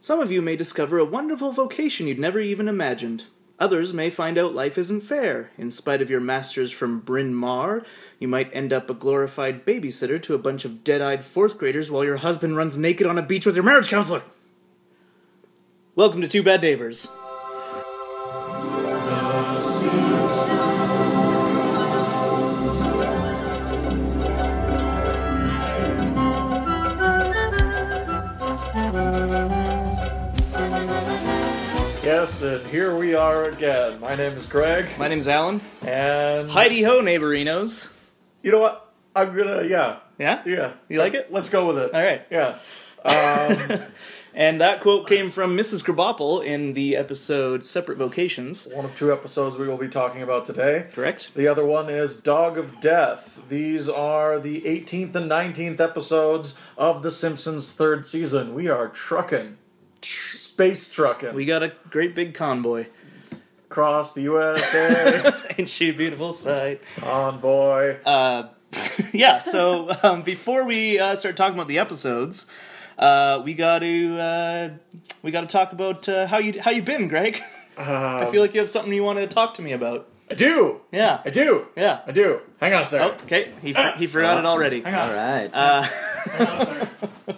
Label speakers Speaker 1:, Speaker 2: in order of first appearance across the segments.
Speaker 1: Some of you may discover a wonderful vocation you'd never even imagined. Others may find out life isn't fair. In spite of your masters from Bryn Mawr, you might end up a glorified babysitter to a bunch of dead eyed fourth graders while your husband runs naked on a beach with your marriage counselor. Welcome to Two Bad Neighbors.
Speaker 2: Yes, and here we are again. My name is Greg,
Speaker 1: My name's Alan.
Speaker 2: and
Speaker 1: Heidi Ho, neighborinos.
Speaker 2: you know what? I'm gonna yeah,
Speaker 1: Yeah?
Speaker 2: yeah.
Speaker 1: You like it?
Speaker 2: Let's go with it.
Speaker 1: All right.
Speaker 2: Yeah.
Speaker 1: And that quote came from Mrs. Grabopple in the episode Separate Vocations,
Speaker 2: One of two episodes we will be talking about today.
Speaker 1: correct?
Speaker 2: The other one is Dog of Death. These are the 18th and 19th episodes of The Simpsons third season. We are trucking, space trucking
Speaker 1: We got a great big convoy.
Speaker 2: across the USA.
Speaker 1: Ain't she a beautiful sight?
Speaker 2: Envoy.
Speaker 1: Uh, yeah, so um, before we uh, start talking about the episodes, uh, we got to uh, we got to talk about uh, how you how you been, Greg. I feel like you have something you want to talk to me about.
Speaker 2: I do.
Speaker 1: Yeah,
Speaker 2: I do.
Speaker 1: yeah.
Speaker 2: I do. Hang on a
Speaker 1: Oh,
Speaker 2: second.
Speaker 1: okay, he for- he forgot it already.
Speaker 2: Hang on.
Speaker 3: All right.
Speaker 1: Uh,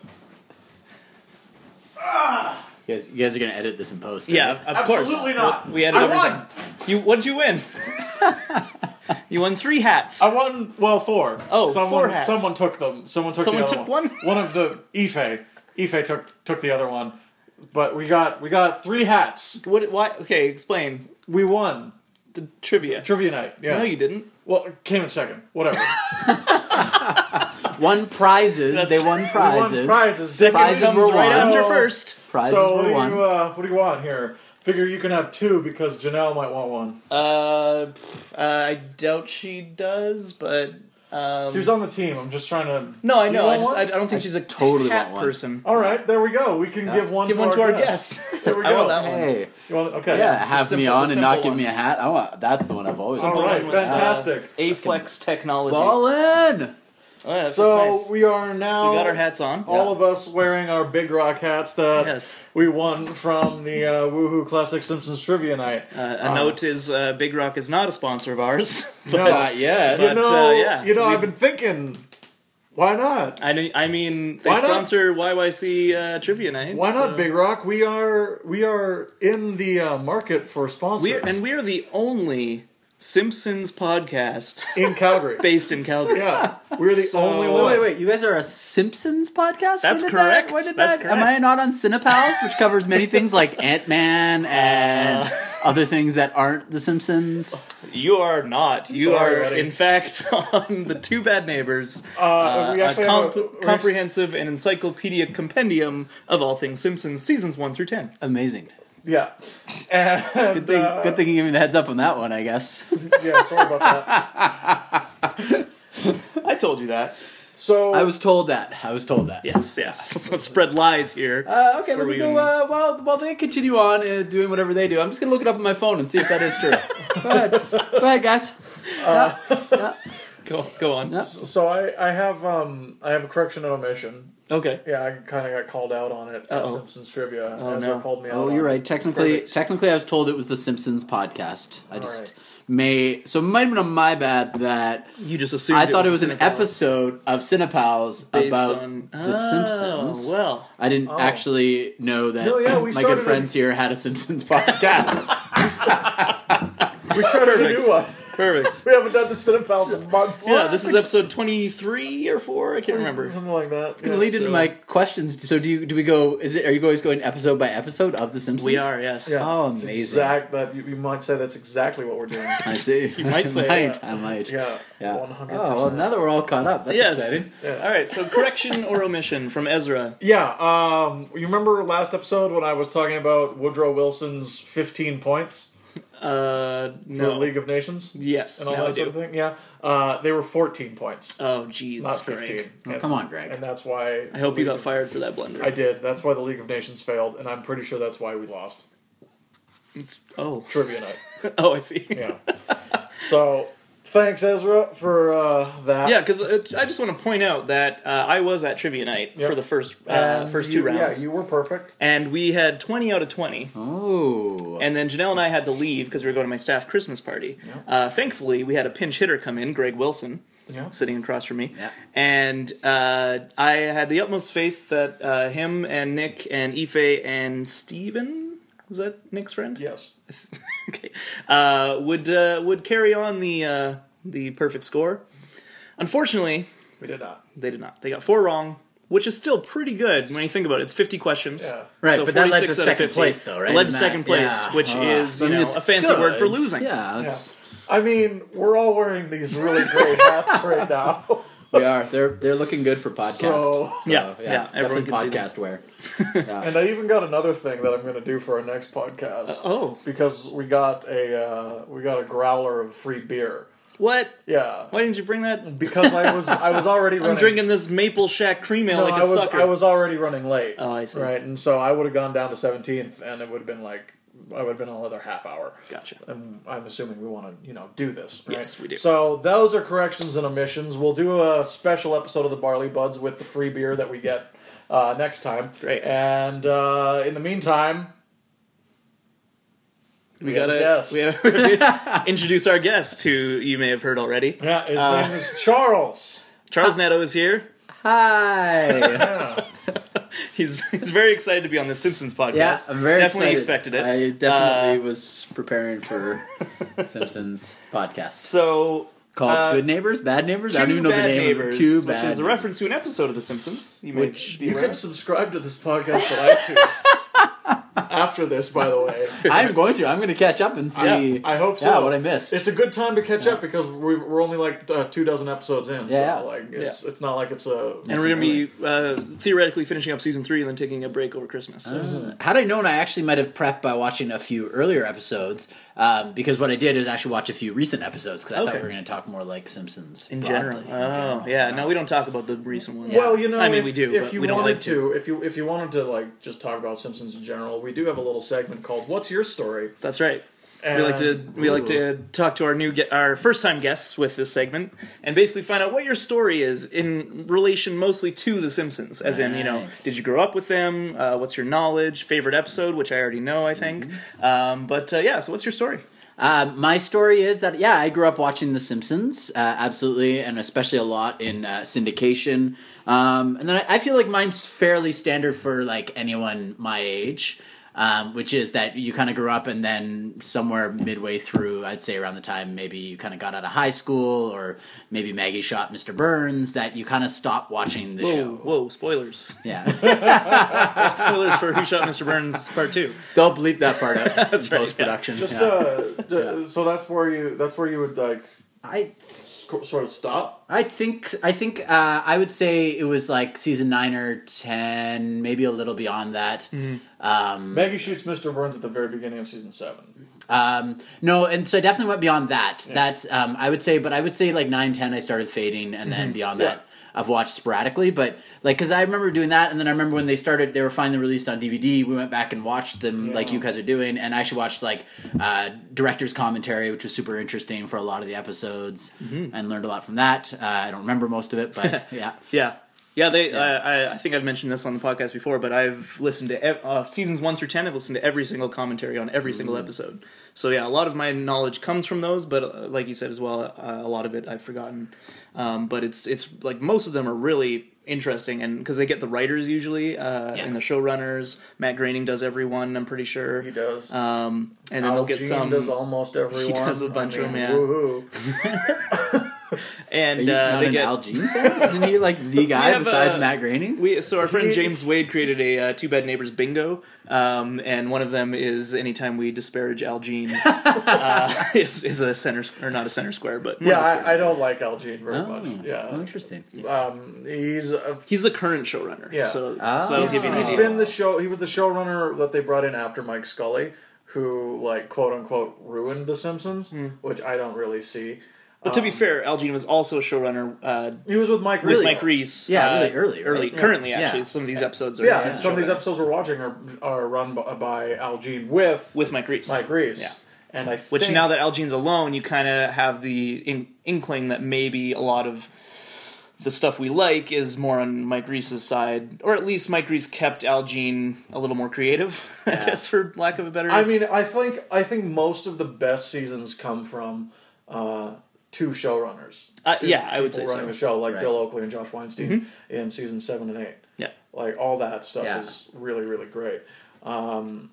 Speaker 3: you, guys, you guys are gonna edit this in post. aren't
Speaker 1: Yeah,
Speaker 3: you?
Speaker 1: Oh, of course.
Speaker 2: Absolutely not.
Speaker 1: We added
Speaker 2: I
Speaker 1: everything.
Speaker 2: won.
Speaker 1: You what'd you win? you won three hats.
Speaker 2: I won. Well, four.
Speaker 1: Oh,
Speaker 2: someone,
Speaker 1: four hats.
Speaker 2: Someone took them. Someone took.
Speaker 1: Someone
Speaker 2: the other
Speaker 1: took
Speaker 2: one.
Speaker 1: one?
Speaker 2: one of the Ife. Ife took took the other one. But we got we got three hats.
Speaker 1: What? Why? Okay, explain
Speaker 2: We won
Speaker 1: the trivia.
Speaker 2: trivia night. Yeah.
Speaker 1: No, you didn't.
Speaker 2: Well, it came in second. Whatever.
Speaker 3: Won prizes.
Speaker 1: uh, That's-
Speaker 3: they won prizes.
Speaker 2: We won prizes.
Speaker 3: Prizes
Speaker 1: Comes
Speaker 3: were won.
Speaker 1: right after
Speaker 2: So-
Speaker 1: first.
Speaker 3: Prizes
Speaker 2: so what
Speaker 3: were
Speaker 2: do
Speaker 3: won.
Speaker 2: you uh, what do you want here? Figure you can have two because Janelle might want one.
Speaker 1: Uh, pff, I doubt she does, but um,
Speaker 2: She was on the team. I'm just trying to.
Speaker 1: no, I
Speaker 2: Do you
Speaker 1: know. I
Speaker 2: want
Speaker 1: just I, I
Speaker 2: one?
Speaker 1: don't think
Speaker 3: I
Speaker 1: she's a
Speaker 3: totally
Speaker 1: cat
Speaker 3: want one.
Speaker 1: person.
Speaker 2: All right, there we go. We can give one.
Speaker 1: Give
Speaker 2: to
Speaker 1: one
Speaker 2: our
Speaker 1: to our
Speaker 2: guests.
Speaker 1: guest.
Speaker 2: There we
Speaker 1: I
Speaker 2: go.
Speaker 1: want that one.
Speaker 3: hey.
Speaker 2: You want, okay.
Speaker 3: Yeah, have
Speaker 1: simple-
Speaker 3: me on
Speaker 1: the
Speaker 3: and not
Speaker 1: simple
Speaker 3: give me a hat. I want. That's the one I've always.
Speaker 2: All right.
Speaker 1: one.
Speaker 2: Fantastic.
Speaker 1: Aflex technology. Oh,
Speaker 3: Ballin.
Speaker 1: yeah, that's
Speaker 2: so
Speaker 1: nice.
Speaker 2: we are now.
Speaker 1: we got our hats on.
Speaker 2: all
Speaker 3: Yeah.
Speaker 2: of us wearing our Big Rock hats that
Speaker 1: Yes.
Speaker 2: we won from the uh, Woohoo Classic Simpsons Trivia Night.
Speaker 1: Uh, a note is uh, Big Rock is not a sponsor of ours.
Speaker 2: No,
Speaker 3: Not yet.
Speaker 2: you
Speaker 1: but,
Speaker 2: know,
Speaker 1: uh, yeah,
Speaker 2: you know,
Speaker 1: we-
Speaker 2: I've been thinking, why not?
Speaker 1: I mean, I mean, they
Speaker 2: Why not?
Speaker 1: sponsor YYC uh, Trivia Night.
Speaker 2: Why not
Speaker 1: so-
Speaker 2: Big Rock? We are we are in the uh, market for sponsors
Speaker 1: We're, and we are the only Simpsons podcast
Speaker 2: in Calgary.
Speaker 1: based in Calgary.
Speaker 2: yeah, we're the
Speaker 1: So-
Speaker 2: only
Speaker 3: Wait,
Speaker 2: one.
Speaker 3: wait, wait! You guys are a Simpsons podcast.
Speaker 1: That's
Speaker 3: When did
Speaker 1: correct.
Speaker 3: That? When did
Speaker 1: That's
Speaker 3: that? Am
Speaker 1: correct.
Speaker 3: I not on Cinepals, which covers many things like Ant Man and
Speaker 1: Uh.
Speaker 3: other things that aren't The Simpsons?
Speaker 1: You are not. You
Speaker 2: Sorry,
Speaker 1: are,
Speaker 2: buddy.
Speaker 1: in fact, on the Two Bad Neighbors,
Speaker 2: Uh, we
Speaker 1: a
Speaker 2: actually
Speaker 1: comp-
Speaker 2: have a- we're-
Speaker 1: comprehensive and encyclopedia compendium of all things Simpsons, seasons one through ten.
Speaker 3: Amazing.
Speaker 2: Yeah, and
Speaker 3: Good thing,
Speaker 2: uh,
Speaker 3: good thing you gave me the heads up on that one, I guess.
Speaker 2: yeah, sorry about that.
Speaker 1: I told you that.
Speaker 2: So
Speaker 3: I was told that. I was told that.
Speaker 1: Yes, yes. Let's not spread lies here.
Speaker 3: Uh, okay,
Speaker 1: Before
Speaker 3: let me
Speaker 1: we
Speaker 3: go.
Speaker 1: even-
Speaker 3: Uh, while while they continue on uh, doing whatever they do, I'm just gonna look it up on my phone and see if that is true. go ahead, go ahead, guys.
Speaker 1: go, go on.
Speaker 3: Yeah.
Speaker 2: so I, I have um I have a correction and omission.
Speaker 1: Okay.
Speaker 2: Yeah, I kind of got called out on it at
Speaker 1: Uh-oh.
Speaker 2: Simpsons Trivia.
Speaker 1: Oh,
Speaker 2: Ezra
Speaker 1: no.
Speaker 2: called me out.
Speaker 3: Oh,
Speaker 2: on
Speaker 3: you're
Speaker 2: it.
Speaker 3: right. Technically,
Speaker 2: Perfect.
Speaker 3: technically, I was told it was the Simpsons podcast. I just
Speaker 2: right.
Speaker 3: may so it might have been on my bad that
Speaker 1: You just assumed.
Speaker 3: I thought it was,
Speaker 1: a
Speaker 3: an
Speaker 1: Cinepal
Speaker 3: episode of Cinepals
Speaker 1: based
Speaker 3: about
Speaker 1: on-
Speaker 3: the
Speaker 1: Oh,
Speaker 3: Simpsons.
Speaker 1: Well,
Speaker 3: I didn't
Speaker 2: Oh.
Speaker 3: actually know that
Speaker 2: No, yeah, we
Speaker 3: my good
Speaker 2: started
Speaker 3: friends here had a Simpsons podcast.
Speaker 2: We started a
Speaker 1: Perfect.
Speaker 2: new one.
Speaker 1: perfect.
Speaker 2: We haven't done the Cinepals in months.
Speaker 1: yeah, this is episode twenty-three or four. I can't remember.
Speaker 2: Something like that.
Speaker 3: Gonna lead into
Speaker 1: so-
Speaker 3: my questions. So do you? Do we go? Is it? Are you guys going episode by episode of the Simpsons?
Speaker 1: We are. Yes.
Speaker 2: Yeah.
Speaker 3: Oh,
Speaker 2: It's
Speaker 3: amazing!
Speaker 2: Exact. That you, you might say that's exactly what we're doing.
Speaker 3: I see. You
Speaker 1: might say
Speaker 3: I might. I might.
Speaker 2: Yeah.
Speaker 3: Yeah.
Speaker 2: One hundred.
Speaker 3: Oh well, now that we're all caught up, that's
Speaker 1: Yes.
Speaker 3: exciting.
Speaker 2: Yeah.
Speaker 1: All right. So correction or omission from Ezra.
Speaker 2: Yeah. Um. You remember last episode when I was talking about Woodrow Wilson's fifteen points
Speaker 1: Uh,
Speaker 2: for
Speaker 1: no.
Speaker 2: League of Nations
Speaker 1: Yes.
Speaker 2: and all
Speaker 1: now I
Speaker 2: that
Speaker 1: do.
Speaker 2: sort of thing? Yeah. Uh, they were fourteen points,
Speaker 1: Oh, jeez.
Speaker 2: not
Speaker 1: Greg.
Speaker 2: fifteen.
Speaker 3: Oh,
Speaker 2: And-
Speaker 3: come on, Greg.
Speaker 2: And that's why
Speaker 1: I hope you got fired for that blunder.
Speaker 2: I did. That's why the League of Nations failed, and I'm pretty sure that's why we lost
Speaker 1: It's- oh,
Speaker 2: trivia night.
Speaker 1: oh, I see.
Speaker 2: Yeah. so Thanks, Ezra, for uh, that.
Speaker 1: Yeah, because I just want to point out that uh, I was at trivia night
Speaker 2: Yep.
Speaker 1: for the first uh,
Speaker 2: And
Speaker 1: first
Speaker 2: you-
Speaker 1: two rounds,
Speaker 2: Yeah, you were perfect.
Speaker 1: and we had twenty out of twenty.
Speaker 3: Oh.
Speaker 1: And then Janelle and I had to leave because we were going to my staff Christmas party. Uh, thankfully, we had a pinch hitter come in, Greg Wilson,
Speaker 2: Yeah.
Speaker 1: sitting across from me.
Speaker 3: Yeah.
Speaker 1: And uh, I had the utmost faith that uh, him and Nick and Ife and Steven, was that Nick's friend?
Speaker 2: Yes.
Speaker 1: okay, uh, would, uh, would carry on the, uh, the perfect score. Unfortunately,
Speaker 2: We did not.
Speaker 1: they did not. They got four wrong. Which is still pretty good when you think about it. It's 50 questions.
Speaker 2: Yeah.
Speaker 3: Right, but that led to
Speaker 1: 46 out of
Speaker 3: second
Speaker 1: 50.
Speaker 3: place, though, right?
Speaker 1: It led to
Speaker 3: Matt?
Speaker 1: second place,
Speaker 3: Yeah.
Speaker 1: which
Speaker 3: Uh,
Speaker 1: is,
Speaker 3: so,
Speaker 1: you
Speaker 3: I mean,
Speaker 1: know,
Speaker 3: it's
Speaker 1: a fancy
Speaker 3: good.
Speaker 1: word for
Speaker 3: It's-
Speaker 1: losing.
Speaker 3: Yeah,
Speaker 2: Yeah.
Speaker 3: it's,
Speaker 2: I mean, we're all wearing these really great hats right now.
Speaker 3: we are. They're they're looking good for podcast.
Speaker 2: So-
Speaker 1: Yeah, yeah, everyone
Speaker 3: definitely
Speaker 1: can see them.
Speaker 3: podcast wear.
Speaker 2: And I even got another thing that I'm going to do for our next podcast.
Speaker 1: Oh,
Speaker 2: Because we got a uh, we got a growler of free beer.
Speaker 1: what?
Speaker 2: Yeah.
Speaker 1: Why didn't you bring that? I'm
Speaker 2: Because I was I was already running.
Speaker 1: drinking this maple shack cream ale
Speaker 2: No,
Speaker 1: like a
Speaker 2: I was
Speaker 1: sucker.
Speaker 2: I was already running late.
Speaker 1: Oh, I see.
Speaker 2: Right, and so I would have gone down to 17th, and it would have been like I would have been another half hour.
Speaker 1: Gotcha.
Speaker 2: And I'm assuming we want to, you know, do this. Right?
Speaker 1: Yes, we do.
Speaker 2: So those are corrections and omissions. We'll do a special episode of the Barley Buds with the free beer that we get uh, next time.
Speaker 1: Great.
Speaker 2: And uh, in the meantime,
Speaker 1: we
Speaker 2: have
Speaker 1: gotta
Speaker 2: a guest.
Speaker 1: we have to introduce our guest, who you may have heard already.
Speaker 2: yeah, his name is Charles.
Speaker 1: Charles Netto is here.
Speaker 3: Hi.
Speaker 1: He's he's very excited to be on the Simpsons podcast.
Speaker 3: yeah, I'm very
Speaker 1: definitely
Speaker 3: excited.
Speaker 1: expected it.
Speaker 3: I definitely
Speaker 1: Uh,
Speaker 3: was preparing for Simpsons podcast
Speaker 1: so
Speaker 3: called
Speaker 1: uh,
Speaker 3: "Good Neighbors, Bad Neighbors." I
Speaker 1: two
Speaker 3: don't even know the
Speaker 1: bad
Speaker 3: name.
Speaker 1: neighbors,
Speaker 3: of it. Two
Speaker 1: which
Speaker 3: bad.
Speaker 1: is a reference to an episode of The Simpsons. You may
Speaker 2: Which
Speaker 1: be
Speaker 2: you
Speaker 1: aware.
Speaker 2: can subscribe to this podcast on iTunes. After this, by the way.
Speaker 3: I'm going to. I'm going to catch up and see.
Speaker 2: I hope so.
Speaker 3: Yeah, what I missed.
Speaker 2: It's a good time to catch up because we've, we're only like uh, two dozen episodes in.
Speaker 3: Yeah.
Speaker 2: so like it's it's not like it's a.
Speaker 1: and we're gonna be uh, theoretically finishing up season three and then taking a break over Christmas.
Speaker 3: Oh.
Speaker 1: So.
Speaker 3: Had I known, I actually might have prepped by watching a few earlier episodes um, because what I did is actually watch a few recent episodes because I
Speaker 1: Okay.
Speaker 3: thought we were going to talk more like Simpsons
Speaker 1: In general.
Speaker 3: broadly.
Speaker 1: Oh, yeah. No, we don't talk about the recent ones.
Speaker 2: Well, you know,
Speaker 1: I mean,
Speaker 2: if,
Speaker 1: we do,
Speaker 2: If
Speaker 1: but
Speaker 2: you
Speaker 1: we don't
Speaker 2: wanted
Speaker 1: like to.
Speaker 2: if you if you wanted to like just talk about Simpsons in general, we do have a little segment called "What's Your Story."
Speaker 1: That's right.
Speaker 2: And,
Speaker 1: we like to we like to talk to our new ge- our first time guests with this segment and basically find out what your story is in relation mostly to The Simpsons, as in you know
Speaker 3: Right.
Speaker 1: did you grow up with them? Uh, what's your knowledge? Favorite episode, which I already know, I think. Um, but uh, yeah, so what's your story?
Speaker 3: Um, my story is that yeah, I grew up watching The Simpsons, uh, absolutely, and especially a lot in uh, syndication. Um, and then I, I feel like mine's fairly standard for like anyone my age, um, which is that you kind of grew up and then somewhere midway through, I'd say around the time maybe you kind of got out of high school or maybe Maggie shot Mr. Burns, that you kind of stopped watching the
Speaker 1: Whoa,
Speaker 3: show.
Speaker 1: whoa, spoilers!
Speaker 3: Yeah,
Speaker 1: spoilers for Who Shot Mr. Burns Part Two.
Speaker 3: don't bleep that part out in
Speaker 1: right, yeah.
Speaker 3: post production.
Speaker 2: Just uh, d- so that's where you that's where you would like
Speaker 3: I
Speaker 2: sc- sort of stop.
Speaker 3: I think I think uh, I would say it was like season nine or ten, maybe a little beyond that. Um,
Speaker 2: Maggie shoots Mr. Burns at the very beginning of season seven.
Speaker 3: um, no, and so I definitely went beyond that. That um, I would say, but I would say like nine, ten, I started fading, and then beyond that, I've watched sporadically. But like, because I remember doing that, and then I remember when they started, they were finally released on DVD. We went back and watched them, like you guys are doing, and I actually watched like uh, director's commentary, which was super interesting for a lot of the episodes, and learned a lot from that. Uh, I don't remember most of it, but yeah.
Speaker 1: Yeah. Yeah, they. I I, I think I've mentioned this on the podcast before, but I've listened to ev- uh, seasons one through ten. I've listened to every single commentary on every single
Speaker 2: Mm-hmm.
Speaker 1: episode. So yeah, a lot of my knowledge comes from those, but uh, like you said as well, uh, a lot of it I've forgotten. Um, but it's it's like most of them are really interesting, and because they get the writers usually uh,
Speaker 3: Yeah.
Speaker 1: and the showrunners. Matt Groening does every one, I'm pretty sure.
Speaker 2: He does.
Speaker 1: Um, and then they'll get
Speaker 2: Gene
Speaker 1: some.
Speaker 2: Does almost everyone.
Speaker 1: does a bunch of 'em, yeah.
Speaker 2: Woohoo.
Speaker 1: and
Speaker 3: Are you
Speaker 1: uh,
Speaker 3: not
Speaker 1: they
Speaker 3: an
Speaker 1: get
Speaker 3: Al Jean fan? Isn't he like the guy
Speaker 1: have,
Speaker 3: besides
Speaker 1: uh,
Speaker 3: Matt Groening?
Speaker 1: We so our friend James Wade created a uh, two bad neighbors bingo, um, and one of them is anytime we disparage Al Jean uh, is, is a center s- or not a center square, but one of
Speaker 2: Yeah,
Speaker 1: the squares.
Speaker 2: I, I don't like Al Jean very much.
Speaker 3: Oh,
Speaker 2: Yeah,
Speaker 3: interesting.
Speaker 2: um, he's a
Speaker 1: he's the current showrunner.
Speaker 2: Yeah.
Speaker 1: so,
Speaker 3: Ah.
Speaker 1: so that'll
Speaker 2: He's
Speaker 1: give you an
Speaker 2: he's
Speaker 1: idea.
Speaker 2: been the show. He was the showrunner that they brought in after Mike Scully, who like quote unquote ruined The Simpsons,
Speaker 1: Hmm.
Speaker 2: which I don't really see.
Speaker 1: but to be fair, Al Jean was also a showrunner uh,
Speaker 2: He was with Mike.
Speaker 1: with
Speaker 2: Rizzo.
Speaker 1: Mike Reese.
Speaker 3: Yeah,
Speaker 1: uh,
Speaker 3: really early, right?
Speaker 1: early.
Speaker 3: Yeah.
Speaker 1: Currently, actually,
Speaker 3: Yeah.
Speaker 1: some of these episodes are
Speaker 2: Yeah,
Speaker 1: his
Speaker 2: and some of these
Speaker 1: showrunner.
Speaker 2: episodes we're watching are are run by, by Al Jean with
Speaker 1: with Mike Reese.
Speaker 2: Mike Reese.
Speaker 1: Yeah.
Speaker 2: And I
Speaker 1: Which
Speaker 2: think-
Speaker 1: now that Algene's alone, you kind of have the in- inkling that maybe a lot of the stuff we like is more on Mike Reese's side, or at least Mike Reese kept Algene a little more creative, I guess, for lack of a better.
Speaker 2: I mean, I think I think most of the best seasons come from uh, two showrunners.
Speaker 1: Uh,
Speaker 2: Two
Speaker 1: yeah, I would
Speaker 2: people
Speaker 1: say
Speaker 2: running
Speaker 1: so. Mm-hmm.
Speaker 2: the show like
Speaker 3: Right.
Speaker 2: Bill Oakley and Josh Weinstein in season seven and eight.
Speaker 1: yeah,
Speaker 2: Like all that stuff
Speaker 3: Yeah.
Speaker 2: is really really great. Um,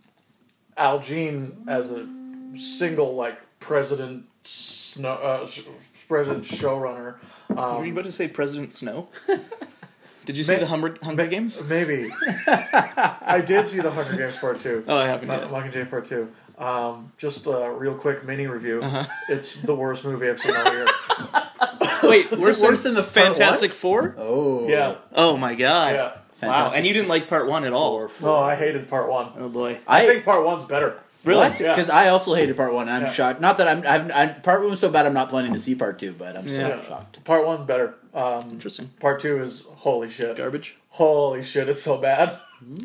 Speaker 2: Al Jean as a single like president, snow, uh, sh- president showrunner.
Speaker 1: were you about to say President Snow? Did you see
Speaker 2: um, May-
Speaker 1: the Humber- Hunger Games?
Speaker 2: Maybe I did see the Hunger Games part two.
Speaker 1: Oh, I haven't. yet.
Speaker 2: Mockingjay Part Two. Um, just a real quick mini review. It's the worst movie I've seen all year.
Speaker 1: Wait, worse,
Speaker 3: worse than the part
Speaker 1: Fantastic Four?
Speaker 3: Oh.
Speaker 2: yeah,
Speaker 1: Oh my god!
Speaker 2: yeah.
Speaker 1: Wow,
Speaker 3: Fantastic
Speaker 1: and you didn't like Part One at all.
Speaker 2: No, I hated Part One.
Speaker 1: Oh boy,
Speaker 2: I,
Speaker 3: I
Speaker 2: think Part One's better.
Speaker 1: really?
Speaker 2: Yeah.
Speaker 3: because I also hated part one. I'm
Speaker 2: Yeah.
Speaker 3: shocked. Not that I'm, I'm, I'm part one was so bad. I'm not planning to see part two, but I'm still
Speaker 1: Yeah.
Speaker 3: shocked.
Speaker 2: Part One's better. Um,
Speaker 1: Interesting.
Speaker 2: part Two is holy shit.
Speaker 1: Garbage.
Speaker 2: Holy shit, it's so bad.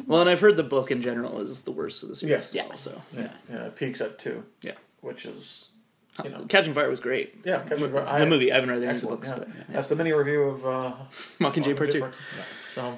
Speaker 1: Well, and I've heard the book in general is the worst of the series.
Speaker 2: Yeah.
Speaker 1: Yeah. So
Speaker 2: Yeah, it uh, peaks at two,
Speaker 1: yeah,
Speaker 2: which is you know
Speaker 1: Catching Fire was great.
Speaker 2: yeah. Catch Me If
Speaker 1: the
Speaker 2: I-
Speaker 1: movie. I haven't read any of the
Speaker 2: Excellent.
Speaker 1: books,
Speaker 2: yeah.
Speaker 1: but
Speaker 2: That's the mini review of uh,
Speaker 1: Mockingjay Part Two.
Speaker 2: Yeah. So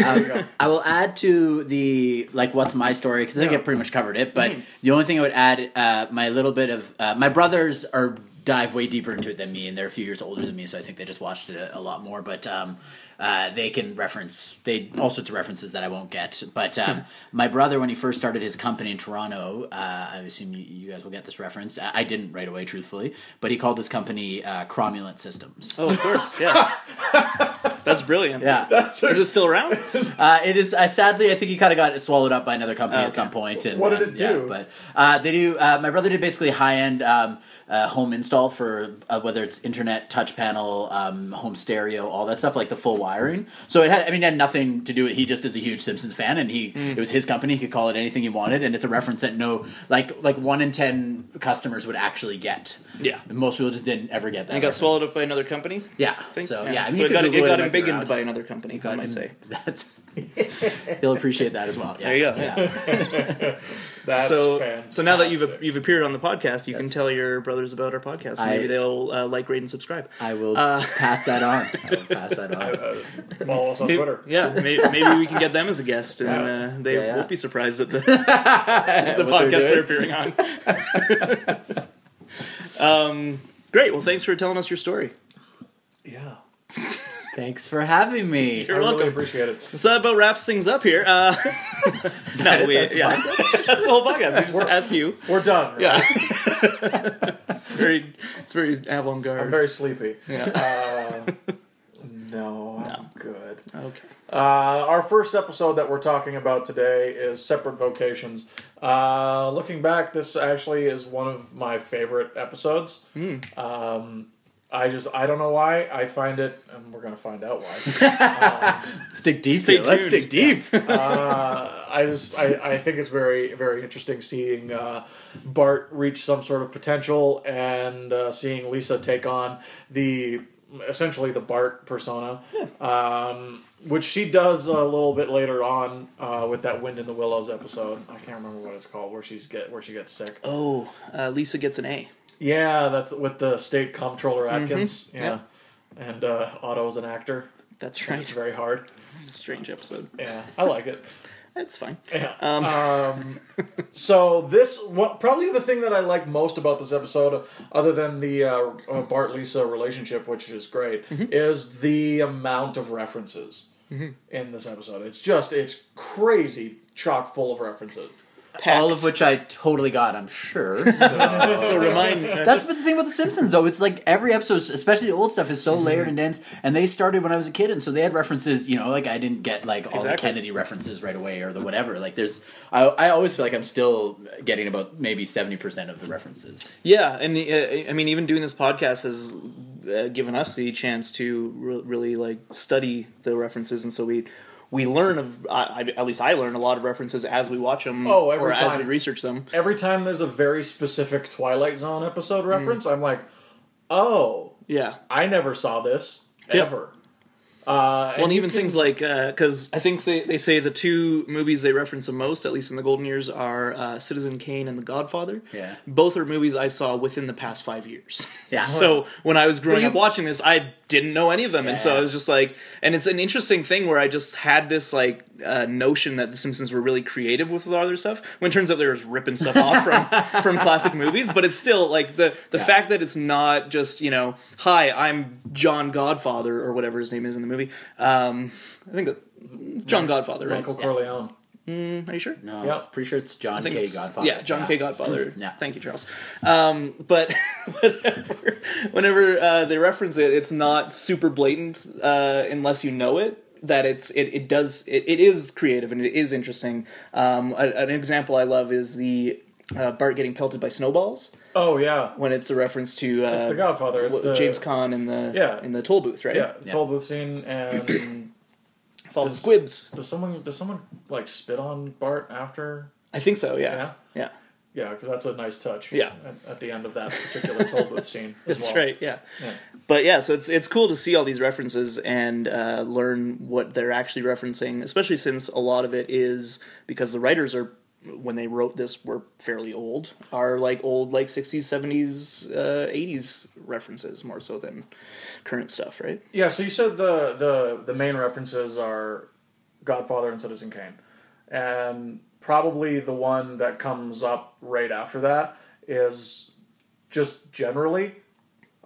Speaker 3: I will add to the like what's my story because I think
Speaker 2: Yeah.
Speaker 3: I pretty much covered it. But the only thing I would add, uh, my little bit of uh, my brothers are dive way deeper into it than me, and they're a few years older than me, so I think they just watched it a, a lot more. But um, uh, they can reference they all sorts of references that I won't get. But um, my brother, when he first started his company in Toronto, uh, I assume you, you guys will get this reference. I, I didn't right away, truthfully, but he called his company uh, Cromulent Systems.
Speaker 1: Oh, of course, yes. That's brilliant.
Speaker 3: Yeah.
Speaker 2: that's
Speaker 1: Is it still around?
Speaker 3: Uh, it is uh, sadly, I think he kind of got swallowed up by another company at
Speaker 1: Okay.
Speaker 3: some point. And
Speaker 2: What did
Speaker 3: and,
Speaker 2: it
Speaker 3: yeah,
Speaker 2: do?
Speaker 3: but uh, they do. Uh, my brother did basically high end um, uh, home install for uh, whether it's internet, touch panel, um, home stereo, all that stuff, like the full wiring. So it had, I mean, it had nothing to do with. He just is a huge Simpsons fan, and he
Speaker 1: Mm.
Speaker 3: it was his company. He could call it anything he wanted, and it's a reference that no, like like one in ten customers would actually get.
Speaker 1: Yeah.
Speaker 3: And most people just didn't ever get that.
Speaker 1: And got
Speaker 3: reference.
Speaker 1: swallowed up by another company. I
Speaker 3: Yeah.
Speaker 1: think?
Speaker 3: So yeah, I mean,
Speaker 1: so
Speaker 3: you
Speaker 1: it
Speaker 3: could
Speaker 1: got, it
Speaker 3: Google
Speaker 1: got
Speaker 3: it, it might be around.
Speaker 1: embiggened by another company. I
Speaker 3: God,
Speaker 1: might
Speaker 3: and
Speaker 1: say.
Speaker 3: that's. He'll appreciate that as well. Yeah.
Speaker 1: There you go.
Speaker 3: Yeah.
Speaker 2: that's
Speaker 1: so,
Speaker 2: fantastic.
Speaker 1: so now that you've you've appeared on the podcast, you can tell your brothers about our podcast. and
Speaker 3: I-
Speaker 1: Maybe they'll uh, like, rate, and subscribe.
Speaker 3: I will
Speaker 1: Uh,
Speaker 3: pass that on. I will pass that on.
Speaker 2: Uh, follow us on
Speaker 1: Maybe-
Speaker 2: Twitter.
Speaker 1: Yeah, may, maybe we can get them as a guest, and
Speaker 2: Yeah.
Speaker 1: uh, they
Speaker 3: Yeah, yeah.
Speaker 1: won't be surprised at the, the
Speaker 3: What they're
Speaker 1: podcast they're
Speaker 3: doing.
Speaker 1: appearing on. um, great. Well, thanks for telling us your story.
Speaker 2: Yeah.
Speaker 3: Thanks for having me.
Speaker 1: You're
Speaker 2: I
Speaker 1: welcome.
Speaker 2: really appreciate it.
Speaker 1: So that about wraps things up here. Uh, no, we, yeah, that's the whole podcast. We just ask you.
Speaker 2: We're done. right?
Speaker 1: Yeah, it's very, it's very avant-garde.
Speaker 2: I'm very sleepy.
Speaker 1: yeah.
Speaker 2: Uh, no, I'm good.
Speaker 1: Okay.
Speaker 2: Uh, our first episode that we're talking about today is Separate Vocations. Uh, looking back, this actually is one of my favorite episodes. Um, I just, I don't know why. I find it, and we're going to find out why.
Speaker 3: Stick deep.
Speaker 1: Stay
Speaker 3: here. Let's
Speaker 1: tuned.
Speaker 3: dig deep.
Speaker 2: uh, I just, I, I think it's very, very interesting seeing uh, Bart reach some sort of potential and uh, seeing Lisa take on the essentially the Bart persona, um, which she does a little bit later on uh, with that Wind in the Willows episode. I can't remember what it's called where she's get where she gets sick.
Speaker 1: Oh, uh, Lisa gets an A.
Speaker 2: Yeah, that's with the state comptroller Atkins. Yeah.
Speaker 1: Yep.
Speaker 2: And uh, Otto's an actor.
Speaker 1: That's
Speaker 2: It's
Speaker 1: right.
Speaker 2: very hard.
Speaker 1: It's a strange episode.
Speaker 2: Yeah, I like it.
Speaker 1: That's fine.
Speaker 2: Yeah.
Speaker 1: Um,
Speaker 2: Um, so this what, probably the thing that I like most about this episode, other than the uh, uh, Bart Lisa relationship, which is great,
Speaker 1: Mm-hmm.
Speaker 2: is the amount of references in this episode. It's just it's crazy, chock full of references.
Speaker 3: All of which I totally got. I'm sure.
Speaker 1: so remind.
Speaker 3: That's the thing about The Simpsons, though. It's like every episode, especially the old stuff, is so
Speaker 1: Mm-hmm.
Speaker 3: layered and dense. And they started when I was a kid, and so they had references. You know, like I didn't get like all
Speaker 1: Exactly.
Speaker 3: the Kennedy references right away or the whatever. Like there's, I, I always feel like I'm still getting about maybe seventy percent of the references.
Speaker 1: Yeah, and uh, I mean, even doing this podcast has uh, given us the chance to re- really like study the references, and so we we learn of I, I, at least I learn a lot of references as we watch them,
Speaker 2: Oh, every
Speaker 1: or as
Speaker 2: time.
Speaker 1: we research them.
Speaker 2: Every time there's a very specific Twilight Zone
Speaker 1: Mm.
Speaker 2: episode reference, I'm like, oh,
Speaker 1: Yeah,
Speaker 2: I never saw this
Speaker 1: Yeah.
Speaker 2: ever. Uh,
Speaker 1: Well, and even things like because I think they, they say the two movies they reference the most, at least in the golden years, are uh, Citizen Kane and The Godfather.
Speaker 3: Yeah.
Speaker 1: both are movies I saw within the past five years.
Speaker 3: Yeah.
Speaker 1: so when I was growing
Speaker 3: you-
Speaker 1: up watching this, I didn't know any of them, and so
Speaker 3: Yeah.
Speaker 1: I was just like, and it's an interesting thing where I just had this like uh, notion that The Simpsons were really creative with a lot of their stuff. When it turns out they were just ripping stuff off from from classic movies, but it's still like the the fact that it's not just you know, hi, I'm John Godfather or whatever his name is in the movie. Um, I think that- John Godfather, right?
Speaker 2: Michael Corleone.
Speaker 1: Are you sure?
Speaker 3: No,
Speaker 2: Yep.
Speaker 3: pretty sure it's John
Speaker 1: I think
Speaker 3: K.
Speaker 1: it's-
Speaker 3: Godfather.
Speaker 1: Yeah, John K. Godfather.
Speaker 3: Yeah.
Speaker 1: Thank you, Charles. Um, but whenever, whenever uh, they reference it, it's not super blatant uh, unless you know it. That it's it, it does it, it is creative and it is interesting. Um, a- an example I love is the uh, Bart getting pelted by snowballs
Speaker 2: Oh yeah,
Speaker 1: when it's a reference to uh,
Speaker 2: The Godfather. It's
Speaker 1: w-
Speaker 2: the-
Speaker 1: James Caan in the
Speaker 2: Yeah.
Speaker 1: in the toll booth, right?
Speaker 2: yeah.
Speaker 1: With
Speaker 2: The
Speaker 3: Yeah.
Speaker 2: toll booth scene and
Speaker 1: all the squibs.
Speaker 2: does someone does someone like spit on Bart after?
Speaker 1: I think so.
Speaker 2: Yeah.
Speaker 1: Yeah, yeah,
Speaker 2: Yeah, because that's a nice touch.
Speaker 1: Yeah.
Speaker 2: At, at the end of that particular toll booth scene. as
Speaker 1: that's
Speaker 2: well.
Speaker 1: right. Yeah.
Speaker 2: Yeah.
Speaker 1: but yeah, so it's it's cool to see all these references and uh, learn what they're actually referencing, especially since a lot of it is because the writers are when they wrote this were fairly old, are like old like sixties, seventies, uh, eighties references more so than current stuff, right?
Speaker 2: Yeah, so you said the the the main references are Godfather and Citizen Kane, and probably the one that comes up right after that is just generally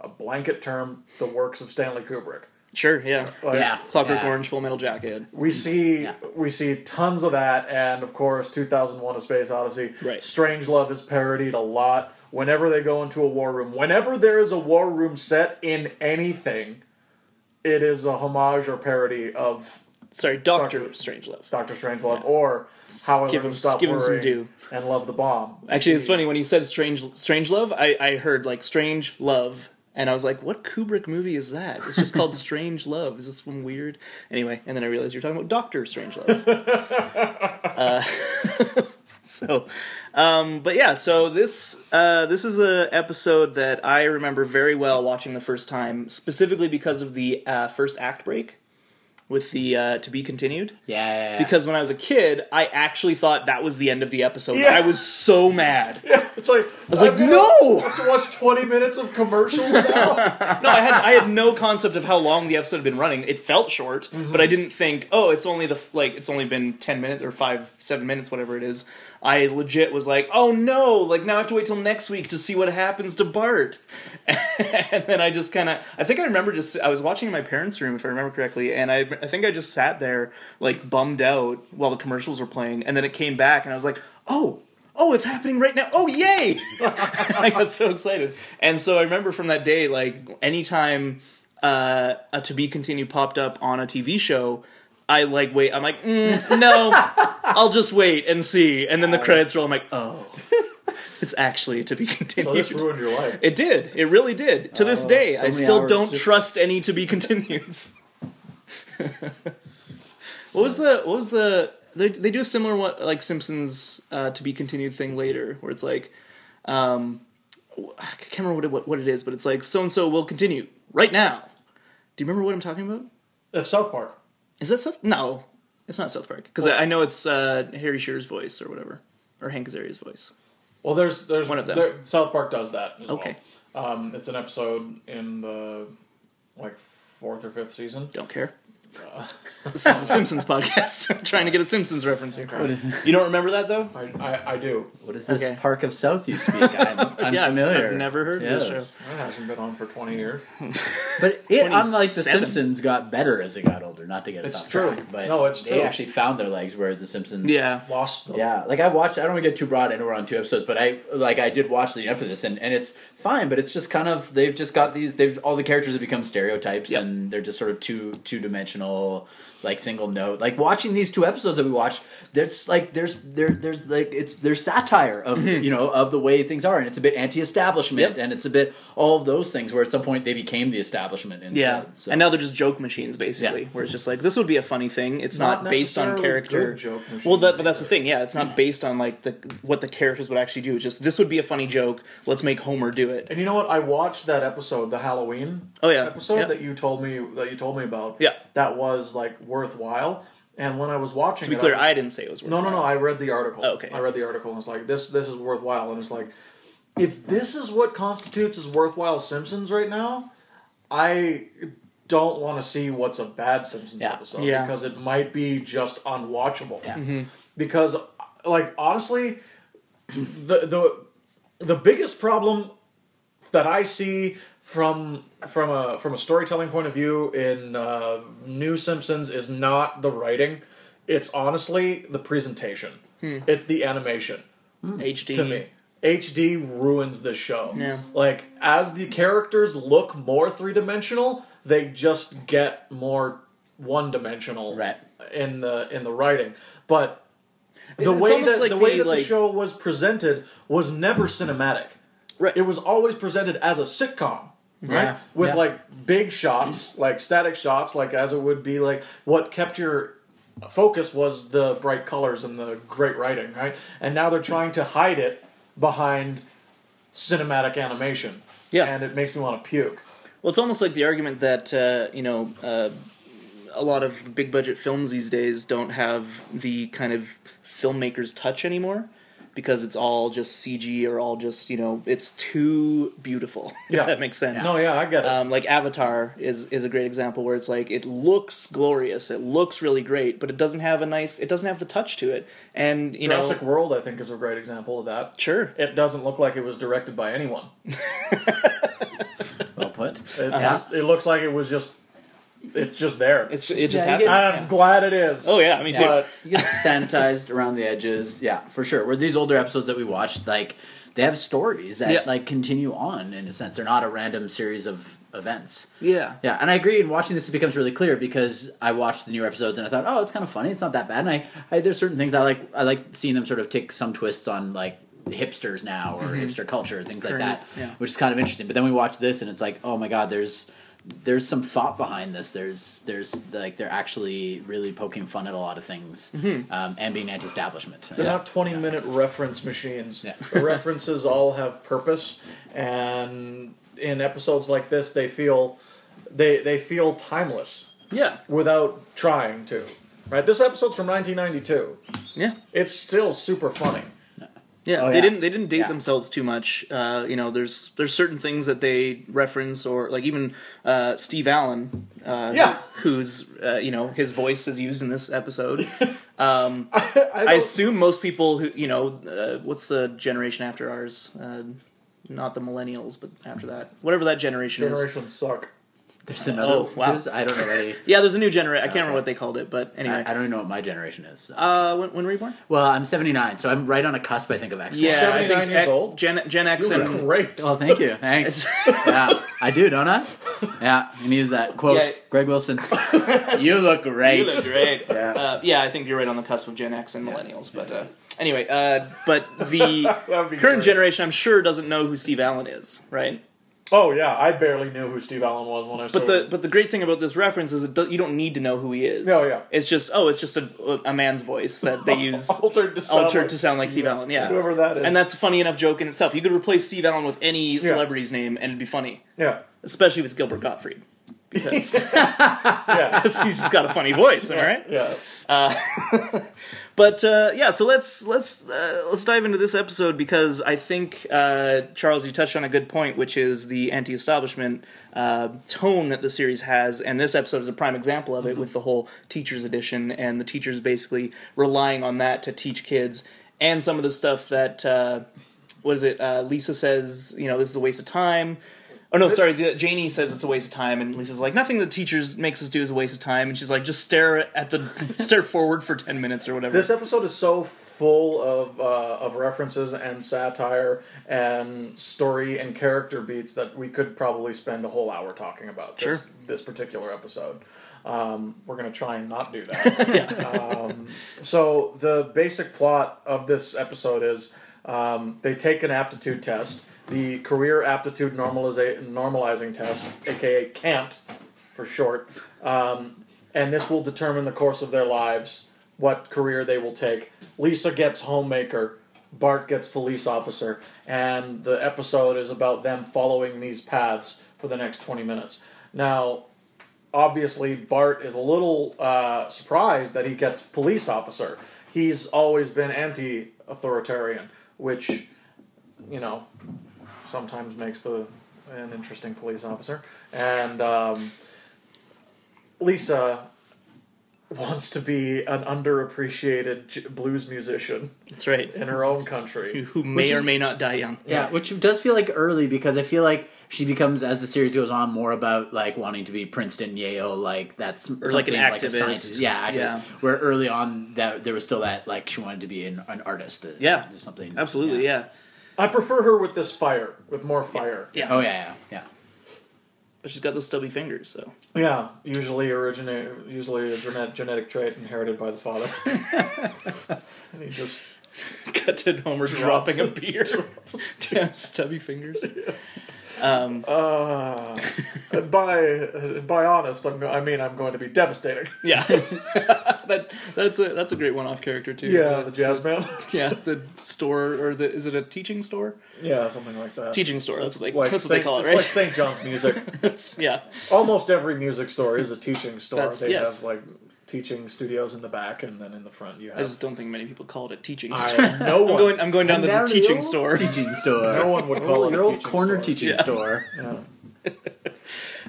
Speaker 2: a blanket term: the works of Stanley Kubrick.
Speaker 1: Sure, yeah.
Speaker 2: Like,
Speaker 3: Yeah.
Speaker 1: Clockwork Orange, Full Metal Jacket.
Speaker 2: We see
Speaker 3: Yeah.
Speaker 2: we see tons of that, and of course, 2001: A Space Odyssey.
Speaker 1: Right.
Speaker 2: Strange Love is parodied a lot. Whenever they go into a war room, whenever there is a war room set in anything, it is a homage or parody of
Speaker 1: Sorry, Doctor Strangelove.
Speaker 2: Doctor Strangelove or How I
Speaker 1: give
Speaker 2: Learned
Speaker 1: him-
Speaker 2: to Stop
Speaker 1: give him some
Speaker 2: Worrying
Speaker 1: due.
Speaker 2: and Love the Bomb.
Speaker 1: Actually, it's funny when you said Strange Strange Love, I, I heard like Strange Love, and I was like, "What Kubrick movie is that?" It's just called Strange Love. Is this some weird? Anyway, and then I realized you're talking about Doctor Strange Love. uh, so, um, but yeah, so this uh, this is a episode that I remember very well watching the first time, specifically because of the uh, first act break with the uh, to be continued
Speaker 3: Yeah, yeah, yeah.
Speaker 1: because when I was a kid, I actually thought that was the end of the episode.
Speaker 2: Yeah.
Speaker 1: I was so mad.
Speaker 2: It's like I was
Speaker 1: like, "No!"
Speaker 2: have to watch twenty minutes of commercials now.
Speaker 1: No, I had I had no concept of how long the episode had been running. It felt short, but I didn't think, oh, it's only the f- like it's only been ten minutes or five seven minutes, whatever it is. I legit was like, oh no, like now I have to wait till next week to see what happens to Bart. and then I just kind of I think I remember just I was watching in my parents' room if I remember correctly, and I I think I just sat there like bummed out while the commercials were playing, and then it came back, and I was like, oh. Oh, it's happening right now. Oh, yay! I got so excited. And so I remember from that day, like, anytime uh, a to be continued popped up on a TV show, I like wait. I'm like, mm, no, I'll just wait and see. And then the credits roll. I'm like, oh, it's actually to be
Speaker 2: so
Speaker 1: continued.
Speaker 2: Oh, this ruined your life.
Speaker 1: it did. It really did. To this
Speaker 3: Oh,
Speaker 1: day,
Speaker 3: so
Speaker 1: I
Speaker 3: many
Speaker 1: still
Speaker 3: hours
Speaker 1: don't
Speaker 3: just-
Speaker 1: trust any to be continued. what was the? What was the? They, they do a similar one, like Simpsons uh, to be continued thing later, where it's like, um, I can't remember what it, what, what it is, but it's like so and so will continue right now. Do you remember what I'm talking about?
Speaker 2: That's South Park.
Speaker 1: Is that South? No, it's not South Park because I, I know it's uh, Harry Shearer's voice or whatever, or Hank Azaria's voice.
Speaker 2: Well, there's there's
Speaker 1: One of them.
Speaker 2: there- South Park does that. As
Speaker 1: Okay.
Speaker 2: Well. Um, it's an episode in the like fourth or fifth season.
Speaker 1: Don't care.
Speaker 2: Uh.
Speaker 1: this is a Simpsons podcast. I'm trying to get a Simpsons reference here. You don't remember that though?
Speaker 2: I, I, I do.
Speaker 3: what is this
Speaker 1: Okay.
Speaker 3: Park of South you speak? I'm unfamiliar.
Speaker 1: I've never heard of this
Speaker 3: Yes.
Speaker 1: show.
Speaker 2: That hasn't been on for twenty years.
Speaker 3: But it, unlike The
Speaker 1: 27.
Speaker 3: Simpsons, got better as it got older. Not to get us
Speaker 2: It's
Speaker 3: off
Speaker 2: true.
Speaker 3: track, but
Speaker 2: No, it's
Speaker 3: they
Speaker 2: true.
Speaker 3: actually found their legs where The Simpsons.
Speaker 1: Yeah.
Speaker 2: Lost. The,
Speaker 3: Yeah, like I watched. I don't want to get too broad. I know we're on two episodes, but I like I did watch leading up to this, and and it's fine. But it's just kind of they've just got these. They've all the characters have become stereotypes,
Speaker 1: Yep.
Speaker 3: and they're just sort of two two dimensional, like single note. Like watching these two episodes that we watched, there's like there's there there's like it's there's satire of you know of the way things are, and it's a bit anti-establishment,
Speaker 1: Mm-hmm. Yep.
Speaker 3: and it's a bit all of those things where at some point they became the establishment. Instead,
Speaker 1: Yeah,
Speaker 3: so.
Speaker 1: and now they're just joke machines, basically.
Speaker 3: Yeah.
Speaker 1: Where it's just like this would be a funny thing. It's not,
Speaker 2: Not
Speaker 1: based on
Speaker 2: necessarily
Speaker 1: character.
Speaker 2: good joke machines
Speaker 1: well, that, but that's the thing. Yeah, it's not based on like the what the characters would actually do. It's just this would be a funny joke. Let's make Homer do it.
Speaker 2: And you know what? I watched that episode, the Halloween
Speaker 1: Oh, yeah.
Speaker 2: episode
Speaker 1: Yeah.
Speaker 2: that you told me that you told me about.
Speaker 1: Yeah.
Speaker 2: That that was like worthwhile. And when I was watching,
Speaker 1: To be
Speaker 2: it,
Speaker 1: clear,
Speaker 2: I was-
Speaker 1: I didn't say it was worth
Speaker 2: no, no, no. I read the article.
Speaker 1: Oh, okay.
Speaker 2: I read the article and it's like this. This is worthwhile, and it's like if this is what constitutes as worthwhile Simpsons right now, I don't want to see what's a bad Simpsons
Speaker 3: Yeah.
Speaker 2: episode
Speaker 1: Yeah.
Speaker 2: because it might be just unwatchable.
Speaker 3: Yeah.
Speaker 2: Because, like honestly, the the the biggest problem that I see from from a from a storytelling point of view in uh, New Simpsons is not the writing. It's honestly the presentation. It's the animation
Speaker 1: HD.
Speaker 2: to me. HD ruins the show.
Speaker 1: Yeah.
Speaker 2: Like as the characters look more three dimensional, they just get more one dimensional
Speaker 3: Right.
Speaker 2: in the in the writing. But the
Speaker 1: It's
Speaker 2: way
Speaker 1: almost
Speaker 2: that
Speaker 1: like
Speaker 2: the way
Speaker 1: the,
Speaker 2: that the
Speaker 1: like-
Speaker 2: show was presented was never cinematic.
Speaker 1: Right.
Speaker 2: It was always presented as a sitcom. Right?
Speaker 3: Yeah,
Speaker 2: With
Speaker 3: yeah.
Speaker 2: like big shots, like static shots, like as it would be like what kept your focus was the bright colors and the great writing, right? And now they're trying to hide it behind cinematic animation.
Speaker 1: Yeah.
Speaker 2: And it makes me want to puke.
Speaker 1: Well, it's almost like the argument that uh, you know uh, a lot of big budget films these days don't have the kind of filmmaker's touch anymore because it's all just CG or all just you know it's too beautiful.
Speaker 2: Yeah.
Speaker 1: if that makes sense.
Speaker 2: No, yeah, I get it.
Speaker 1: Um, like Avatar is is a great example where it's like it looks glorious, it looks really great, but it doesn't have a nice, it doesn't have the touch to it. And you
Speaker 2: Jurassic
Speaker 1: know,
Speaker 2: World, I think, is a great example of that.
Speaker 1: sure,
Speaker 2: It doesn't look like it was directed by anyone.
Speaker 3: Well put.
Speaker 2: It,
Speaker 1: Uh-huh.
Speaker 3: Yeah.
Speaker 2: just- it looks like it was just, it's just there.
Speaker 1: it's it just
Speaker 3: Yeah, you
Speaker 1: happens.
Speaker 3: get-
Speaker 2: I'm glad it is.
Speaker 1: Oh, yeah, me too.
Speaker 2: But
Speaker 3: You get sanitized around the edges. Yeah, for sure. Where these older episodes that we watched, like they have stories that
Speaker 1: Yeah.
Speaker 3: like continue on in a sense. They're not a random series of events.
Speaker 1: yeah,
Speaker 3: Yeah, and I agree. And watching this, it becomes really clear because I watched the new episodes and I thought, oh, it's kind of funny. It's not that bad. And I, I there's certain things I like. I like seeing them sort of take some twists on like hipsters now or hipster culture, things like
Speaker 1: Current,
Speaker 3: that,
Speaker 1: Mm-hmm. yeah.
Speaker 3: which is kind of interesting. But then we watch this and it's like, oh my god, there's there's some thought behind this. There's there's like they're actually really poking fun at a lot of things
Speaker 1: Mm-hmm.
Speaker 3: um, and being anti-establishment.
Speaker 2: They're not 20 minute reference machines.
Speaker 3: Yeah.
Speaker 2: The references all have purpose and in episodes like this they feel they they feel timeless
Speaker 1: yeah,
Speaker 2: without trying to. Right? This episode's from 1992.
Speaker 1: yeah.
Speaker 2: It's still super funny.
Speaker 1: Yeah,
Speaker 3: Oh,
Speaker 1: they
Speaker 3: yeah.
Speaker 1: didn't they didn't date
Speaker 3: Yeah.
Speaker 1: themselves too much. Uh, you know, there's there's certain things that they reference or like even uh, Steve Allen, uh,
Speaker 2: Yeah.
Speaker 1: who's uh, you know his voice is used in this episode.
Speaker 2: I
Speaker 1: I
Speaker 2: don't-
Speaker 1: assume most people who you know uh, what's the generation after ours, uh, not the millennials, but after that, whatever that generation, is.
Speaker 2: generations suck.
Speaker 3: There's another.
Speaker 1: Oh, wow.
Speaker 3: there's- I don't know any.
Speaker 1: Yeah, there's a new generation. I can't remember what they called it, but anyway.
Speaker 3: I, I don't even know what my generation is. so.
Speaker 1: uh, when, when were you born?
Speaker 3: well, I'm 79, so I'm right on a cusp. I think of X.
Speaker 1: Yeah, I
Speaker 2: 79
Speaker 1: think
Speaker 2: years
Speaker 1: X-
Speaker 2: old?
Speaker 1: Gen, Gen X
Speaker 2: You're
Speaker 1: and
Speaker 2: great.
Speaker 3: Well, Oh, thank you. Thanks. yeah, I do, don't I? Yeah, and use that quote,
Speaker 1: Yeah.
Speaker 3: Greg Wilson. you look great.
Speaker 1: great.
Speaker 3: Yeah.
Speaker 1: Uh, yeah, I think you're right on the cusp of Gen X and millennials. But uh, anyway, uh, but the
Speaker 2: That'd be
Speaker 1: current
Speaker 2: great.
Speaker 1: generation, I'm sure, doesn't know who Steve Allen is, right?
Speaker 2: Oh yeah, I barely knew who Steve Allen was when I saw
Speaker 1: But the but the great thing about this reference is it do, you don't need to know who he is.
Speaker 2: Oh, yeah.
Speaker 1: It's just oh, it's just a, a man's voice that they use
Speaker 2: altered to sound
Speaker 1: altered
Speaker 2: like,
Speaker 1: to sound like Steve Allen. Yeah,
Speaker 2: Whoever that is.
Speaker 1: and that's a funny enough joke in itself. You could replace Steve Allen with any celebrity's name, and it'd be funny,
Speaker 2: Yeah.
Speaker 1: especially if it's Gilbert Gottfried. Because
Speaker 2: Yeah.
Speaker 1: he's just got a funny voice, am I right?
Speaker 2: yeah.
Speaker 1: But uh, yeah, so let's let's uh, let's dive into this episode because I think uh, Charles, you touched on a good point, which is the anti-establishment uh, tone that the series has, and this episode is a prime example of it with the whole teachers edition and the teachers basically relying on that to teach kids and some of the stuff that uh, what is it? Uh, Lisa says, you know, this is a waste of time. Oh no, sorry. The, Janie says it's a waste of time, and Lisa's like, nothing the teachers makes us do is a waste of time, and she's like, just stare at the stare forward for ten minutes or whatever.
Speaker 2: This episode is so full of uh, of references and satire and story and character beats that we could probably spend a whole hour talking about this,
Speaker 1: Sure.
Speaker 2: this particular episode. Um, we're gonna try and not do that. um, so the basic plot of this episode is um, they take an aptitude test, the career aptitude normaliza- normalizing test, aka CANT for short, um, and this will determine the course of their lives, what career they will take. Lisa gets homemaker, Bart gets police officer, and the episode is about them following these paths for the next 20 minutes. Now, obviously Bart is a little uh, surprised that he gets police officer. He's always been anti-authoritarian, which you know sometimes makes the an interesting police officer. And um, Lisa wants to be an underappreciated j- blues musician
Speaker 1: That's right.
Speaker 2: in her own country.
Speaker 1: Who may
Speaker 3: Which
Speaker 1: or
Speaker 3: is-
Speaker 1: may not die young.
Speaker 3: Yeah, which does feel like early because I feel like she becomes as the series goes on more about like wanting to be Princeton, Yale, like that's or
Speaker 1: like an activist.
Speaker 3: yeah, activist.
Speaker 1: Yeah.
Speaker 3: Where early on that there was still that like she wanted to be an, an artist, uh,
Speaker 1: Yeah.
Speaker 3: or something.
Speaker 1: Absolutely, yeah.
Speaker 2: I prefer her with this fire, with more fire.
Speaker 1: Yeah.
Speaker 3: Oh yeah, yeah,
Speaker 1: But she's got those stubby fingers, so.
Speaker 2: Yeah, usually originate, usually a genet- genetic trait inherited by the father. and he just
Speaker 1: Cut to Homer
Speaker 2: Drops
Speaker 1: dropping a beer. Damn stubby fingers. Um,
Speaker 2: uh, and by and by honest, I'm, go- I mean I'm going to be devastating.
Speaker 1: yeah. that that's a that's a great one-off character too.
Speaker 2: Yeah, the jazz man.
Speaker 1: yeah, the store or the is it a teaching store?
Speaker 2: yeah, something like that.
Speaker 1: Teaching store. That's what they
Speaker 2: Like
Speaker 1: that's what
Speaker 2: Saint,
Speaker 1: they call it,
Speaker 2: it's
Speaker 1: right?
Speaker 2: like St. John's music.
Speaker 1: yeah,
Speaker 2: Almost every music store is a teaching store.
Speaker 1: That's-
Speaker 2: they
Speaker 1: yes.
Speaker 2: have like teaching studios in the back, and then in the front you have.
Speaker 1: I just don't think many people call it a teaching store.
Speaker 2: I- no
Speaker 1: I'm
Speaker 2: one,
Speaker 1: going. I'm going down to
Speaker 3: And
Speaker 1: the
Speaker 3: now
Speaker 1: teaching
Speaker 3: you-
Speaker 1: store.
Speaker 3: teaching store,
Speaker 2: no one would
Speaker 3: Your
Speaker 2: call
Speaker 3: old-
Speaker 2: it
Speaker 3: Oh, your
Speaker 2: a
Speaker 3: old
Speaker 2: teaching
Speaker 3: corner
Speaker 2: store.
Speaker 3: teaching
Speaker 1: Yeah.
Speaker 3: store.
Speaker 2: Yeah.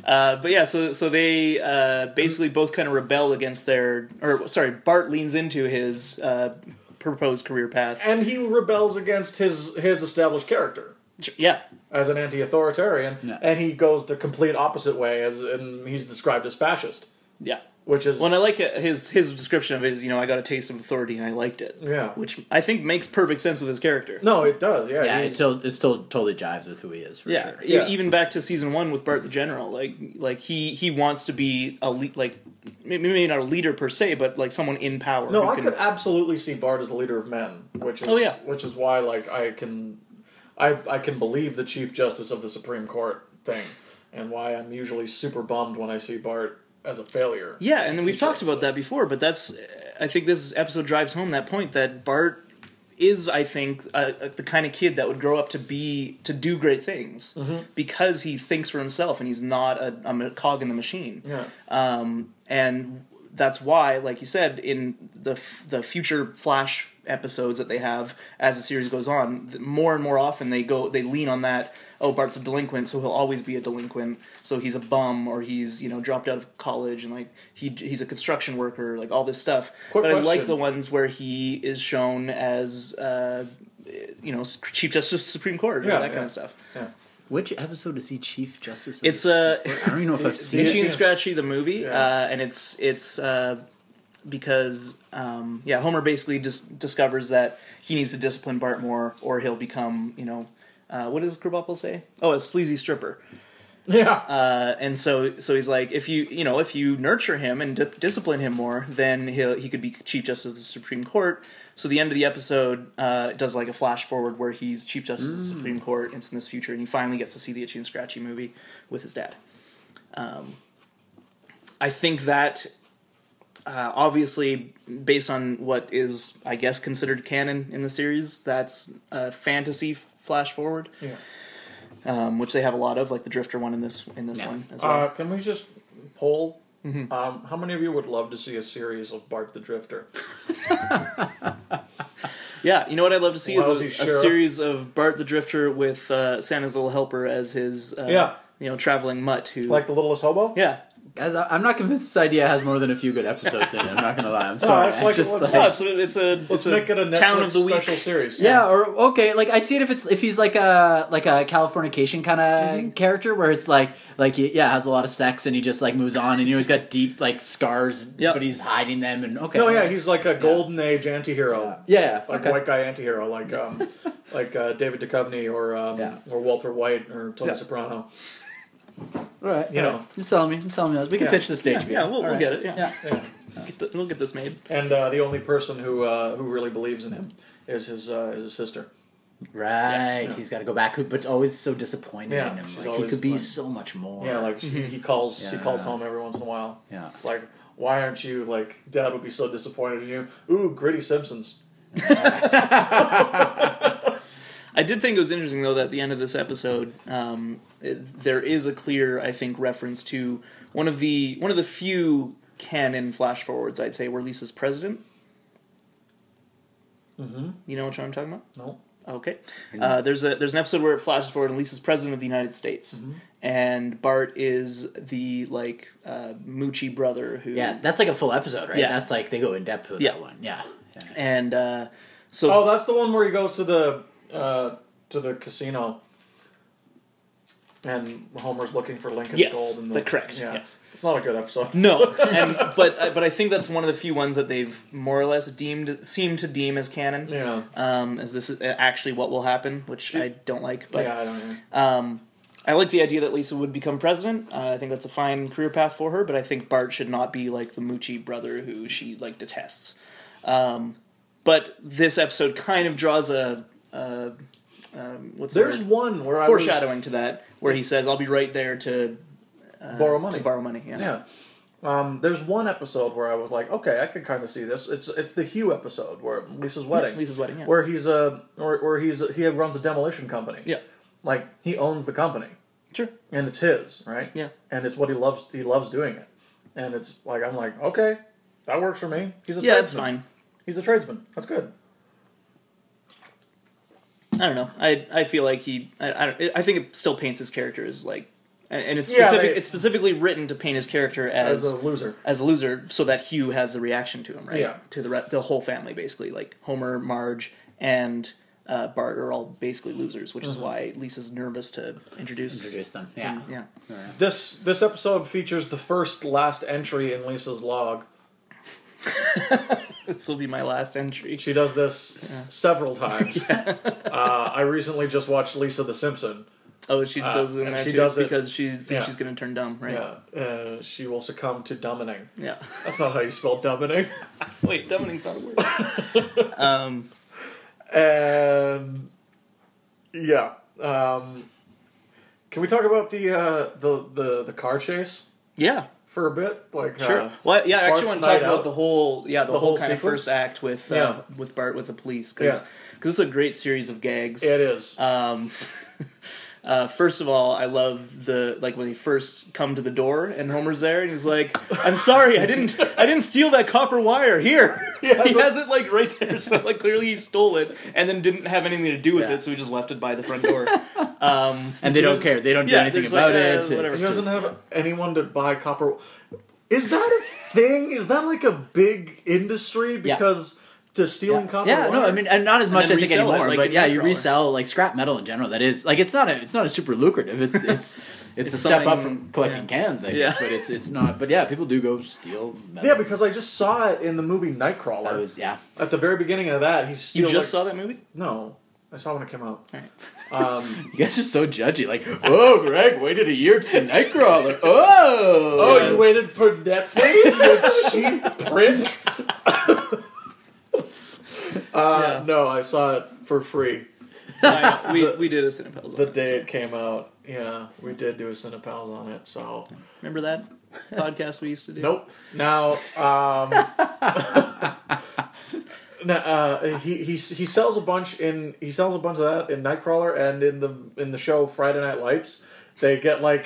Speaker 1: Uh, but yeah, so so they uh, basically both kind of rebel against their, or sorry, Bart leans into his uh, proposed career path.
Speaker 2: And he rebels against his his established character.
Speaker 1: Yeah,
Speaker 2: as an anti-authoritarian,
Speaker 3: Yeah.
Speaker 2: and he goes the complete opposite way, as and he's described as fascist,
Speaker 1: yeah.
Speaker 2: which is
Speaker 1: Well, and I like it- his his description of it is, you know, I got a taste of authority and I liked it.
Speaker 2: Yeah.
Speaker 1: which I think makes perfect sense with his character.
Speaker 2: no, it does, yeah,
Speaker 3: Yeah, uh, it
Speaker 2: he's-
Speaker 3: still it still totally jives with who he is for
Speaker 1: Yeah,
Speaker 3: sure.
Speaker 1: E-
Speaker 2: Yeah.
Speaker 1: even back to season one with Bart the General, like like he he wants to be a le- like maybe maybe not a leader per se, but like someone in power.
Speaker 2: no,
Speaker 1: who
Speaker 2: I
Speaker 1: can-
Speaker 2: could absolutely see Bart as the leader of men, which is
Speaker 1: Oh, yeah.
Speaker 2: which is why like I can, I I can believe the Chief Justice of the Supreme Court thing, and why I'm usually super bummed when I see Bart as a failure.
Speaker 1: Yeah, and then we've
Speaker 2: Future
Speaker 1: talked about that
Speaker 2: episodes.
Speaker 1: before, but that's I think this episode drives home that point that Bart is I think uh, the kind of kid that would grow up to be to do great things
Speaker 2: Mm-hmm.
Speaker 1: because he thinks for himself and he's not a, a ma- cog in the machine.
Speaker 2: Yeah.
Speaker 1: Um, and that's why, like you said, in the f- the future Flash episodes that they have as the series goes on, th- more and more often they go they lean on that. Oh, Bart's a delinquent, so he'll always be a delinquent. So he's a bum, or he's you know dropped out of college, and like he he's a construction worker, like all this stuff.
Speaker 2: Quick
Speaker 1: but I like
Speaker 2: question.
Speaker 1: the ones where he is shown as uh, you know chief justice of the Supreme Court, and
Speaker 2: Yeah,
Speaker 1: that
Speaker 2: yeah.
Speaker 1: kind of stuff.
Speaker 2: Yeah.
Speaker 3: Which episode is he Chief Justice? of
Speaker 1: It's
Speaker 3: the-
Speaker 1: a
Speaker 2: uh,
Speaker 3: I don't even know if I've seen
Speaker 1: Itchy
Speaker 3: it.
Speaker 1: and Scratchy the movie,
Speaker 2: Yeah.
Speaker 1: uh, and it's it's uh, because um, yeah, Homer basically dis- discovers that he needs to discipline Bart more, or he'll become you know uh, what does Krabappel say? Oh, a sleazy stripper.
Speaker 2: Yeah.
Speaker 1: Uh, and so so he's like, if you you know if you nurture him and di- discipline him more, then he'll he could be chief justice of the Supreme Court. So the end of the episode uh, does like a flash forward where he's chief justice of the Supreme Court. It's in this future, and he finally gets to see the Itchy and Scratchy movie with his dad. Um, I think that uh, obviously, based on what is, I guess, considered canon in the series, that's a fantasy f- flash forward,
Speaker 2: yeah.
Speaker 1: um, which they have a lot of, like the Drifter one in this in this
Speaker 3: Yeah.
Speaker 1: one as well.
Speaker 2: Uh, can we just poll? Um, how many of you would love to see a series of Bart the Drifter?
Speaker 1: yeah, you know what I'd love to see is a,
Speaker 2: Lousy
Speaker 1: a
Speaker 2: sheriff.
Speaker 1: series of Bart the Drifter with uh, Santa's little helper as his, uh,
Speaker 2: Yeah.
Speaker 1: you know, traveling mutt who,
Speaker 2: Like the Littlest Hobo?
Speaker 1: yeah,
Speaker 3: Guys, I- I'm not convinced this idea has more than a few good episodes in it. I'm not gonna lie. I'm
Speaker 2: No,
Speaker 3: sorry.
Speaker 2: it's
Speaker 3: I
Speaker 2: like-
Speaker 3: just,
Speaker 2: let's-
Speaker 1: No, it's a, it's a,
Speaker 2: Let's
Speaker 1: it's a
Speaker 2: make it a Netflix
Speaker 1: town of the week.
Speaker 2: special series.
Speaker 3: Yeah, or okay, like I see it if it's if he's like a like a Californication kind of
Speaker 2: Mm-hmm.
Speaker 3: character where it's like like he, yeah has a lot of sex and he just like moves on and you know he's got deep like scars
Speaker 1: Yep.
Speaker 3: but he's hiding them and okay
Speaker 2: No, yeah, he's like a golden age antihero.
Speaker 3: yeah
Speaker 2: Like
Speaker 3: okay.
Speaker 2: white guy antihero, like um, like uh, David Duchovny or um,
Speaker 3: Yeah.
Speaker 2: or Walter White or Tony
Speaker 3: Yeah.
Speaker 2: Soprano.
Speaker 3: all right
Speaker 2: You
Speaker 3: all right.
Speaker 2: know.
Speaker 3: you're selling me I'm selling me we can
Speaker 2: Yeah.
Speaker 3: pitch the stage
Speaker 1: Yeah, we'll,
Speaker 3: All
Speaker 1: we'll
Speaker 3: right.
Speaker 1: get it. Yeah,
Speaker 3: yeah
Speaker 2: Yeah.
Speaker 1: Get the- we'll get this made.
Speaker 2: And uh, the only person who uh, who really believes in him is his uh, is his sister.
Speaker 3: right he's got to go back but always so disappointed
Speaker 2: Yeah,
Speaker 3: in him
Speaker 2: she's
Speaker 3: like he
Speaker 2: always
Speaker 3: could be
Speaker 2: like-
Speaker 3: so much more
Speaker 2: Yeah, like she, he calls he
Speaker 3: Yeah.
Speaker 2: calls home every once in a while.
Speaker 3: yeah
Speaker 2: It's like, why aren't you like Dad would be so disappointed in you? Ooh, gritty Simpsons.
Speaker 1: I did think it was interesting though that at the end of this episode, um, it, there is a clear, I think, reference to one of the one of the few canon flash forwards I'd say where Lisa's president. You know which one I'm talking about?
Speaker 2: No.
Speaker 1: Okay. Uh, there's a there's an episode where it flashes forward and Lisa's president of the United States,
Speaker 2: Mm-hmm.
Speaker 1: and Bart is the like uh, moochie brother who
Speaker 3: Yeah, that's like a full episode, right?
Speaker 1: Yeah.
Speaker 3: That's like they go in depth with
Speaker 1: Yeah.
Speaker 3: that one. Yeah. yeah.
Speaker 1: and uh, so
Speaker 2: Oh, that's the one where he goes to the uh, to the casino, and Homer's looking for Lincoln's
Speaker 1: Yes,
Speaker 2: gold. And
Speaker 1: the- correct, yes.
Speaker 2: it's not a good episode.
Speaker 1: No, and but but I think that's one of the few ones that they've more or less deemed seem to deem as canon.
Speaker 2: Yeah,
Speaker 1: Um, as this is actually what will happen, which I don't like. But
Speaker 2: yeah, I don't know.
Speaker 1: um, I like the idea that Lisa would become president. Uh, I think that's a fine career path for her. But I think Bart should not be like the moochie brother who she like detests. Um, but this episode kind of draws a. a um, what's the
Speaker 2: There's
Speaker 1: word?
Speaker 2: one where I was-
Speaker 1: foreshadowing to that where he says, "I'll be right there to
Speaker 2: borrow money.
Speaker 1: uh, to borrow money."
Speaker 2: Yeah. Um, there's one episode where I was like, okay, I could kind of see this. It's it's the Hugh episode where Lisa's wedding,
Speaker 1: Lisa's wedding, yeah.
Speaker 2: where he's a or where he's a, he runs a demolition company.
Speaker 1: yeah,
Speaker 2: like he owns the company
Speaker 1: sure,
Speaker 2: and it's his, right?
Speaker 1: yeah.
Speaker 2: and it's what he loves. He loves doing it, and it's like I'm like, okay, that works for me. He's a
Speaker 1: Yeah, that's
Speaker 2: tradesman.
Speaker 1: fine.
Speaker 2: He's a tradesman. That's good.
Speaker 1: I don't know. I I feel like he. I I, don't, I think it still paints his character as like, and and it's
Speaker 2: Yeah,
Speaker 1: specific.
Speaker 2: they-
Speaker 1: it's specifically written to paint his character
Speaker 2: As,
Speaker 1: as
Speaker 2: a loser,
Speaker 1: as a loser, so that Hugh has a reaction to him, right?
Speaker 2: Yeah.
Speaker 1: To the re- the whole family, basically, like Homer, Marge, and uh, Bart are all basically losers, which is
Speaker 2: Mm-hmm.
Speaker 1: why Lisa's nervous to introduce.
Speaker 3: Introduce them. Yeah.
Speaker 1: Yeah.
Speaker 2: this this episode features the first last entry in Lisa's log.
Speaker 1: This will be my last entry.
Speaker 2: She does this several times. uh, I recently just watched Lisa the Simpson.
Speaker 1: Oh, she
Speaker 2: Uh,
Speaker 1: does it in
Speaker 2: and
Speaker 1: that
Speaker 2: she
Speaker 1: too
Speaker 2: does it-
Speaker 1: because she thinks
Speaker 2: yeah.
Speaker 1: she's going to turn dumb, right?
Speaker 2: Yeah, uh, she will succumb to dumbening.
Speaker 1: yeah.
Speaker 2: That's not how you spell dumbening.
Speaker 1: Wait, dumbening's not a word. um,
Speaker 2: And Um, yeah, um, can we talk about the uh, the the the car chase
Speaker 1: yeah.
Speaker 2: for a bit? Like,
Speaker 1: Sure.
Speaker 2: uh,
Speaker 1: well, yeah, I actually
Speaker 2: Bart's
Speaker 1: want to talk
Speaker 2: night
Speaker 1: about
Speaker 2: out.
Speaker 1: the whole, yeah, the,
Speaker 2: The
Speaker 1: whole,
Speaker 2: whole
Speaker 1: kind of
Speaker 2: sequence?
Speaker 1: first act with uh,
Speaker 2: Yeah.
Speaker 1: with Bart with the police because
Speaker 2: Yeah.
Speaker 1: it's a great series of gags.
Speaker 2: it is.
Speaker 1: Um, uh, first of all, I love the like when they first come to the door and Homer's there and he's like, "I'm sorry, I didn't, I didn't steal that copper wire here."
Speaker 2: Yeah,
Speaker 1: he
Speaker 2: it's like-
Speaker 1: has it like right there, so like clearly he stole it and then didn't have anything to do with
Speaker 3: Yeah.
Speaker 1: it, so he just left it by the front door. Um,
Speaker 3: And they don't care. They don't do
Speaker 1: Yeah, they're
Speaker 3: anything
Speaker 1: just like,
Speaker 3: about
Speaker 1: "Eh,
Speaker 3: it.
Speaker 1: whatever."
Speaker 2: he
Speaker 3: It's
Speaker 2: doesn't
Speaker 3: just-
Speaker 2: have anyone to buy copper. Is that a thing? Is that like a big industry? Because to stealing copper.
Speaker 3: yeah, no,
Speaker 2: wire-
Speaker 3: I mean, and not as much I
Speaker 1: then
Speaker 3: think
Speaker 1: resell it,
Speaker 3: anymore.
Speaker 1: like
Speaker 3: but
Speaker 1: a
Speaker 3: yeah, you
Speaker 1: Nightcrawler.
Speaker 3: resell like scrap metal in general. That is like it's not a it's not a super lucrative. It's it's it's, a step up
Speaker 1: something-
Speaker 3: from collecting cans. I think,
Speaker 1: Yeah.
Speaker 3: but it's it's not. But yeah, people do go steal. Metal.
Speaker 2: yeah, because I just saw it in the movie Nightcrawler.
Speaker 3: that was yeah.
Speaker 2: At the very beginning of that, he
Speaker 1: You
Speaker 2: steals.
Speaker 1: just saw that movie?
Speaker 2: No, I saw when it came out.
Speaker 1: All right.
Speaker 2: Um,
Speaker 3: You guys are so judgy. Like, oh, Greg waited a year to see Nightcrawler. Oh,
Speaker 2: oh, you waited for Netflix, you cheap prick. uh,
Speaker 1: Yeah.
Speaker 2: No, I saw it for free
Speaker 1: I know, we we did a Cinepals.
Speaker 2: the day it came out. Yeah, we did do a Cinepals on it. So
Speaker 1: Remember that podcast we used to do?
Speaker 2: Nope. Now, um, now, uh, he he he sells a bunch in he sells a bunch of that in Nightcrawler and in the in the show Friday Night Lights. They get like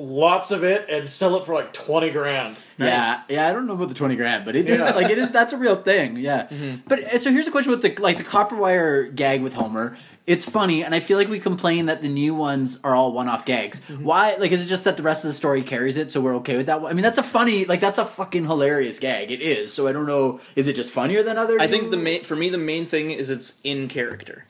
Speaker 2: lots of it and sell it for like twenty grand.
Speaker 1: Nice.
Speaker 3: Yeah, yeah. I don't know about the twenty grand, but it is
Speaker 2: Yeah.
Speaker 3: like it is. That's a real thing. Yeah.
Speaker 1: Mm-hmm.
Speaker 3: But uh, so here's a question with the like the copper wire gag with Homer. It's funny, and I feel like we complain that the new ones are all one-off gags.
Speaker 1: Mm-hmm.
Speaker 3: Why? Like, is it just that the rest of the story carries it, so we're okay with that? one? I mean, that's a funny, like, that's a fucking hilarious gag. It is. So I don't know. Is it just funnier than other?
Speaker 1: I think the
Speaker 2: Mm.
Speaker 3: new-
Speaker 1: main for me the main thing is it's in character.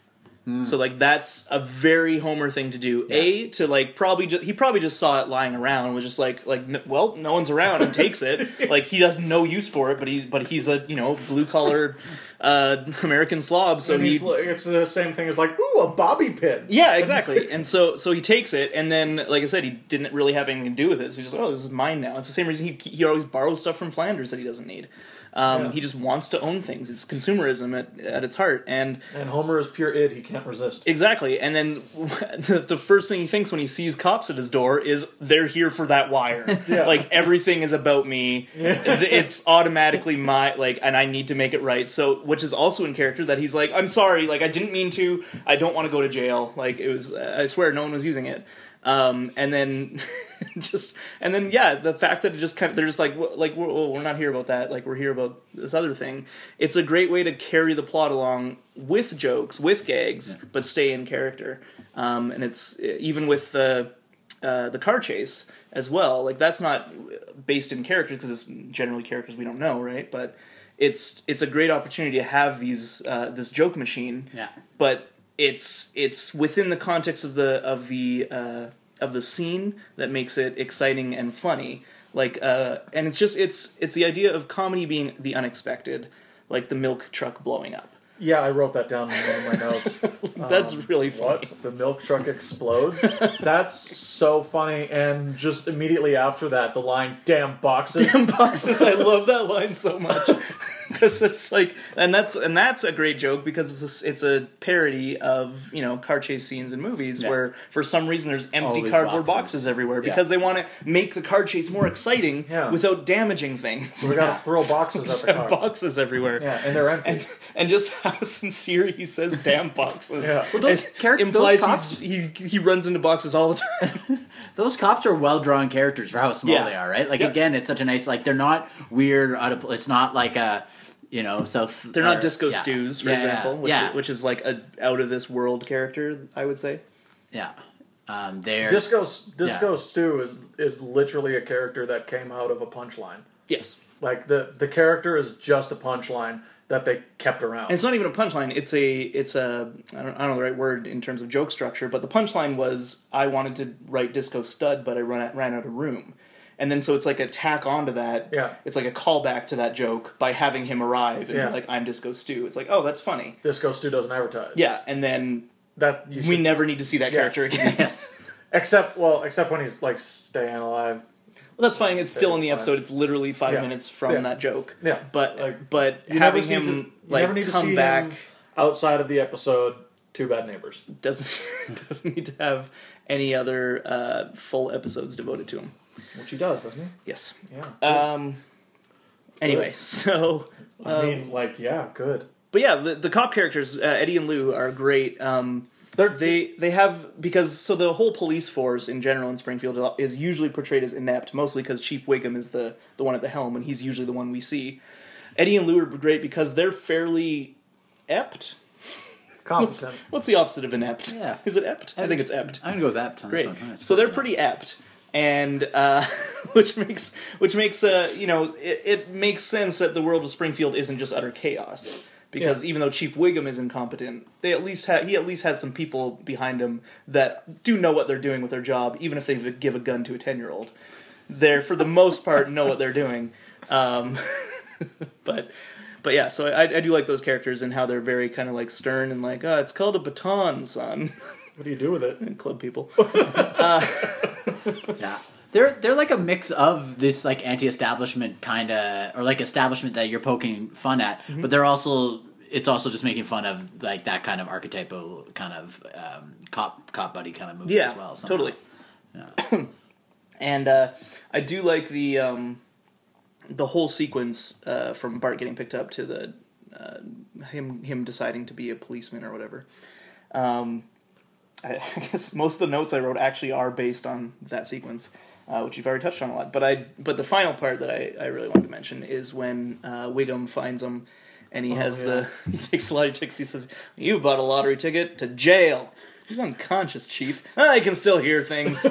Speaker 2: Mm.
Speaker 1: So like that's a very Homer thing to do. A to like probably just he probably just saw it lying around and was just like like n- well no one's around and takes it like he has no use for it but he's but he's a you know blue collar uh, American slob so
Speaker 2: And
Speaker 1: he
Speaker 2: he's, li- it's the same thing as like ooh a bobby pin.
Speaker 1: yeah exactly and so so he takes it and then like I said he didn't really have anything to do with it so he's just like oh this is mine now it's the same reason he he always borrows stuff from Flanders that he doesn't need Um,
Speaker 2: Yeah.
Speaker 1: He just wants to own things. It's consumerism at, at its heart. And
Speaker 2: And Homer is pure id; he can't resist.
Speaker 1: exactly. And then the the first thing he thinks when he sees cops at his door is they're here for that wire.
Speaker 2: Yeah.
Speaker 1: Like everything is about me. Th- it's automatically my like, and I need to make it right. So, which is also in character that he's like, I'm sorry, like I didn't mean to. I don't want to go to jail. Like it was, I swear, no one was using it. Um, and then just and then yeah, the fact that it just kind of they're just like "Wh- like we're, well, we're not here about that. Like we're here about this other thing. It's a great way to carry the plot along with jokes, with gags, but stay in character. Um, and it's even with the uh, the car chase as well. Like that's not based in character because it's generally characters we don't know, right? But it's it's a great opportunity to have these uh, this joke machine.
Speaker 3: Yeah.
Speaker 1: But it's it's within the context of the of the uh, of the scene that makes it exciting and funny. Like uh, and it's just it's it's the idea of comedy being the unexpected, like the milk truck blowing up.
Speaker 2: Yeah, I wrote that down in one of my notes.
Speaker 1: That's really funny.
Speaker 2: What? The milk truck explodes? That's so funny. And just immediately after that, the line, damn boxes.
Speaker 1: boxes. I love that line so much because it's like, and that's and that's a great joke because it's a, s- it's a parody of you know car chase scenes in movies
Speaker 3: Yeah.
Speaker 1: where for some reason there's empty
Speaker 3: Always
Speaker 1: cardboard boxes,
Speaker 3: boxes.
Speaker 1: everywhere because they want to make the car chase more exciting
Speaker 2: Yeah.
Speaker 1: without damaging things.
Speaker 2: we gotta throw boxes at the
Speaker 1: Have
Speaker 2: car.
Speaker 1: boxes everywhere.
Speaker 2: yeah, and they're empty.
Speaker 1: And just how sincere he says, "Damn boxes."
Speaker 2: Yeah. Well,
Speaker 3: those
Speaker 1: It
Speaker 3: charac- those
Speaker 1: implies
Speaker 3: cops-
Speaker 1: he's, he he runs into boxes all the time.
Speaker 3: Those cops are well drawn characters for how small
Speaker 1: Yeah.
Speaker 3: they are, right? Like
Speaker 1: Yep.
Speaker 3: again, it's such a nice like they're not weird. Out of, pl- it's not like a you know South.
Speaker 1: They're not
Speaker 3: or-
Speaker 1: disco
Speaker 3: yeah.
Speaker 1: stews, for
Speaker 3: Yeah,
Speaker 1: example,
Speaker 3: Yeah,
Speaker 1: which,
Speaker 3: yeah,
Speaker 1: which is like a out of this world character, I would say.
Speaker 3: yeah. Um, they're
Speaker 2: Disco, Disco Stew is, is literally a character that came out of a punchline.
Speaker 1: Yes,
Speaker 2: Like, the, the character is just a punchline that they kept around.
Speaker 1: it's not even a punchline. It's a it's a I don't, I don't know the right word in terms of joke structure, but the punchline was I wanted to write disco stud, but I ran out, ran out of room, and then so it's like a tack onto that.
Speaker 2: Yeah.
Speaker 1: it's like a callback to that joke by having him arrive and be
Speaker 2: Yeah.
Speaker 1: like I'm disco stew. It's like oh that's funny.
Speaker 2: Disco Stew doesn't advertise.
Speaker 1: Yeah, and then
Speaker 2: That you should,
Speaker 1: we never need to see that character again.
Speaker 3: yes,
Speaker 2: except well, except when he's like staying alive.
Speaker 1: Well, that's fine. It's still in the episode. It's literally five
Speaker 2: Yeah.
Speaker 1: minutes from
Speaker 2: Yeah.
Speaker 1: that joke.
Speaker 2: Yeah.
Speaker 1: but
Speaker 2: Like,
Speaker 1: but
Speaker 2: You never
Speaker 1: having him
Speaker 2: need to- you never
Speaker 1: like
Speaker 2: need to see
Speaker 1: come
Speaker 2: him
Speaker 1: back.
Speaker 2: outside of the episode. Two bad neighbors.
Speaker 1: doesn't doesn't need to have any other uh, full episodes devoted to him.
Speaker 2: Which he does, doesn't he?
Speaker 1: Yes.
Speaker 2: Yeah.
Speaker 1: Um. Anyway, so
Speaker 2: I mean, like, yeah, good.
Speaker 1: but yeah, the, the cop characters uh, Eddie and Lou are great. Um,
Speaker 2: They're
Speaker 1: they they have because so the whole police force in general in Springfield is usually portrayed as inept, mostly because Chief Wiggum is the the one at the helm, and he's usually the one we see. Eddie and Lou are great because they're fairly ept.
Speaker 2: competent.
Speaker 1: What's the opposite of inept?
Speaker 3: Yeah.
Speaker 1: Is it ept? I think it's ept.
Speaker 3: I'm gonna go with that. on this
Speaker 1: Great.
Speaker 3: one. That's
Speaker 1: So they're
Speaker 3: fine.
Speaker 1: pretty apt, and uh, which makes which makes uh, you know it, it makes sense that the world of Springfield isn't just utter chaos because even though Chief Wiggum is incompetent, they at least ha- he at least has some people behind him that do know what they're doing with their job, even if they give a gun to a ten year old. They're for the most part know what they're doing, um, but. But yeah, so I, I do like those characters and how they're very kind of like stern and like, oh, it's called a baton, son.
Speaker 2: What do you do with it?
Speaker 1: Club people.
Speaker 3: Yeah. They're they're like a mix of this like anti-establishment kind of or like establishment that you're poking fun at,
Speaker 1: Mm-hmm.
Speaker 3: but they're also it's also just making fun of like that kind of archetypal kind of um, cop cop buddy kind of movie
Speaker 1: yeah,
Speaker 3: as well. somehow.
Speaker 1: totally. and uh, I do like the um, the whole sequence uh, from Bart getting picked up to the uh, him him deciding to be a policeman or whatever. Um, I, I guess most of the notes I wrote actually are based on that sequence, uh, which you've already touched on a lot. But I but the final part that I, I really wanted to mention is when uh, Wiggum finds him. And he has the he takes the lottery tickets. He says, "You bought a lottery ticket to jail." He's unconscious, Chief. I can still hear things.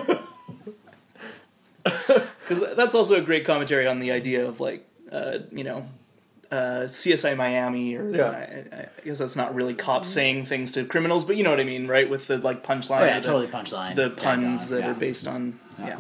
Speaker 1: Because that's also a great commentary on the idea of like, uh, you know, uh, CSI Miami, or
Speaker 2: Yeah.
Speaker 1: I, I guess that's not really cops saying things to criminals, but you know what I mean, right? With the like punchline,
Speaker 3: Oh
Speaker 1: or
Speaker 3: yeah,
Speaker 1: the,
Speaker 3: totally punchline.
Speaker 1: the
Speaker 3: Dead
Speaker 1: puns
Speaker 3: on,
Speaker 1: that
Speaker 3: yeah.
Speaker 1: are based on, yeah,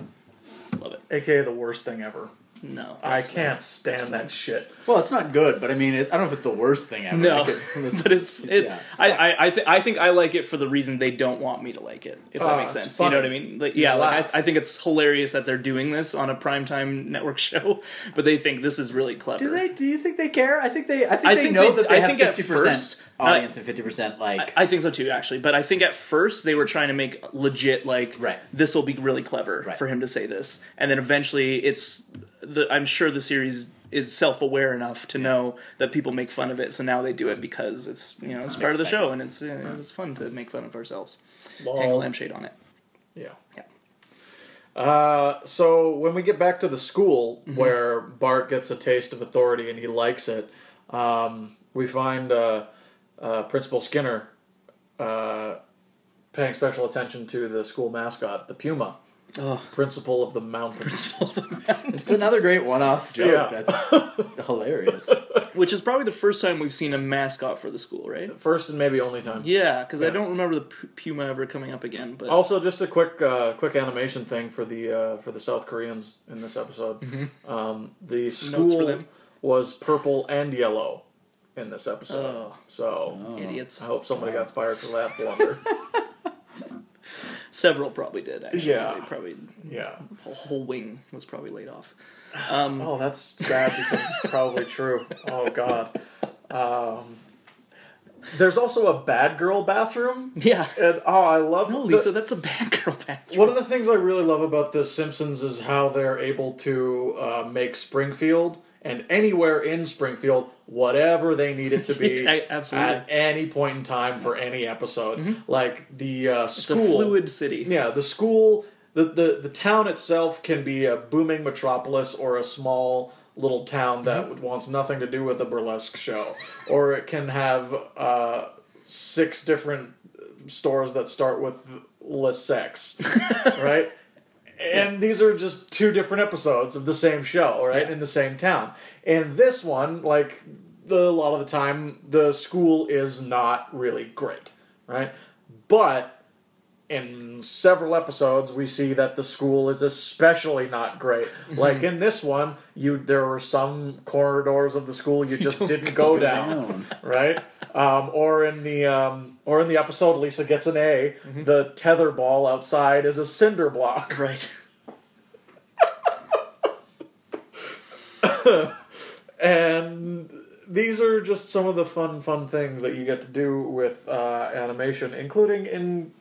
Speaker 1: love it.
Speaker 2: AKA the worst thing ever.
Speaker 1: No,
Speaker 2: I
Speaker 1: that's
Speaker 2: can't
Speaker 1: not-
Speaker 2: stand
Speaker 1: that's
Speaker 2: that
Speaker 1: not-
Speaker 2: shit.
Speaker 3: Well, it's not good, but I mean, it, I don't know if it's the worst thing ever.
Speaker 1: No,
Speaker 3: I could-
Speaker 1: but it's, it's
Speaker 3: Yeah.
Speaker 1: I I I, th- I think I like it for the reason they don't want me to like it. If
Speaker 2: Oh,
Speaker 1: that makes
Speaker 2: it's
Speaker 1: sense, you know what I
Speaker 2: funny.
Speaker 1: mean? Like, yeah, like
Speaker 2: laugh.
Speaker 1: I, I think it's hilarious that they're doing this on a primetime network show, but they think this is really clever.
Speaker 3: do they? Do you think they care? I think they. I think
Speaker 1: I
Speaker 3: they
Speaker 1: think
Speaker 3: know
Speaker 1: they-
Speaker 3: that they
Speaker 1: I
Speaker 3: have
Speaker 1: think at
Speaker 3: fifty percent
Speaker 1: first-
Speaker 3: audience and fifty percent like.
Speaker 1: I think so too, actually. But I think at first they were trying to make legit like
Speaker 3: Right.
Speaker 1: this will be really clever
Speaker 3: Right.
Speaker 1: for him to say this, and then eventually it's the I'm sure the series is self aware enough to know that people make fun of it, so now they do it because it's you know it's, part of the
Speaker 3: unexpected.
Speaker 1: show and it's uh, it's fun to make fun of ourselves. Hang a
Speaker 2: Lol.
Speaker 1: lampshade on it.
Speaker 2: Yeah.
Speaker 1: Yeah.
Speaker 2: Uh, so when we get back to the school
Speaker 1: Mm-hmm.
Speaker 2: where Bart gets a taste of authority and he likes it, um, we find uh, uh, Principal Skinner uh, paying special attention to the school mascot, the puma,
Speaker 1: Ugh.
Speaker 2: principal of the mountains.
Speaker 3: it's another great one-off joke.
Speaker 2: Yeah.
Speaker 3: That's hilarious.
Speaker 1: Which is probably the first time we've seen a mascot for the school, right?
Speaker 2: First and maybe only time.
Speaker 1: Yeah, because I
Speaker 2: Yeah. Oh.
Speaker 1: don't remember the p- puma ever coming up again. But
Speaker 2: Also, just a quick uh, quick animation thing for the uh, for the South Koreans in this episode. Um, the
Speaker 1: notes for
Speaker 2: school
Speaker 1: them.
Speaker 2: was purple and yellow in this episode.
Speaker 1: Oh.
Speaker 2: So
Speaker 1: idiots,
Speaker 2: I hope somebody got fired for that blunder.
Speaker 1: several probably did. Actually.
Speaker 2: Yeah.
Speaker 1: They probably
Speaker 2: yeah.
Speaker 1: a whole wing was probably laid off. Mm.
Speaker 2: Oh, that's sad because it's probably true. Oh God. Um, there's also a bad girl bathroom,
Speaker 1: Yeah.
Speaker 2: and oh, I love
Speaker 1: No,
Speaker 2: the-
Speaker 1: Lisa, that's a bad girl bathroom.
Speaker 2: One of the things I really love about The Simpsons is how they're able to uh, make Springfield and anywhere in Springfield whatever they need it to be
Speaker 1: I- absolutely. Mm-hmm.
Speaker 2: at any point in time for any episode. Like the uh,
Speaker 1: It's a
Speaker 2: school,
Speaker 1: fluid city.
Speaker 2: yeah, the school, the, the the town itself can be a booming metropolis or a small little town that wants nothing to do with a burlesque show, or it can have uh, six different stores that start with less sex, right? And these are just two different episodes of the same show, right? In the same town. And this one, like the, a lot of the time, the school is not really great, right? But in several episodes we see that the school is especially not great like in this one you there were some corridors of the school you, just didn't go, down, right um, or in the um, or in the episode lisa gets an a the tether ball outside is a cinder block
Speaker 1: Right.
Speaker 2: and these are just some of the fun fun things that you get to do with uh, animation including in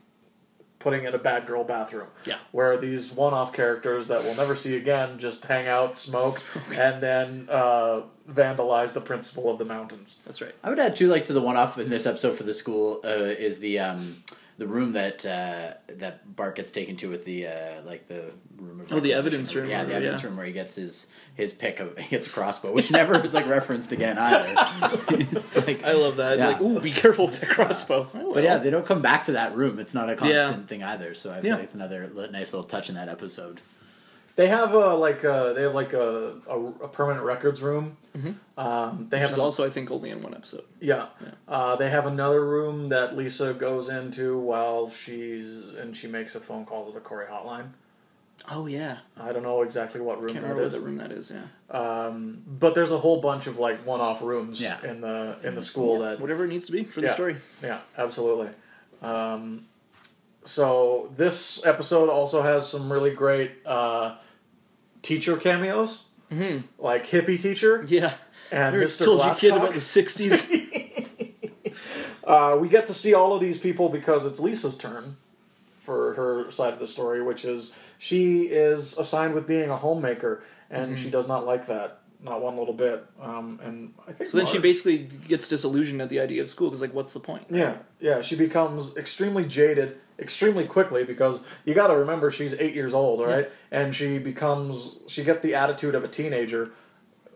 Speaker 2: putting in a bad girl bathroom
Speaker 1: Yeah.
Speaker 2: where these one-off characters that we'll never see again just hang out smoke and then uh, vandalize the principal of the mountains
Speaker 1: That's right.
Speaker 3: I would add too, like to the one-off in this episode for the school uh, is the um, the room that uh, that Bart gets taken to with the uh, like the room of
Speaker 1: Oh, the
Speaker 3: requisition.
Speaker 1: evidence room
Speaker 3: yeah,
Speaker 1: or-
Speaker 3: the evidence
Speaker 1: yeah.
Speaker 3: room where he gets his his pick of he gets a crossbow, which never was like referenced again either. It's like-
Speaker 1: I love that.
Speaker 3: Yeah.
Speaker 1: Like, ooh, be careful with the crossbow. I will.
Speaker 3: but yeah, they don't come back to that room. It's not a constant
Speaker 1: Yeah.
Speaker 3: thing either. So I feel
Speaker 1: Yeah.
Speaker 3: like it's another li- nice little touch in that episode.
Speaker 2: they have a like a they have like a, a, a permanent records room um, they
Speaker 1: Mm-hmm. Which
Speaker 2: have
Speaker 1: is
Speaker 2: an-
Speaker 1: also, I think, only in one episode.
Speaker 2: Yeah. Uh, they have another room that Lisa goes into while she's and she makes a phone call to the Corey hotline.
Speaker 1: Oh, yeah.
Speaker 2: I don't know exactly what room
Speaker 1: Can't
Speaker 2: that
Speaker 1: remember what
Speaker 2: is,
Speaker 1: the room that is, yeah.
Speaker 2: but there's a whole bunch of like one-off rooms
Speaker 3: Yeah.
Speaker 2: in the in the school that
Speaker 1: Whatever it needs to be for the
Speaker 2: Yeah.
Speaker 1: story.
Speaker 2: Yeah, absolutely. Um, so this episode also has some really great uh, teacher cameos, mm-hmm. like hippie teacher
Speaker 1: Yeah.
Speaker 2: and
Speaker 1: Remember I
Speaker 2: Mr.
Speaker 1: told you, kid,
Speaker 2: Glasscock.
Speaker 1: about the 60s.
Speaker 2: Uh, we get to see all of these people because it's Lisa's turn for her side of the story, which is she is assigned with being a homemaker, and
Speaker 1: Mm-hmm.
Speaker 2: she does not like that, not one little bit. Um, and I think
Speaker 1: so then she
Speaker 2: Marge-
Speaker 1: basically gets disillusioned at the idea of school because, like, what's the point?
Speaker 2: yeah, yeah, she becomes extremely jaded extremely quickly because you got to remember she's eight years old, all right? And she becomes she gets the attitude of a teenager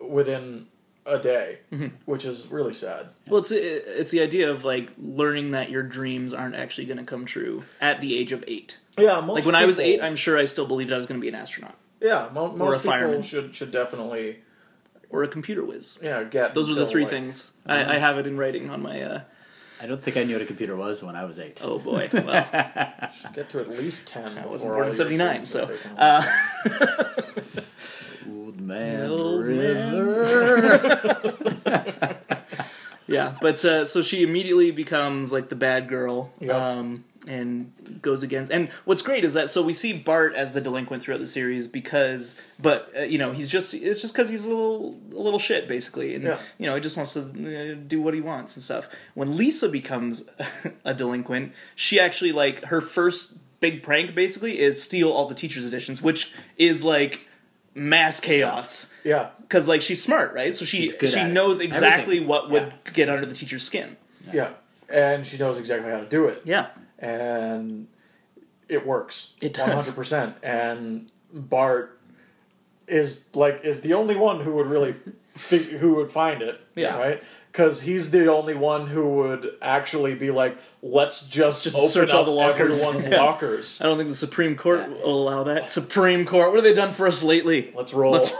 Speaker 2: within a day,
Speaker 1: Mm-hmm.
Speaker 2: which is really sad.
Speaker 1: Well, it's uh, it's the idea of like learning that your dreams aren't actually going to come true at the age of eight.
Speaker 2: Yeah, most
Speaker 1: Like when I was
Speaker 2: people-
Speaker 1: eight, I'm sure I still believed I was going to be an astronaut
Speaker 2: Yeah, mo- most
Speaker 1: a
Speaker 2: people
Speaker 1: fireman.
Speaker 2: should should definitely
Speaker 1: or a computer whiz.
Speaker 2: yeah get
Speaker 1: Those are the
Speaker 2: until,
Speaker 1: three
Speaker 2: like-
Speaker 1: things. I, I have it in writing on my. Uh,
Speaker 3: I don't think I knew what a computer was when I was eight.
Speaker 1: oh boy, well, I
Speaker 2: Get to at least ten. I
Speaker 1: wasn't born in '79, so uh,
Speaker 3: Old Man
Speaker 1: Old Man. uh,
Speaker 3: River.
Speaker 1: Yeah, but uh, so she immediately becomes like the bad girl,
Speaker 2: Yeah.
Speaker 1: um, and goes against. And what's great is that so we see Bart as the delinquent throughout the series because, but uh, you know he's just it's just because he's a little a little shit basically, and
Speaker 2: Yeah.
Speaker 1: you know he just wants to uh, do what he wants and stuff. When Lisa becomes a delinquent, she actually like her first big prank basically is steal all the teachers' editions, which is like mass chaos
Speaker 2: Yeah.
Speaker 1: because like she's smart, right? So she
Speaker 3: She's good
Speaker 1: she
Speaker 3: at it.
Speaker 1: knows exactly
Speaker 3: Everything.
Speaker 1: what would get under the teacher's skin.
Speaker 2: Yeah. And she knows exactly how to do it.
Speaker 1: Yeah,
Speaker 2: And it works.
Speaker 1: It does.
Speaker 2: 100%. And Bart is like is the only one who would really fig- who would find it,
Speaker 1: Yeah.
Speaker 2: right? Cuz he's the only one who would actually be like let's just,
Speaker 1: Just
Speaker 2: open
Speaker 1: search
Speaker 2: up
Speaker 1: all the lockers.
Speaker 2: everyone's
Speaker 1: Yeah.
Speaker 2: lockers.
Speaker 1: I don't think the Supreme Court
Speaker 3: Yeah.
Speaker 1: will allow that. Supreme Court, what have they done for us lately?
Speaker 2: Let's roll.
Speaker 1: Let's-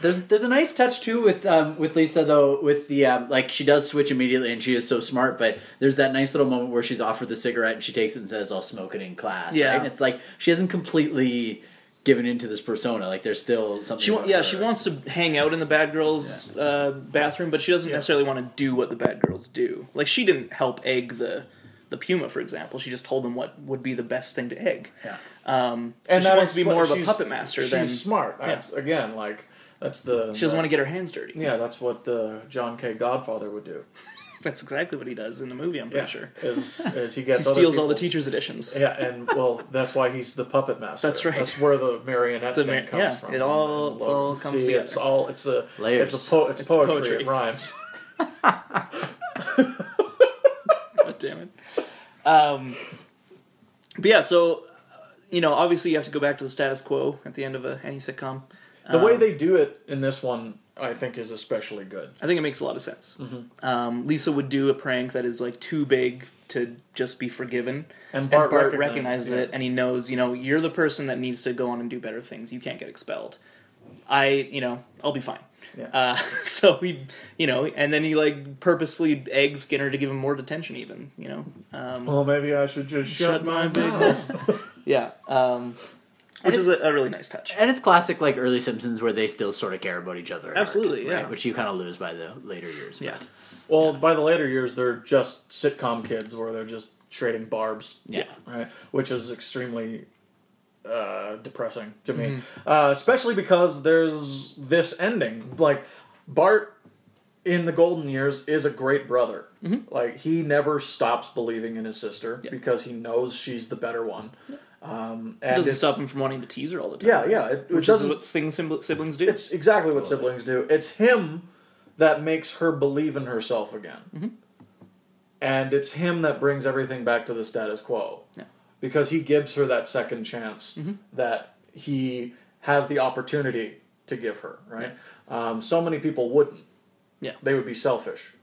Speaker 3: There's there's a nice touch too with um, with Lisa though with the um, like she does switch immediately and she is so smart but there's that nice little moment where she's offered the cigarette and she takes it and says I'll smoke it in class
Speaker 1: Yeah.
Speaker 3: right and it's like she hasn't completely given into this persona like there's still something
Speaker 1: She wa-
Speaker 3: about
Speaker 1: yeah,
Speaker 3: her.
Speaker 1: she wants to hang out in the bad girls' uh, bathroom, but she doesn't necessarily want to do what the bad girls do. Like she didn't help egg the the puma, for example. She just told them what would be the best thing to egg.
Speaker 3: yeah.
Speaker 1: Um, so she
Speaker 2: that
Speaker 1: wants to be
Speaker 2: expla-
Speaker 1: more of a
Speaker 2: she's-
Speaker 1: puppet master
Speaker 2: She's
Speaker 1: than she
Speaker 2: smart. That's again like that's the
Speaker 1: doesn't want to get her hands dirty.
Speaker 2: Yeah, that's what the John K. Godfather would do.
Speaker 1: That's exactly what he does in the movie. I'm pretty
Speaker 2: Yeah,
Speaker 1: sure
Speaker 2: is, is he
Speaker 1: he
Speaker 2: gets other
Speaker 1: steals all the
Speaker 2: people-
Speaker 1: teachers' editions.
Speaker 2: Yeah, and well, that's why he's the puppet master.
Speaker 1: That's right.
Speaker 2: That's where the marionette
Speaker 1: The
Speaker 2: thing
Speaker 1: mar-
Speaker 2: comes
Speaker 1: yeah,
Speaker 2: from.
Speaker 1: it all- it's all comes
Speaker 2: See, It's
Speaker 1: together.
Speaker 2: all it's a
Speaker 3: Layers.
Speaker 2: It's a po- it's,
Speaker 1: It's
Speaker 2: poetry.
Speaker 1: poetry.
Speaker 2: It rhymes.
Speaker 1: God damn it. Um, but yeah, so uh, you know, obviously you have to go back to the status quo at the end of a, any sitcom. Um,
Speaker 2: The way they do it in this one, I think, is especially good.
Speaker 1: I think it makes a lot of sense.
Speaker 2: Mm-hmm.
Speaker 1: Um, Lisa would do a prank that is like too big to just be forgiven,
Speaker 2: And Bart recognizes-
Speaker 1: recognizes
Speaker 2: yeah.
Speaker 1: it, and he knows, you know, you're the person that needs to go on and do better things. You can't get expelled. I, you know, I'll be fine.
Speaker 2: Yeah.
Speaker 1: Uh, so he, you know, and then he like purposefully eggs Skinner to give him more detention, even, you know. Um,
Speaker 2: well, maybe I should just shut,
Speaker 1: Shut my
Speaker 2: my
Speaker 1: big
Speaker 2: mouth.
Speaker 1: Yeah, um,
Speaker 3: And
Speaker 1: which is a, a really nice touch.
Speaker 3: and it's classic like early Simpsons where they still sort of care about each other and
Speaker 1: Absolutely,
Speaker 3: arc, right?
Speaker 1: yeah.
Speaker 3: which you kind of lose by the later years
Speaker 1: Yeah,
Speaker 3: but
Speaker 2: Well, by the later years, they're just sitcom kids, where they're just trading barbs.
Speaker 3: yeah.
Speaker 2: right? Which is extremely uh, depressing to me,
Speaker 1: Mm-hmm.
Speaker 2: uh, especially because there's this ending. Like Bart in the golden years is a great brother.
Speaker 1: Mm-hmm.
Speaker 2: Like he never stops believing in his sister because he knows she's the better one. Um, and
Speaker 1: it doesn't
Speaker 2: it's-
Speaker 1: stop him from wanting to tease her all the time.
Speaker 2: Yeah, yeah. It, it
Speaker 1: which is
Speaker 2: doesn't.
Speaker 1: what things sibl- siblings do.
Speaker 2: it's exactly what siblings do. It's him that makes her believe in herself again. And it's him that brings everything back to the status quo.
Speaker 1: Yeah.
Speaker 2: Because he gives her that second chance that he has the opportunity to give her, right? Um, so many people wouldn't.
Speaker 1: Yeah.
Speaker 2: They would be selfish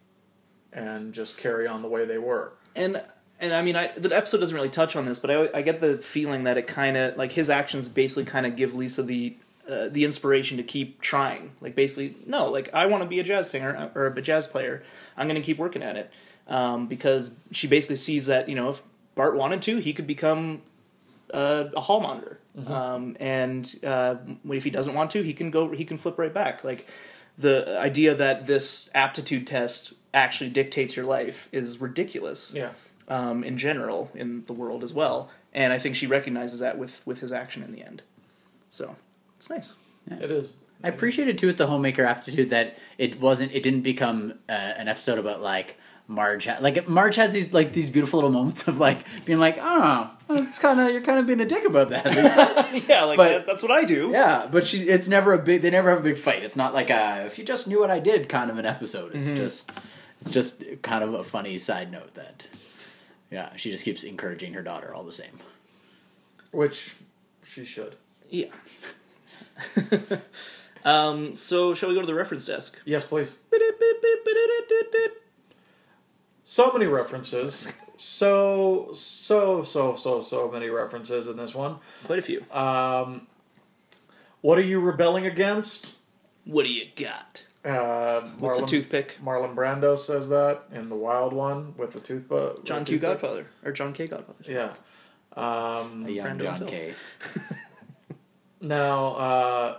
Speaker 2: and just carry on the way they were.
Speaker 1: and and I mean, I, the episode doesn't really touch on this, but I, I get the feeling that it kind of like his actions basically kind of give Lisa the. Uh, the inspiration to keep trying, like basically, no, like I want to be a jazz singer uh, or a jazz player. I'm going to keep working at it um, because she basically sees that you know if Bart wanted to, he could become uh, a hall monitor. Um, and uh, if he doesn't want to, he can go. He can flip right back. Like the idea that this aptitude test actually dictates your life is ridiculous.
Speaker 2: Yeah.
Speaker 1: Um, in general, in the world as well, and I think she recognizes that with with his action in the end. So it's nice.
Speaker 2: It is.
Speaker 3: I appreciated too with the homemaker aptitude that it wasn't. It didn't become uh, an episode about like Marge. Ha- like Marge has these like these beautiful little moments of like being like, oh, it's kind of you're kind of being a dick about that.
Speaker 1: yeah, like
Speaker 3: But-
Speaker 1: that, that's what I do.
Speaker 3: yeah, but she. It's never a big. They never have a big fight. It's not like a if you just knew what I did kind of an episode. It's just it's just kind of a funny side note that yeah she just keeps encouraging her daughter all the same.
Speaker 2: Which she should.
Speaker 1: Yeah. um, so shall we go to the reference desk?
Speaker 2: Yes, please. so many references so so so so so many references in this one
Speaker 1: Quite a few.
Speaker 2: um what are you rebelling against
Speaker 1: What do you got?
Speaker 2: uh marlon,
Speaker 1: What's the toothpick?
Speaker 2: marlon brando says that in the wild one with the tooth bu-
Speaker 1: John
Speaker 2: with
Speaker 1: Q.
Speaker 2: the toothpick.
Speaker 1: Godfather or John K. Godfather.
Speaker 2: yeah um
Speaker 3: A young
Speaker 1: Brando
Speaker 3: John
Speaker 1: himself.
Speaker 3: K.
Speaker 2: Now, uh,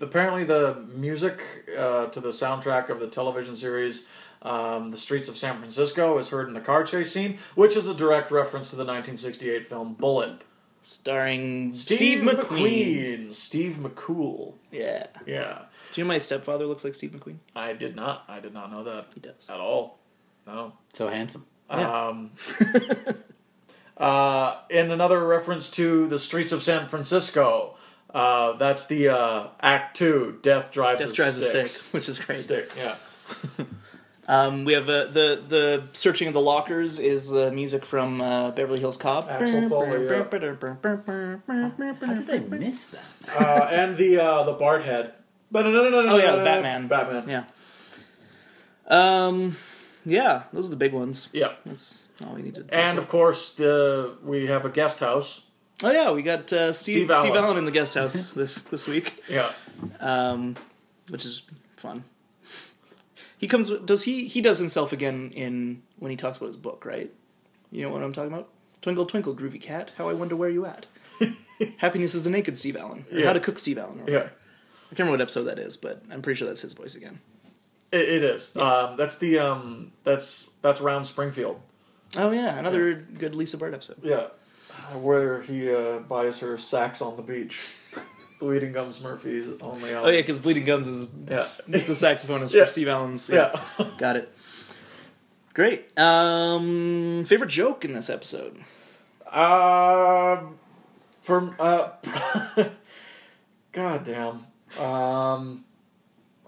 Speaker 2: apparently, the music uh, to the soundtrack of the television series um, "The Streets of San Francisco" is heard in the car chase scene, which is a direct reference to the 1968 film Bullet.
Speaker 1: Starring Steve, McQueen.
Speaker 2: McQueen. Steve McCool.
Speaker 1: Yeah.
Speaker 2: Yeah,
Speaker 1: Do you know my stepfather looks like Steve McQueen?
Speaker 2: I did not. I did not know that
Speaker 1: He does.
Speaker 2: at all. No.
Speaker 3: So handsome.
Speaker 2: Um, uh, and another reference to the streets of San Francisco. Uh, that's the uh, Act Two, Death Drives
Speaker 1: Death
Speaker 2: a
Speaker 1: Drives a
Speaker 2: Stick.
Speaker 1: Stick, which is great.
Speaker 2: Stick, yeah.
Speaker 1: Um, we have uh, the the searching of the lockers is the music from uh, Beverly Hills Cop.
Speaker 2: Axel Foley,
Speaker 3: How did I miss that?
Speaker 2: Uh, and the uh, the Bart head.
Speaker 1: Oh
Speaker 2: Oh
Speaker 1: yeah, the Batman.
Speaker 2: Batman.
Speaker 1: Yeah. Um, yeah, those are the big ones.
Speaker 2: Yeah.
Speaker 1: That's all we need to. talk
Speaker 2: And of
Speaker 1: about.
Speaker 2: course, the we have a guest house.
Speaker 1: oh yeah, we got uh, Steve
Speaker 2: Steve
Speaker 1: Steve Allen.
Speaker 2: Allen.
Speaker 1: in the guest house this this week,
Speaker 2: Yeah.
Speaker 1: um, which is fun. He comes. Does he? He does himself again in when he talks about his book, right? You know what I'm talking about? Twinkle, twinkle, groovy cat, how I wonder where you at. Happiness is the naked Steve Allen. Or
Speaker 2: Yeah.
Speaker 1: How to cook Steve Allen. or
Speaker 2: Yeah.
Speaker 1: I can't remember what episode that is, but I'm pretty sure that's his voice again.
Speaker 2: It, it is. Um, that's the um, that's that's Round Springfield.
Speaker 1: Oh yeah, another good Lisa Bird episode.
Speaker 2: Yeah, where he uh, buys her sacks on the beach. Bleeding Gums Murphy's only.
Speaker 1: Oh yeah, because Bleeding Gums is
Speaker 2: Yeah.
Speaker 1: s- the saxophonist
Speaker 2: Yeah.
Speaker 1: for Steve Allen's.
Speaker 2: yeah.
Speaker 1: got it. Great. Um, favorite joke in this episode?
Speaker 2: Um, from uh, God damn. Um,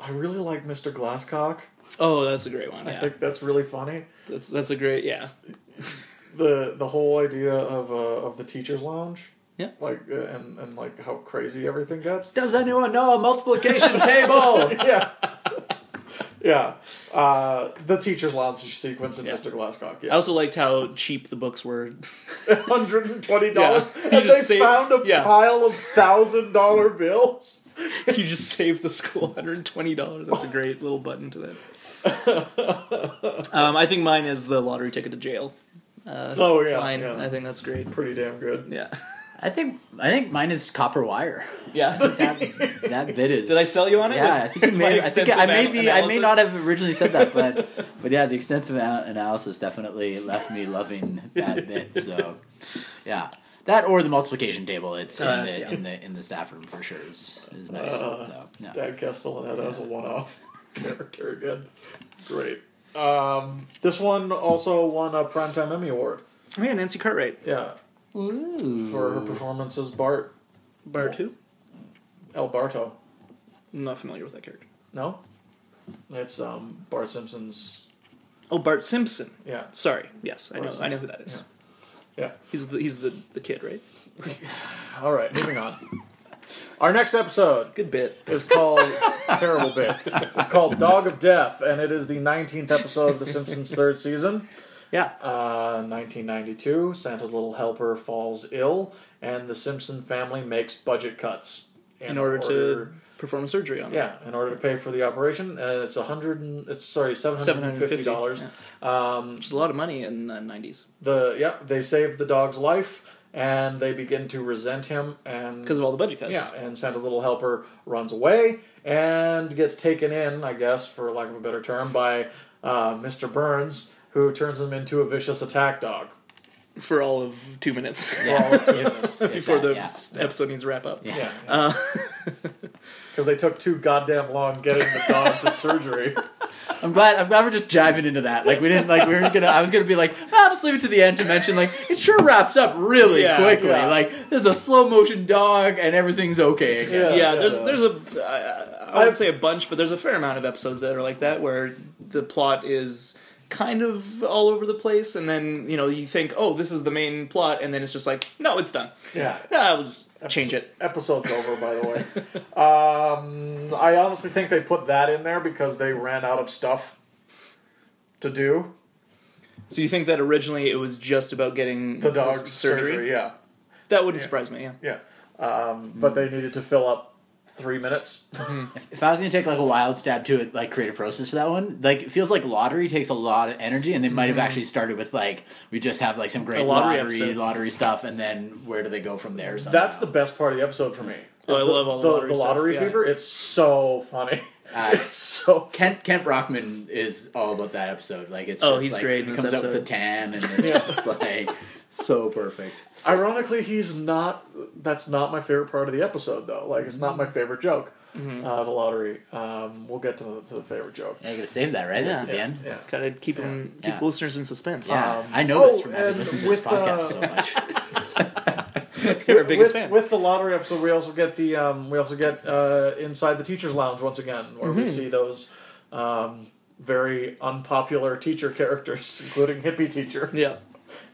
Speaker 2: I really like Mr. Glasscock.
Speaker 1: Oh, that's a great one.
Speaker 2: I
Speaker 1: Yeah,
Speaker 2: think that's really funny.
Speaker 1: that's that's a great yeah.
Speaker 2: The the whole idea of uh, of the teachers' lounge.
Speaker 1: Yeah.
Speaker 2: Like uh, and and like how crazy everything gets.
Speaker 3: Does anyone know a multiplication
Speaker 1: Oh!
Speaker 3: table?
Speaker 2: yeah. Yeah, uh, the teacher's lounge sequence in
Speaker 1: Yeah.
Speaker 2: Mr. Glasscock.
Speaker 1: I
Speaker 2: Yeah,
Speaker 1: also liked how cheap the books were.
Speaker 2: hundred and twenty dollars,
Speaker 1: Yeah. You
Speaker 2: and they
Speaker 1: just save-
Speaker 2: found a
Speaker 1: yeah.
Speaker 2: pile of thousand dollar bills.
Speaker 1: you just saved the school 120 dollars. That's a great little button to that. um, I think mine is the lottery ticket to jail. Uh,
Speaker 2: Oh yeah,
Speaker 1: line.
Speaker 2: yeah.
Speaker 1: I think that's great.
Speaker 2: pretty damn good.
Speaker 1: Yeah,
Speaker 3: I think I think mine is copper wire.
Speaker 1: yeah.
Speaker 3: That, that bit is.
Speaker 1: Did I sell you on it?
Speaker 3: Yeah, I
Speaker 1: With
Speaker 3: think you
Speaker 1: my
Speaker 3: may. I think
Speaker 1: extensive
Speaker 3: I may
Speaker 1: an-
Speaker 3: be. I may
Speaker 1: analysis?
Speaker 3: not have originally said that, but but yeah, the extensive ana- analysis definitely left me loving that bit. So yeah, that or the multiplication table. It's in,
Speaker 1: Uh,
Speaker 3: the,
Speaker 1: yeah.
Speaker 3: in the in the staff room for sure is is nice.
Speaker 2: Uh,
Speaker 3: so yeah.
Speaker 2: Dad Castellaneta as a one-off character again. Great. Um, this one also won a Primetime Emmy Award.
Speaker 1: Oh yeah, Nancy Cartwright.
Speaker 2: Yeah, for her performance as Bart
Speaker 1: Bart who?
Speaker 2: El Barto.
Speaker 1: I'm not familiar with that character.
Speaker 2: No, it's um, Bart Simpson's.
Speaker 1: Oh, Bart Simpson.
Speaker 2: Yeah,
Speaker 1: Sorry. Yes, I
Speaker 2: Bart
Speaker 1: know. I know who that is.
Speaker 2: Simpson. yeah.
Speaker 1: He's the he's the, the kid, right?
Speaker 2: All right, moving on. Our next episode
Speaker 1: Good bit.
Speaker 2: is called terrible bit. It's called Dog of Death, and it is the 19th episode of The Simpsons' third season.
Speaker 1: Yeah.
Speaker 2: Uh, 1992, Santa's Little Helper falls ill, and the Simpson family makes budget cuts
Speaker 1: In, order, to perform a surgery on him.
Speaker 2: yeah, in order to pay for the operation, and it's a hundred and it's sorry seven hundred and fifty dollars. Um,
Speaker 1: Which is a lot of money in the 90s
Speaker 2: the yeah, they save the dog's life, and they begin to resent him, and
Speaker 1: because of all the budget cuts.
Speaker 2: yeah, and Santa's little helper runs away and gets taken in, I guess, for lack of a better term, by uh, Mr. Burns, who turns him into a vicious attack dog.
Speaker 1: For all of two minutes
Speaker 2: Well, goodness. yeah,
Speaker 1: before the
Speaker 3: Yeah,
Speaker 1: s- episode needs to wrap up.
Speaker 3: Yeah.
Speaker 1: Uh,
Speaker 2: because they took too goddamn long getting the dog to surgery.
Speaker 3: I'm glad. I'm glad we're just jiving into that. Like we didn't. Like we were gonna. I was gonna be like, I'll just leave it to the end to mention. Like it sure wraps up really
Speaker 1: Yeah,
Speaker 3: quickly.
Speaker 2: yeah.
Speaker 3: Like there's a slow motion dog and everything's okay again.
Speaker 2: Yeah,
Speaker 1: yeah,
Speaker 2: yeah.
Speaker 1: there's there's a I, I wouldn't say a bunch, but there's a fair amount of episodes that are like that where the plot is kind of all over the place, and then you know you think, oh, this is the main plot, and then it's just like, no, it's done.
Speaker 2: Yeah.
Speaker 1: Nah, we'll just change it.
Speaker 2: Episode's over, by the way. Um, I honestly think they put that in there because they ran out of stuff to do.
Speaker 1: So you think that originally it was just about getting
Speaker 2: The dog's
Speaker 1: s-
Speaker 2: surgery yeah.
Speaker 1: That wouldn't
Speaker 2: Yeah.
Speaker 1: surprise me. Yeah.
Speaker 2: Yeah. Um,
Speaker 1: Hmm.
Speaker 2: But they needed to fill up three minutes.
Speaker 3: If I was gonna take like a wild stab to it, like creative process for that one, like it feels like lottery takes a lot of energy, and they might have actually started with like we just have like some great
Speaker 1: lottery
Speaker 3: Mm-hmm. lottery
Speaker 1: episode.
Speaker 3: lottery stuff, and then where do they go from there? or something.
Speaker 2: That's the best part of the episode for me.
Speaker 1: Oh, I love
Speaker 2: the,
Speaker 1: all
Speaker 2: the lottery
Speaker 1: stuff, yeah.
Speaker 2: fever. It's so funny.
Speaker 1: Ah.
Speaker 3: Uh,
Speaker 2: it's so
Speaker 3: Kent Kent Brockman is all about that episode. Like it's
Speaker 1: Oh,
Speaker 3: just,
Speaker 1: he's
Speaker 3: like,
Speaker 1: great in
Speaker 3: He
Speaker 1: this
Speaker 3: comes up with a
Speaker 1: episode.
Speaker 3: tan, and it's
Speaker 2: Yeah.
Speaker 3: just like so perfect.
Speaker 2: Ironically, he's not. That's not my favorite part of the episode, though. Like, it's
Speaker 1: Hmm.
Speaker 2: not my favorite joke.
Speaker 1: Mm-hmm.
Speaker 2: Uh, the lottery. Um, we'll get to the, to the favorite joke.
Speaker 3: Yeah, you gotta save that right
Speaker 1: Yeah.
Speaker 3: That's at the end.
Speaker 2: Yeah.
Speaker 1: Gotta keep 'em- keep
Speaker 3: Yeah.
Speaker 1: listeners in suspense.
Speaker 3: Yeah,
Speaker 2: Um,
Speaker 3: I know this
Speaker 2: oh,
Speaker 3: from having
Speaker 2: and
Speaker 3: listened to this
Speaker 2: with,
Speaker 3: podcast
Speaker 2: uh,
Speaker 3: so much.
Speaker 1: You're our biggest
Speaker 2: with,
Speaker 1: fan.
Speaker 2: with the lottery episode, we also get the um, we also get uh, inside the teachers' lounge once again, where we see those um, very unpopular teacher characters, including hippie teacher
Speaker 1: yeah.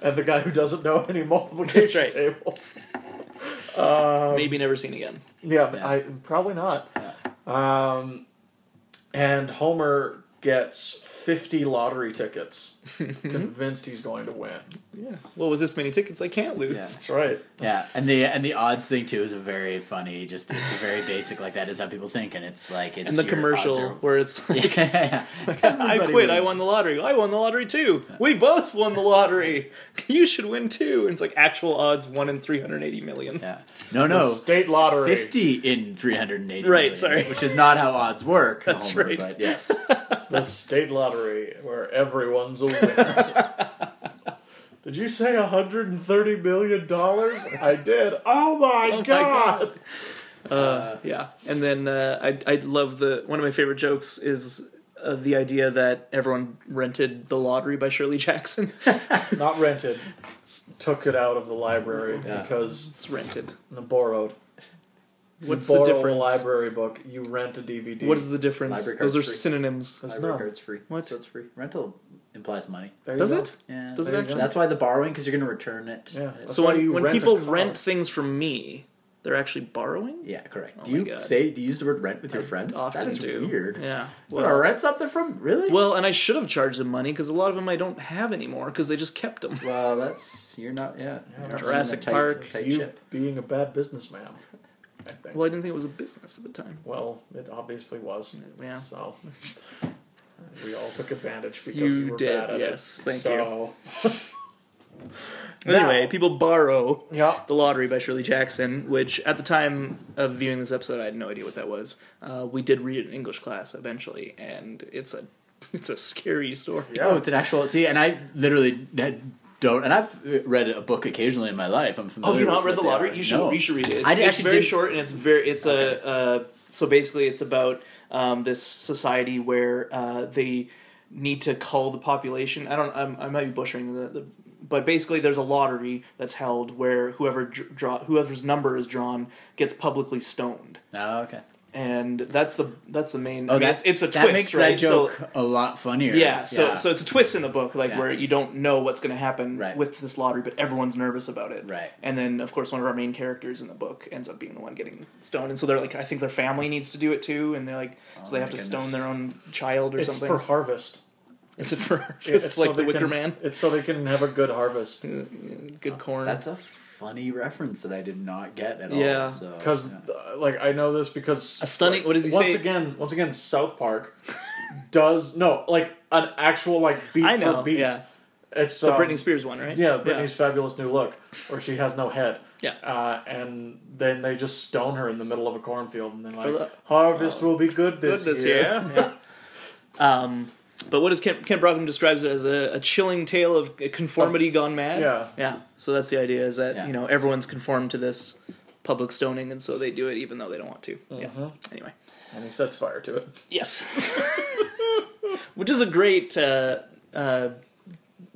Speaker 2: and the guy who doesn't know any multiplication
Speaker 1: right.
Speaker 2: table. um,
Speaker 1: Maybe never seen again.
Speaker 2: Yeah,
Speaker 3: Yeah.
Speaker 2: I probably not. Um, and Homer gets fifty lottery tickets, convinced he's going to win.
Speaker 1: Yeah. Well, with this many tickets, I can't lose.
Speaker 3: Yeah.
Speaker 2: That's right.
Speaker 3: Yeah, and the and the odds thing too is a very funny. Just it's a very basic like that is how people think, and it's like it's
Speaker 1: And the
Speaker 3: your
Speaker 1: commercial
Speaker 3: odds
Speaker 1: where it's
Speaker 3: are-
Speaker 1: like,
Speaker 3: yeah,
Speaker 1: I
Speaker 3: Everybody
Speaker 1: quit, I
Speaker 3: wins.
Speaker 1: won the lottery. I won the lottery too. We both won the lottery. You should win too. And it's like actual odds 1 in 380 million.
Speaker 3: Yeah, no,
Speaker 2: The
Speaker 3: no,
Speaker 2: state lottery.
Speaker 3: Oh. fifty in three hundred and eighty.
Speaker 1: Right, sorry.
Speaker 3: which is not how odds work.
Speaker 1: That's
Speaker 3: Homer,
Speaker 1: right.
Speaker 3: But yes,
Speaker 2: The state lottery, where everyone's a winner. did you say hundred and thirty million dollars? I did. Oh my
Speaker 1: my
Speaker 2: god!
Speaker 1: God. Uh, yeah. And then uh, I I love the one of my favorite jokes is uh, the idea that everyone rented the lottery by Shirley Jackson.
Speaker 2: Not rented. Took it out of the library
Speaker 3: Yeah.
Speaker 2: because
Speaker 1: it's rented.
Speaker 2: the borrowed. You
Speaker 1: What's the
Speaker 2: borrow a
Speaker 1: difference?
Speaker 2: library book. You rent a DVD.
Speaker 1: What is the difference?
Speaker 3: Library
Speaker 1: Those are
Speaker 3: card's free.
Speaker 1: synonyms.
Speaker 2: There's
Speaker 3: library
Speaker 2: none.
Speaker 3: card's free.
Speaker 1: What?
Speaker 3: So it's free. Rental implies money.
Speaker 2: There you
Speaker 1: Does
Speaker 2: go.
Speaker 1: it?
Speaker 3: Yeah,
Speaker 1: Does it
Speaker 2: There you
Speaker 1: actually?
Speaker 2: go.
Speaker 3: That's why the borrowing because you're going to return it.
Speaker 2: Yeah. that's
Speaker 1: so
Speaker 2: why
Speaker 1: when,
Speaker 2: you
Speaker 1: when
Speaker 2: rent a
Speaker 1: people
Speaker 2: car.
Speaker 1: rent things from me, they're actually borrowing?
Speaker 3: Yeah, correct.
Speaker 1: Oh
Speaker 3: do
Speaker 1: my
Speaker 3: you
Speaker 1: God.
Speaker 3: say do you use the word rent with your friends?
Speaker 1: Often
Speaker 3: that is
Speaker 1: do.
Speaker 3: weird.
Speaker 1: Yeah.
Speaker 3: Well, to rent something from really?
Speaker 1: Well, and I should have charged them money because a lot of them I don't have anymore because they just kept them.
Speaker 3: Well, that's you're not. Yeah,
Speaker 2: Yeah,
Speaker 3: You're
Speaker 1: Jurassic
Speaker 3: on a tight-
Speaker 1: Park.
Speaker 3: tight
Speaker 2: you
Speaker 3: ship.
Speaker 2: being a bad businessman. I think.
Speaker 1: Well, I didn't think it was a business at the time.
Speaker 2: Well, it obviously was.
Speaker 1: Yeah.
Speaker 2: So we all took advantage because
Speaker 1: You
Speaker 2: you were
Speaker 1: did,
Speaker 2: bad at
Speaker 1: yes.
Speaker 2: it.
Speaker 1: Thank
Speaker 2: so,
Speaker 1: Anyway,
Speaker 2: Now-
Speaker 1: people borrow
Speaker 2: you. Yeah.
Speaker 1: The Lottery by Shirley Jackson, which at the time of viewing this episode, I had no idea what that was. Uh, we did read it in English class eventually, and it's a it's a scary story.
Speaker 2: Yeah.
Speaker 3: Oh, it's an actual. See, and I literally had- don't. And I've uh, read a book occasionally in my life. I'm familiar.
Speaker 1: Oh, have you not
Speaker 3: with
Speaker 1: read the
Speaker 3: what they
Speaker 1: lottery?
Speaker 3: are.
Speaker 1: You should
Speaker 3: No.
Speaker 1: you should read it. It's,
Speaker 3: I
Speaker 1: it's
Speaker 3: actually
Speaker 1: very
Speaker 3: did-
Speaker 1: short and it's very it's a uh, so basically it's about um, this society where uh, they need to cull the population. I don't. I'm, I might be butchering the, the. But basically, there's a lottery that's held where whoever dr- draw whoever's number is drawn gets publicly stoned,
Speaker 3: Oh, okay.
Speaker 1: and that's the that's the main.
Speaker 3: Oh,
Speaker 1: I mean,
Speaker 3: that's
Speaker 1: it's, it's a
Speaker 3: that
Speaker 1: twist,
Speaker 3: makes
Speaker 1: right?
Speaker 3: that
Speaker 1: So-
Speaker 3: joke a lot funnier.
Speaker 1: yeah, so so it's a twist in the book, like
Speaker 3: Yeah.
Speaker 1: where you don't know what's going to happen
Speaker 3: Right.
Speaker 1: with this lottery, but everyone's nervous about it.
Speaker 3: Right.
Speaker 1: And then, of course, one of our main characters in the book ends up being the one getting stoned, and so they're like, I think their family needs to do it too, and they're like, so they
Speaker 3: my
Speaker 1: have to
Speaker 3: goodness.
Speaker 1: stone their own child or
Speaker 2: It's
Speaker 1: something.
Speaker 2: for harvest.
Speaker 1: Is it for? It's,
Speaker 2: so
Speaker 1: like
Speaker 2: they
Speaker 1: the Wicker
Speaker 2: can-
Speaker 1: Man.
Speaker 2: It's so they can have a good harvest.
Speaker 1: Good corn.
Speaker 3: that's a funny reference that I did not get at
Speaker 1: Yeah.
Speaker 3: all. so,
Speaker 2: Because,
Speaker 3: yeah.
Speaker 2: uh, like, I know this because
Speaker 1: A stunning- what does he
Speaker 2: once
Speaker 1: say?
Speaker 2: again? Once again, South Park does no like an actual like beat
Speaker 1: I know,
Speaker 2: for beat.
Speaker 1: yeah.
Speaker 2: It's
Speaker 1: the
Speaker 2: um,
Speaker 1: Britney Spears one, right?
Speaker 2: Yeah, Britney's fabulous new look, where she has no head.
Speaker 1: Yeah.
Speaker 2: Uh, and then they just stone her in the middle of a cornfield, and they're like,
Speaker 1: the-
Speaker 2: "Harvest will be good this,
Speaker 1: good this
Speaker 2: year."
Speaker 1: year. Yeah. um, but what does Kent, Kent Brockman describes it as a, a chilling tale of conformity gone mad?
Speaker 2: Oh, yeah.
Speaker 1: yeah. So that's the idea is that
Speaker 3: Yeah.
Speaker 1: you know everyone's conformed to this public stoning, and so they do it even though they don't want to. Yeah.
Speaker 2: Mm-hmm.
Speaker 1: Anyway,
Speaker 2: And he sets fire to it.
Speaker 1: yes, which is a great. Uh, uh,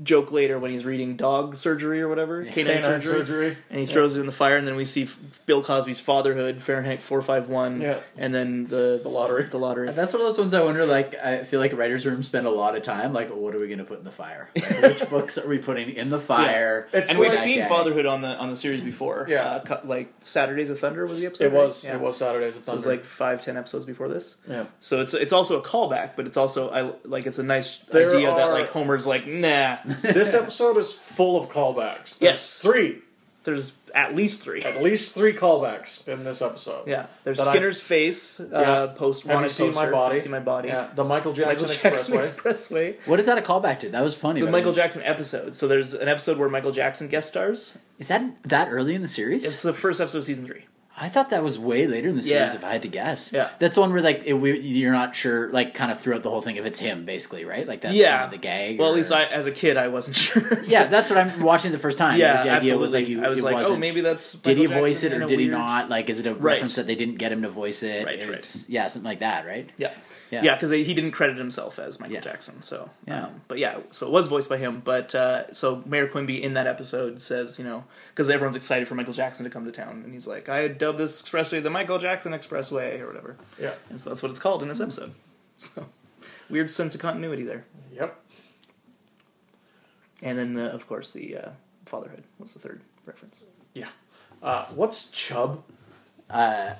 Speaker 1: Joke later when he's reading dog surgery or whatever canine,
Speaker 2: Canine
Speaker 1: surgery,
Speaker 2: surgery.
Speaker 1: and he throws it in the fire, and then we see F- Bill Cosby's Fatherhood, Fahrenheit four five one,
Speaker 2: Yeah.
Speaker 1: and then the the lottery, the lottery.
Speaker 3: that's one of those ones I wonder. Like, I feel like writers' room spend a lot of time. Like, what are we going to put in the fire? Like, which books are we putting in the fire?
Speaker 2: It's
Speaker 1: and
Speaker 2: like-
Speaker 1: we've
Speaker 3: Back
Speaker 1: seen
Speaker 3: at it.
Speaker 1: fatherhood on the on the series before.
Speaker 2: Yeah.
Speaker 1: uh, cu- like Saturdays of Thunder was the episode.
Speaker 2: It was.
Speaker 1: right? Yeah.
Speaker 2: It was Saturdays of
Speaker 1: So it
Speaker 2: Thunder.
Speaker 1: was like five ten episodes before this.
Speaker 2: yeah.
Speaker 1: So it's it's also a callback, but it's also I like it's a nice
Speaker 2: There
Speaker 1: idea that
Speaker 2: are-
Speaker 1: like Homer's like nah.
Speaker 2: this episode is full of callbacks. There's
Speaker 1: Yes.
Speaker 2: three,
Speaker 1: There's at least three.
Speaker 2: at least three callbacks in this episode.
Speaker 1: Yeah, there's
Speaker 2: That I-
Speaker 1: Skinner's face uh,
Speaker 2: Yeah.
Speaker 1: post.
Speaker 2: Have you
Speaker 1: wanted
Speaker 2: seen
Speaker 1: poster.
Speaker 2: my body?
Speaker 1: Have you seen my body.
Speaker 2: Yeah, the Michael Jackson,
Speaker 1: Michael Jackson
Speaker 2: Expressway.
Speaker 1: Expressway.
Speaker 3: What is that a callback to? That was funny.
Speaker 1: The
Speaker 3: but I
Speaker 1: Michael
Speaker 3: didn't-
Speaker 1: Jackson episode. So there's an episode where Michael Jackson guest stars.
Speaker 3: is that that early in the series?
Speaker 1: It's the first episode of season three.
Speaker 3: I thought that was way later in the series,
Speaker 1: Yeah.
Speaker 3: if I had to guess.
Speaker 1: Yeah.
Speaker 3: that's the one where like it, we, you're not sure, like kind of throughout the whole thing, if it's him, basically, right? Like that's kind
Speaker 1: yeah,
Speaker 3: of the gag.
Speaker 1: Well,
Speaker 3: or-
Speaker 1: at least I, as a kid, I wasn't sure.
Speaker 3: Yeah, that's what I'm watching the first time.
Speaker 1: yeah,
Speaker 3: was the idea
Speaker 1: absolutely.
Speaker 3: was like you,
Speaker 1: I was
Speaker 3: it
Speaker 1: like, oh,
Speaker 3: wasn't-
Speaker 1: maybe that's
Speaker 3: Did he
Speaker 1: Michael
Speaker 3: voice
Speaker 1: Jackson
Speaker 3: it
Speaker 1: in
Speaker 3: or
Speaker 1: a
Speaker 3: did he
Speaker 1: weird-
Speaker 3: not? Like, is it a
Speaker 1: Right.
Speaker 3: reference that they didn't get him to voice it?
Speaker 1: Right, right.
Speaker 3: It's- Yeah, something like that, right?
Speaker 1: Yeah.
Speaker 3: Yeah.
Speaker 1: Yeah, because he didn't credit himself as Michael
Speaker 3: Yeah.
Speaker 1: Jackson. So,
Speaker 3: Yeah.
Speaker 1: Um, but yeah, so it was voiced by him. But uh, so Mayor Quimby in that episode says, you know, because everyone's excited for Michael Jackson to come to town, and he's like, I dubbed this expressway the Michael Jackson Expressway or whatever,
Speaker 2: Yeah.
Speaker 1: and so that's what it's called in this episode. So weird sense of continuity there.
Speaker 2: Yep.
Speaker 1: And then, the, of course, the uh, fatherhood was the third reference.
Speaker 2: Yeah. Uh, what's chub?
Speaker 3: Uh,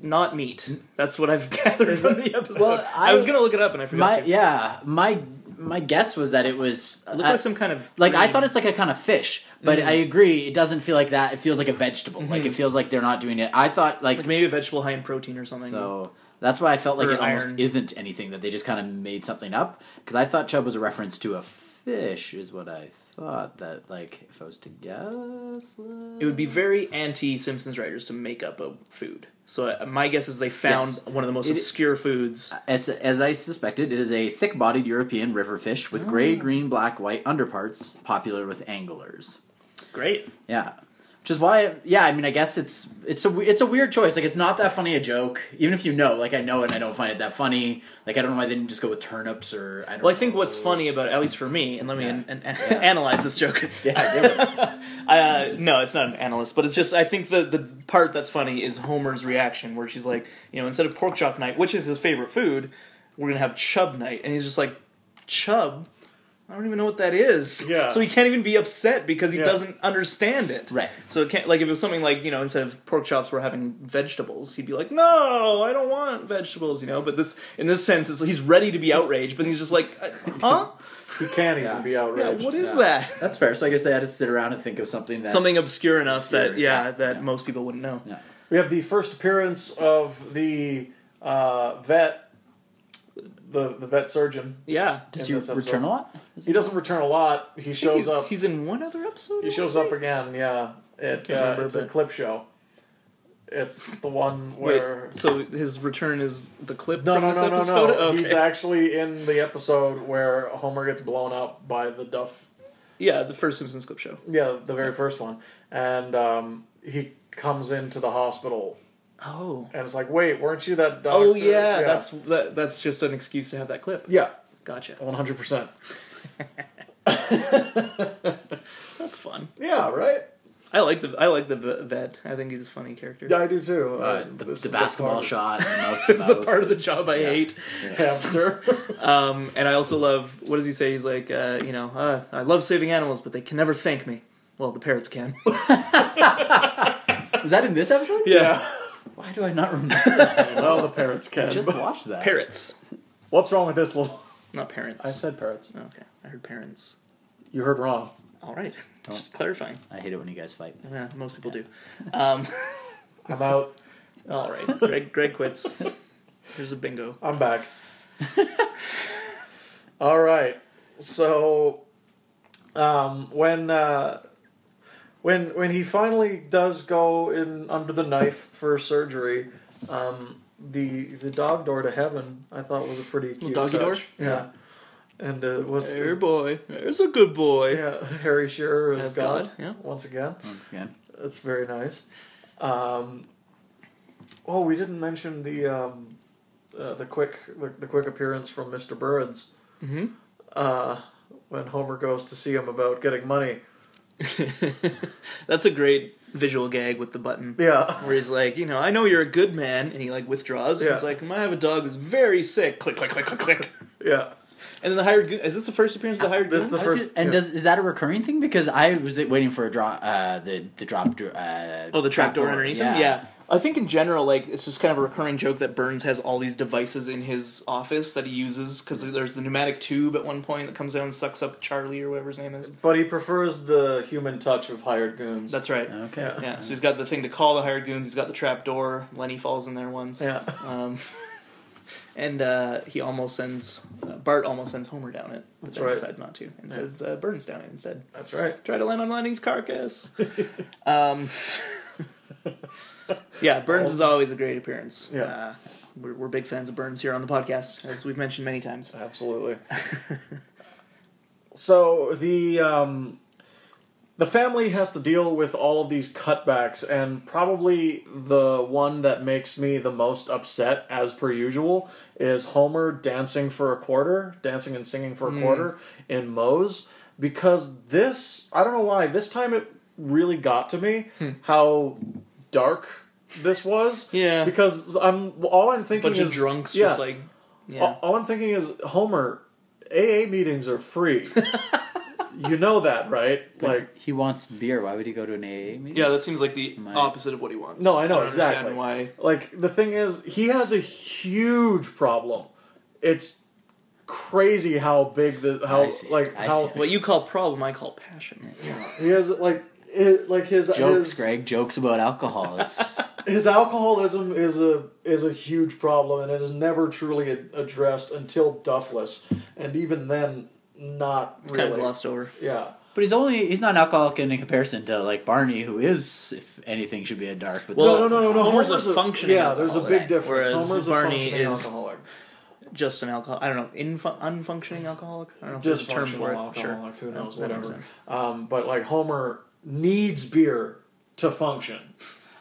Speaker 1: Not meat. That's what I've gathered from the episode.
Speaker 3: Well,
Speaker 1: I,
Speaker 3: I-
Speaker 1: was gonna look it up and I forgot.
Speaker 3: my
Speaker 1: to.
Speaker 3: yeah, my my guess was that it was
Speaker 1: Looked
Speaker 3: uh,
Speaker 1: like some kind of
Speaker 3: like I
Speaker 1: green- Mm-hmm.
Speaker 3: thought it's like a kind of fish, but I agree it doesn't feel like that. It feels like a vegetable. Like it feels like they're not doing it. I thought like,
Speaker 1: like maybe a vegetable high in protein or something.
Speaker 3: so that's why I felt like
Speaker 1: Or
Speaker 3: it
Speaker 1: iron.
Speaker 3: almost isn't anything that they just kind of made something up because I thought chub was a reference to a fish is what I thought that like if I was to guess uh,
Speaker 1: It would be very anti Simpsons writers to make up a food. So uh, my guess is they found
Speaker 3: Yes.
Speaker 1: one of the most
Speaker 3: It-
Speaker 1: obscure foods.
Speaker 3: It's as I suspected. It is a thick-bodied European river fish with
Speaker 1: Oh.
Speaker 3: gray, green, black, white underparts, popular with anglers.
Speaker 1: Great.
Speaker 3: Yeah, which is why. Yeah, I mean, I guess it's it's a we- it's a weird choice. Like, it's not that funny a joke, even if you know. Like, I know it, and I don't find it that funny. Like, I don't know why they didn't just go with turnips or. I don't
Speaker 1: Well, I think what's
Speaker 3: know.
Speaker 1: funny about it, at least for me, and let me
Speaker 3: Yeah.
Speaker 1: an, an,
Speaker 3: Yeah.
Speaker 1: analyze this joke.
Speaker 3: Yeah, give it.
Speaker 1: Uh, no, it's not an analyst, but it's just I think the the part that's funny is Homer's reaction, where she's like, you know, instead of pork chop night, which is his favorite food, we're gonna have chub night, and he's just like, chub. I don't even know what that is.
Speaker 2: Yeah.
Speaker 1: So he can't even be upset because he
Speaker 2: Yeah.
Speaker 1: doesn't understand it.
Speaker 3: Right.
Speaker 1: So it can't like if it was something like you know instead of pork chops we're having vegetables he'd be like no I don't want vegetables you know but this in this sense it's, he's ready to be outraged but he's just like uh, huh
Speaker 2: You can't even
Speaker 3: Yeah.
Speaker 2: be
Speaker 1: yeah,
Speaker 2: outraged.
Speaker 1: what is
Speaker 3: Yeah.
Speaker 1: that
Speaker 3: That's fair. So I guess they had to sit around and think of something that
Speaker 1: something obscure enough
Speaker 3: Obscure,
Speaker 1: that yeah,
Speaker 3: yeah,
Speaker 1: that
Speaker 3: yeah.
Speaker 1: most people wouldn't know.
Speaker 3: Yeah.
Speaker 2: We have the first appearance of the uh, vet, the the vet surgeon.
Speaker 1: Yeah.
Speaker 3: Does
Speaker 2: in
Speaker 3: he
Speaker 2: this episode.
Speaker 3: return a lot? Is
Speaker 2: He doesn't return a lot. He shows
Speaker 1: he's,
Speaker 2: up.
Speaker 1: he's in one other episode.
Speaker 2: He shows up again. Yeah, it,
Speaker 1: can't
Speaker 2: uh,
Speaker 1: remember,
Speaker 2: it's a
Speaker 1: but-
Speaker 2: clip show. It's the one
Speaker 1: Wait,
Speaker 2: where
Speaker 1: so his return is the clip
Speaker 2: no
Speaker 1: from
Speaker 2: no
Speaker 1: this
Speaker 2: no no
Speaker 1: episode?
Speaker 2: no.
Speaker 1: Okay.
Speaker 2: He's actually in the episode where Homer gets blown up by the Duff
Speaker 1: yeah, the first Simpsons clip show.
Speaker 2: Yeah, the very first one. And um, he comes into the hospital
Speaker 1: Oh.
Speaker 2: and it's like, wait, weren't you that doctor?
Speaker 1: Oh yeah, that's that, that's just an excuse to have that clip.
Speaker 2: yeah,
Speaker 1: Gotcha.
Speaker 2: one hundred percent.
Speaker 1: That's fun.
Speaker 2: Yeah, right.
Speaker 1: I like the I like the v- vet. I think he's a funny character.
Speaker 2: Yeah, I do too.
Speaker 3: Uh, the,
Speaker 2: this
Speaker 3: the
Speaker 2: is
Speaker 3: basketball
Speaker 2: part-
Speaker 3: shot. And mouth to
Speaker 1: It's the
Speaker 3: mouth.
Speaker 1: part of the job I hate.
Speaker 2: Hamster.
Speaker 1: Um, and I also love what does he say? He's like, uh, you know, uh, I love saving animals, but they can never thank me. Well, the parrots can.
Speaker 3: Is that in this episode?
Speaker 2: yeah.
Speaker 3: Why do I not remember?
Speaker 2: well, the parrots
Speaker 3: I
Speaker 2: can.
Speaker 3: just watched that.
Speaker 1: parrots,
Speaker 2: What's wrong with this little?
Speaker 1: not parents.
Speaker 2: I said parrots.
Speaker 1: Okay, I heard parents.
Speaker 2: You heard wrong.
Speaker 1: All right, just clarifying.
Speaker 3: I hate it when you guys fight.
Speaker 1: Yeah, most people do. Um,
Speaker 2: I'm out.
Speaker 1: all right, Greg, Greg quits. Here's a bingo.
Speaker 2: I'm back. All right. So um, when uh, when when he finally does go in under the knife for surgery, um, the the dog door to heaven I thought was a pretty cute
Speaker 1: doggy door?
Speaker 2: touch. Yeah. And uh, was
Speaker 1: Hey, boy, there's a good boy.
Speaker 2: yeah Harry Shearer as,
Speaker 1: As
Speaker 2: God,
Speaker 1: God, yeah.
Speaker 2: once again.
Speaker 3: Once again.
Speaker 2: That's very nice. Um, oh, we didn't mention the um, uh, the quick the, the quick appearance from Mr. Burns
Speaker 1: hmm
Speaker 2: uh, when Homer goes to see him about getting money.
Speaker 1: That's a great visual gag with the button.
Speaker 2: Yeah,
Speaker 1: Where he's like, you know, I know you're a good man, and he like withdraws.
Speaker 2: Yeah.
Speaker 1: He's like, I have a dog who's very sick. Click, click, click, click, click.
Speaker 2: yeah.
Speaker 1: And then the hired goon. Is this the first appearance of the hired goon?
Speaker 2: This is the
Speaker 3: That's
Speaker 2: first-
Speaker 3: it. and
Speaker 2: yeah.
Speaker 3: does is that a recurring thing? Because I was waiting for a draw, uh, the the drop. dr- Uh,
Speaker 1: Oh, the trapdoor underneath him. Yeah, I think in general, like it's just kind of a recurring joke that Burns has all these devices in his office that he uses because there's the pneumatic tube at one point that comes down and sucks up Charlie or whatever his name is.
Speaker 2: But he prefers the human touch of hired goons.
Speaker 1: That's right.
Speaker 3: Okay.
Speaker 2: Yeah.
Speaker 1: Yeah, so he's got the thing to call the hired goons. He's got the trap door. Lenny falls in there once.
Speaker 2: yeah.
Speaker 1: Um, and uh, he almost sends uh, Bart almost sends Homer down it, but
Speaker 2: That's
Speaker 1: then
Speaker 2: right.
Speaker 1: decides not to and
Speaker 2: Yeah.
Speaker 1: says uh, Burns down it instead.
Speaker 2: That's right.
Speaker 1: Try to land on Lenny's carcass. um, Yeah, Burns is always a great appearance.
Speaker 2: Um, Yeah.
Speaker 1: Uh, we're, we're big fans of Burns here on the podcast, as we've mentioned many times.
Speaker 2: Absolutely. so the um, the family has to deal with all of these cutbacks, and probably the one that makes me the most upset, as per usual, is Homer dancing for a quarter, dancing and singing for a
Speaker 1: Hmm.
Speaker 2: quarter in Moe's. Because this, I don't know why, this time it really got to me
Speaker 1: Hmm.
Speaker 2: how dark this was.
Speaker 1: Yeah.
Speaker 2: Because I'm all I'm thinking
Speaker 1: bunch of
Speaker 2: is-
Speaker 1: drunks
Speaker 2: yeah, Oh.
Speaker 1: just like yeah.
Speaker 2: all, all I'm thinking is, Homer, AA meetings are free. you know that, right? Like,
Speaker 3: He wants beer. Why would he go to an AA meeting?
Speaker 1: yeah, that seems like the
Speaker 3: Might-
Speaker 1: opposite of what he wants.
Speaker 2: No, I know,
Speaker 1: don't understand
Speaker 2: exactly.
Speaker 1: why.
Speaker 2: like the thing is, he has a huge problem. It's crazy how big the how
Speaker 3: I see.
Speaker 2: like
Speaker 3: I
Speaker 2: how
Speaker 3: see.
Speaker 1: What you call problem, I call passion.
Speaker 2: he has like it, like his
Speaker 3: Jokes,
Speaker 2: his,
Speaker 3: Greg. Jokes about alcohol. It's
Speaker 2: his alcoholism is a is a huge problem and it is never truly a- addressed until Duffless, and even then, not really.
Speaker 1: Kind of glossed over.
Speaker 2: Yeah.
Speaker 3: But he's only he's not an alcoholic in comparison to like Barney, who is, if anything, should be a dark. But
Speaker 1: Well,
Speaker 2: No, no, no, no.
Speaker 1: Homer's a functioning
Speaker 2: Yeah, there's a
Speaker 1: alcoholic,
Speaker 2: big difference.
Speaker 1: whereas
Speaker 2: Homer's
Speaker 1: Barney
Speaker 2: a functioning
Speaker 1: is-
Speaker 2: alcoholic.
Speaker 1: Just an alcohol. I don't know. Infu- unfunctioning alcoholic. I don't know. if there's a term for it.
Speaker 2: Dysfunctional alcoholic,
Speaker 1: Sure.
Speaker 2: who knows,
Speaker 1: That
Speaker 2: whatever.
Speaker 1: makes sense.
Speaker 2: Um, but like Homer needs beer to function.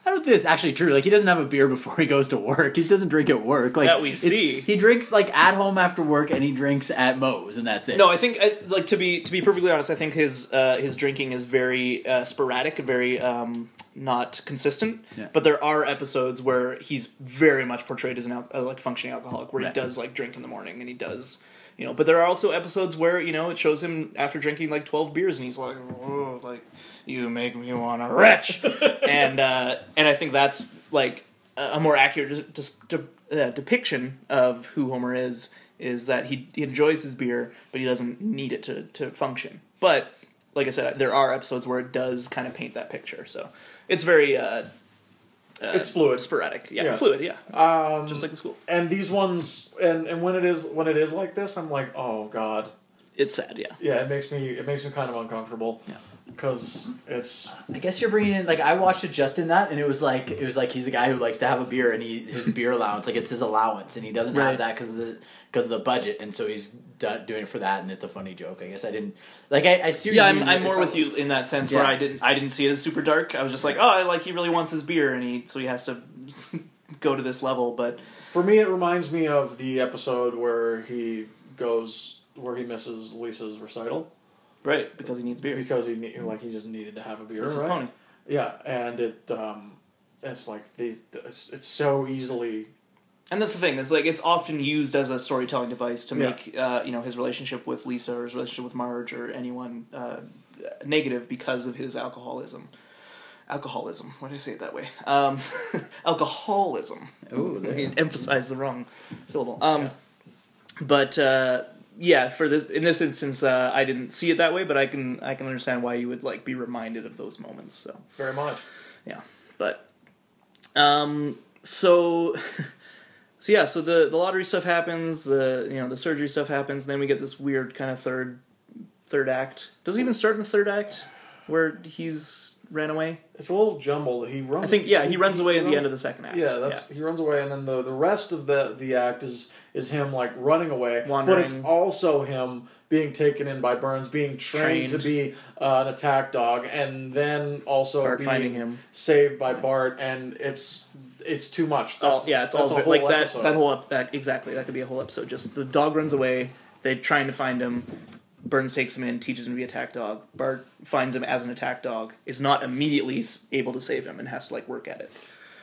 Speaker 3: I don't think it's actually true. Like he doesn't have a beer before he goes to work. He doesn't drink at work. Like
Speaker 1: That we
Speaker 3: it's-
Speaker 1: see.
Speaker 3: he drinks like at home after work, and he drinks at Moe's, and that's it.
Speaker 1: No, I think I, like to be to be perfectly honest, I think his uh, his drinking is very uh, sporadic, very um, not consistent.
Speaker 3: Yeah.
Speaker 1: But there are episodes where he's very much portrayed as an al- uh, like functioning alcoholic, where
Speaker 3: Right.
Speaker 1: he does like drink in the morning and he does. You know, but there are also episodes where you know it shows him after drinking like twelve beers, and he's like, "Whoa, like you make me want to retch," and uh, and I think that's like a a more accurate dis- dis- de- uh, depiction of who Homer is is that he, he enjoys his beer, but he doesn't need it to, to function. But like I said, there are episodes where it does kind of paint that picture. So it's very uh,
Speaker 2: it's fluid.
Speaker 1: sporadic, yeah,
Speaker 2: Yeah.
Speaker 1: fluid, yeah,
Speaker 2: Um,
Speaker 1: just like the school.
Speaker 2: and these ones, and and when it is when it is like this, I'm like, oh god,
Speaker 1: It's sad, yeah.
Speaker 2: yeah. It makes me it makes me kind of uncomfortable because it's
Speaker 3: I guess you're bringing in like I watched it just in that, and it was like it was like he's a guy who likes to have a beer, and he his beer allowance like it's his allowance, and he doesn't
Speaker 1: Right.
Speaker 3: have that because of the because of the budget, and so he's do- doing it for that, and it's a funny joke. I guess I didn't like I, I see. what
Speaker 1: Yeah,
Speaker 3: you
Speaker 1: I'm,
Speaker 3: mean,
Speaker 1: I'm
Speaker 3: if
Speaker 1: more
Speaker 3: I
Speaker 1: with
Speaker 3: was-
Speaker 1: you in that sense where
Speaker 3: Yeah.
Speaker 1: I didn't I didn't see it as super dark. I was just like, oh, I like he really wants his beer, and he so he has to go to this level. But
Speaker 2: for me. It reminds me of the episode where he goes where he misses Lisa's recital
Speaker 1: right because he needs beer.
Speaker 2: because he ne- like he just needed to have a beer.
Speaker 1: This is
Speaker 2: right?
Speaker 1: pony.
Speaker 2: Yeah, and it um, it's like these. It's, it's so easily
Speaker 1: And that's the thing. It's like it's often used as a storytelling device to
Speaker 2: Yeah.
Speaker 1: make uh, you know his relationship with Lisa or his relationship with Marge or anyone uh, negative because of his alcoholism. Alcoholism. Why did I say it that way? Um, alcoholism.
Speaker 3: Ooh, there.
Speaker 1: I emphasized the wrong syllable. Um, but uh, yeah, for this in this instance, uh, I didn't see it that way, but I can I can understand why you would like be reminded of those moments. So
Speaker 2: very much.
Speaker 1: yeah but um so so yeah so the the lottery stuff happens the you know the surgery stuff happens then we get this weird kind of third third act does it even start in the third act where he's ran away
Speaker 2: It's a little jumbled. He runs.
Speaker 1: i think yeah he runs away at the end of the second act
Speaker 2: Yeah, that's he runs away, and then the the rest of the the act is is him like running away,
Speaker 1: Wandering.
Speaker 2: but it's also him being taken in by Burns, being trained,
Speaker 1: Trained.
Speaker 2: to be uh, an attack dog, and then also
Speaker 1: Bart
Speaker 2: being
Speaker 1: finding him.
Speaker 2: saved by Bart, and it's it's too much.
Speaker 1: all-
Speaker 2: That's,
Speaker 1: yeah, it's
Speaker 2: that's
Speaker 1: all
Speaker 2: a whole
Speaker 1: like that.
Speaker 2: episode.
Speaker 1: That whole ep- that exactly. That could be a whole episode. Just the dog runs away. They're trying to find him. Burns takes him in, teaches him to be attack dog. Bart finds him as an attack dog. Is not immediately s- able to save him and has to like work at it.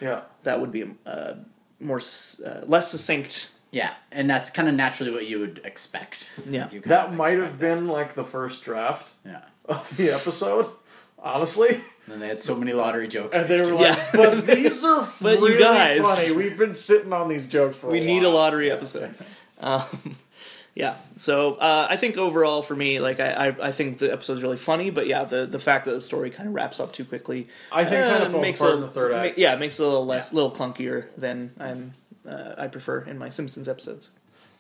Speaker 2: yeah.
Speaker 1: That would be a uh, more s- uh, less succinct.
Speaker 3: Yeah, and that's kind of naturally what you would expect.
Speaker 1: Yeah.
Speaker 3: You kind
Speaker 2: That
Speaker 3: of
Speaker 2: might
Speaker 3: expect
Speaker 2: have been like the first draft
Speaker 3: that. Yeah.
Speaker 2: of the episode, honestly.
Speaker 3: And then they had so many lottery jokes.
Speaker 2: And they were like,
Speaker 1: Yeah.
Speaker 2: "But these are
Speaker 1: But you
Speaker 2: really
Speaker 1: guys-
Speaker 2: funny. We've been sitting on these jokes for.
Speaker 1: We
Speaker 2: a
Speaker 1: need a
Speaker 2: while."
Speaker 1: lottery episode. Um, yeah. So uh, I think overall for me, like I, I, I think the episode's really funny, but yeah, the, the fact that the story kind of wraps up too quickly,
Speaker 2: I think
Speaker 1: uh,
Speaker 2: kind of falls
Speaker 1: makes
Speaker 2: apart
Speaker 1: a-
Speaker 2: in the third
Speaker 1: ma-
Speaker 2: act.
Speaker 1: yeah, it makes it a little less, little clunkier than I'm uh, I prefer in my Simpsons episodes.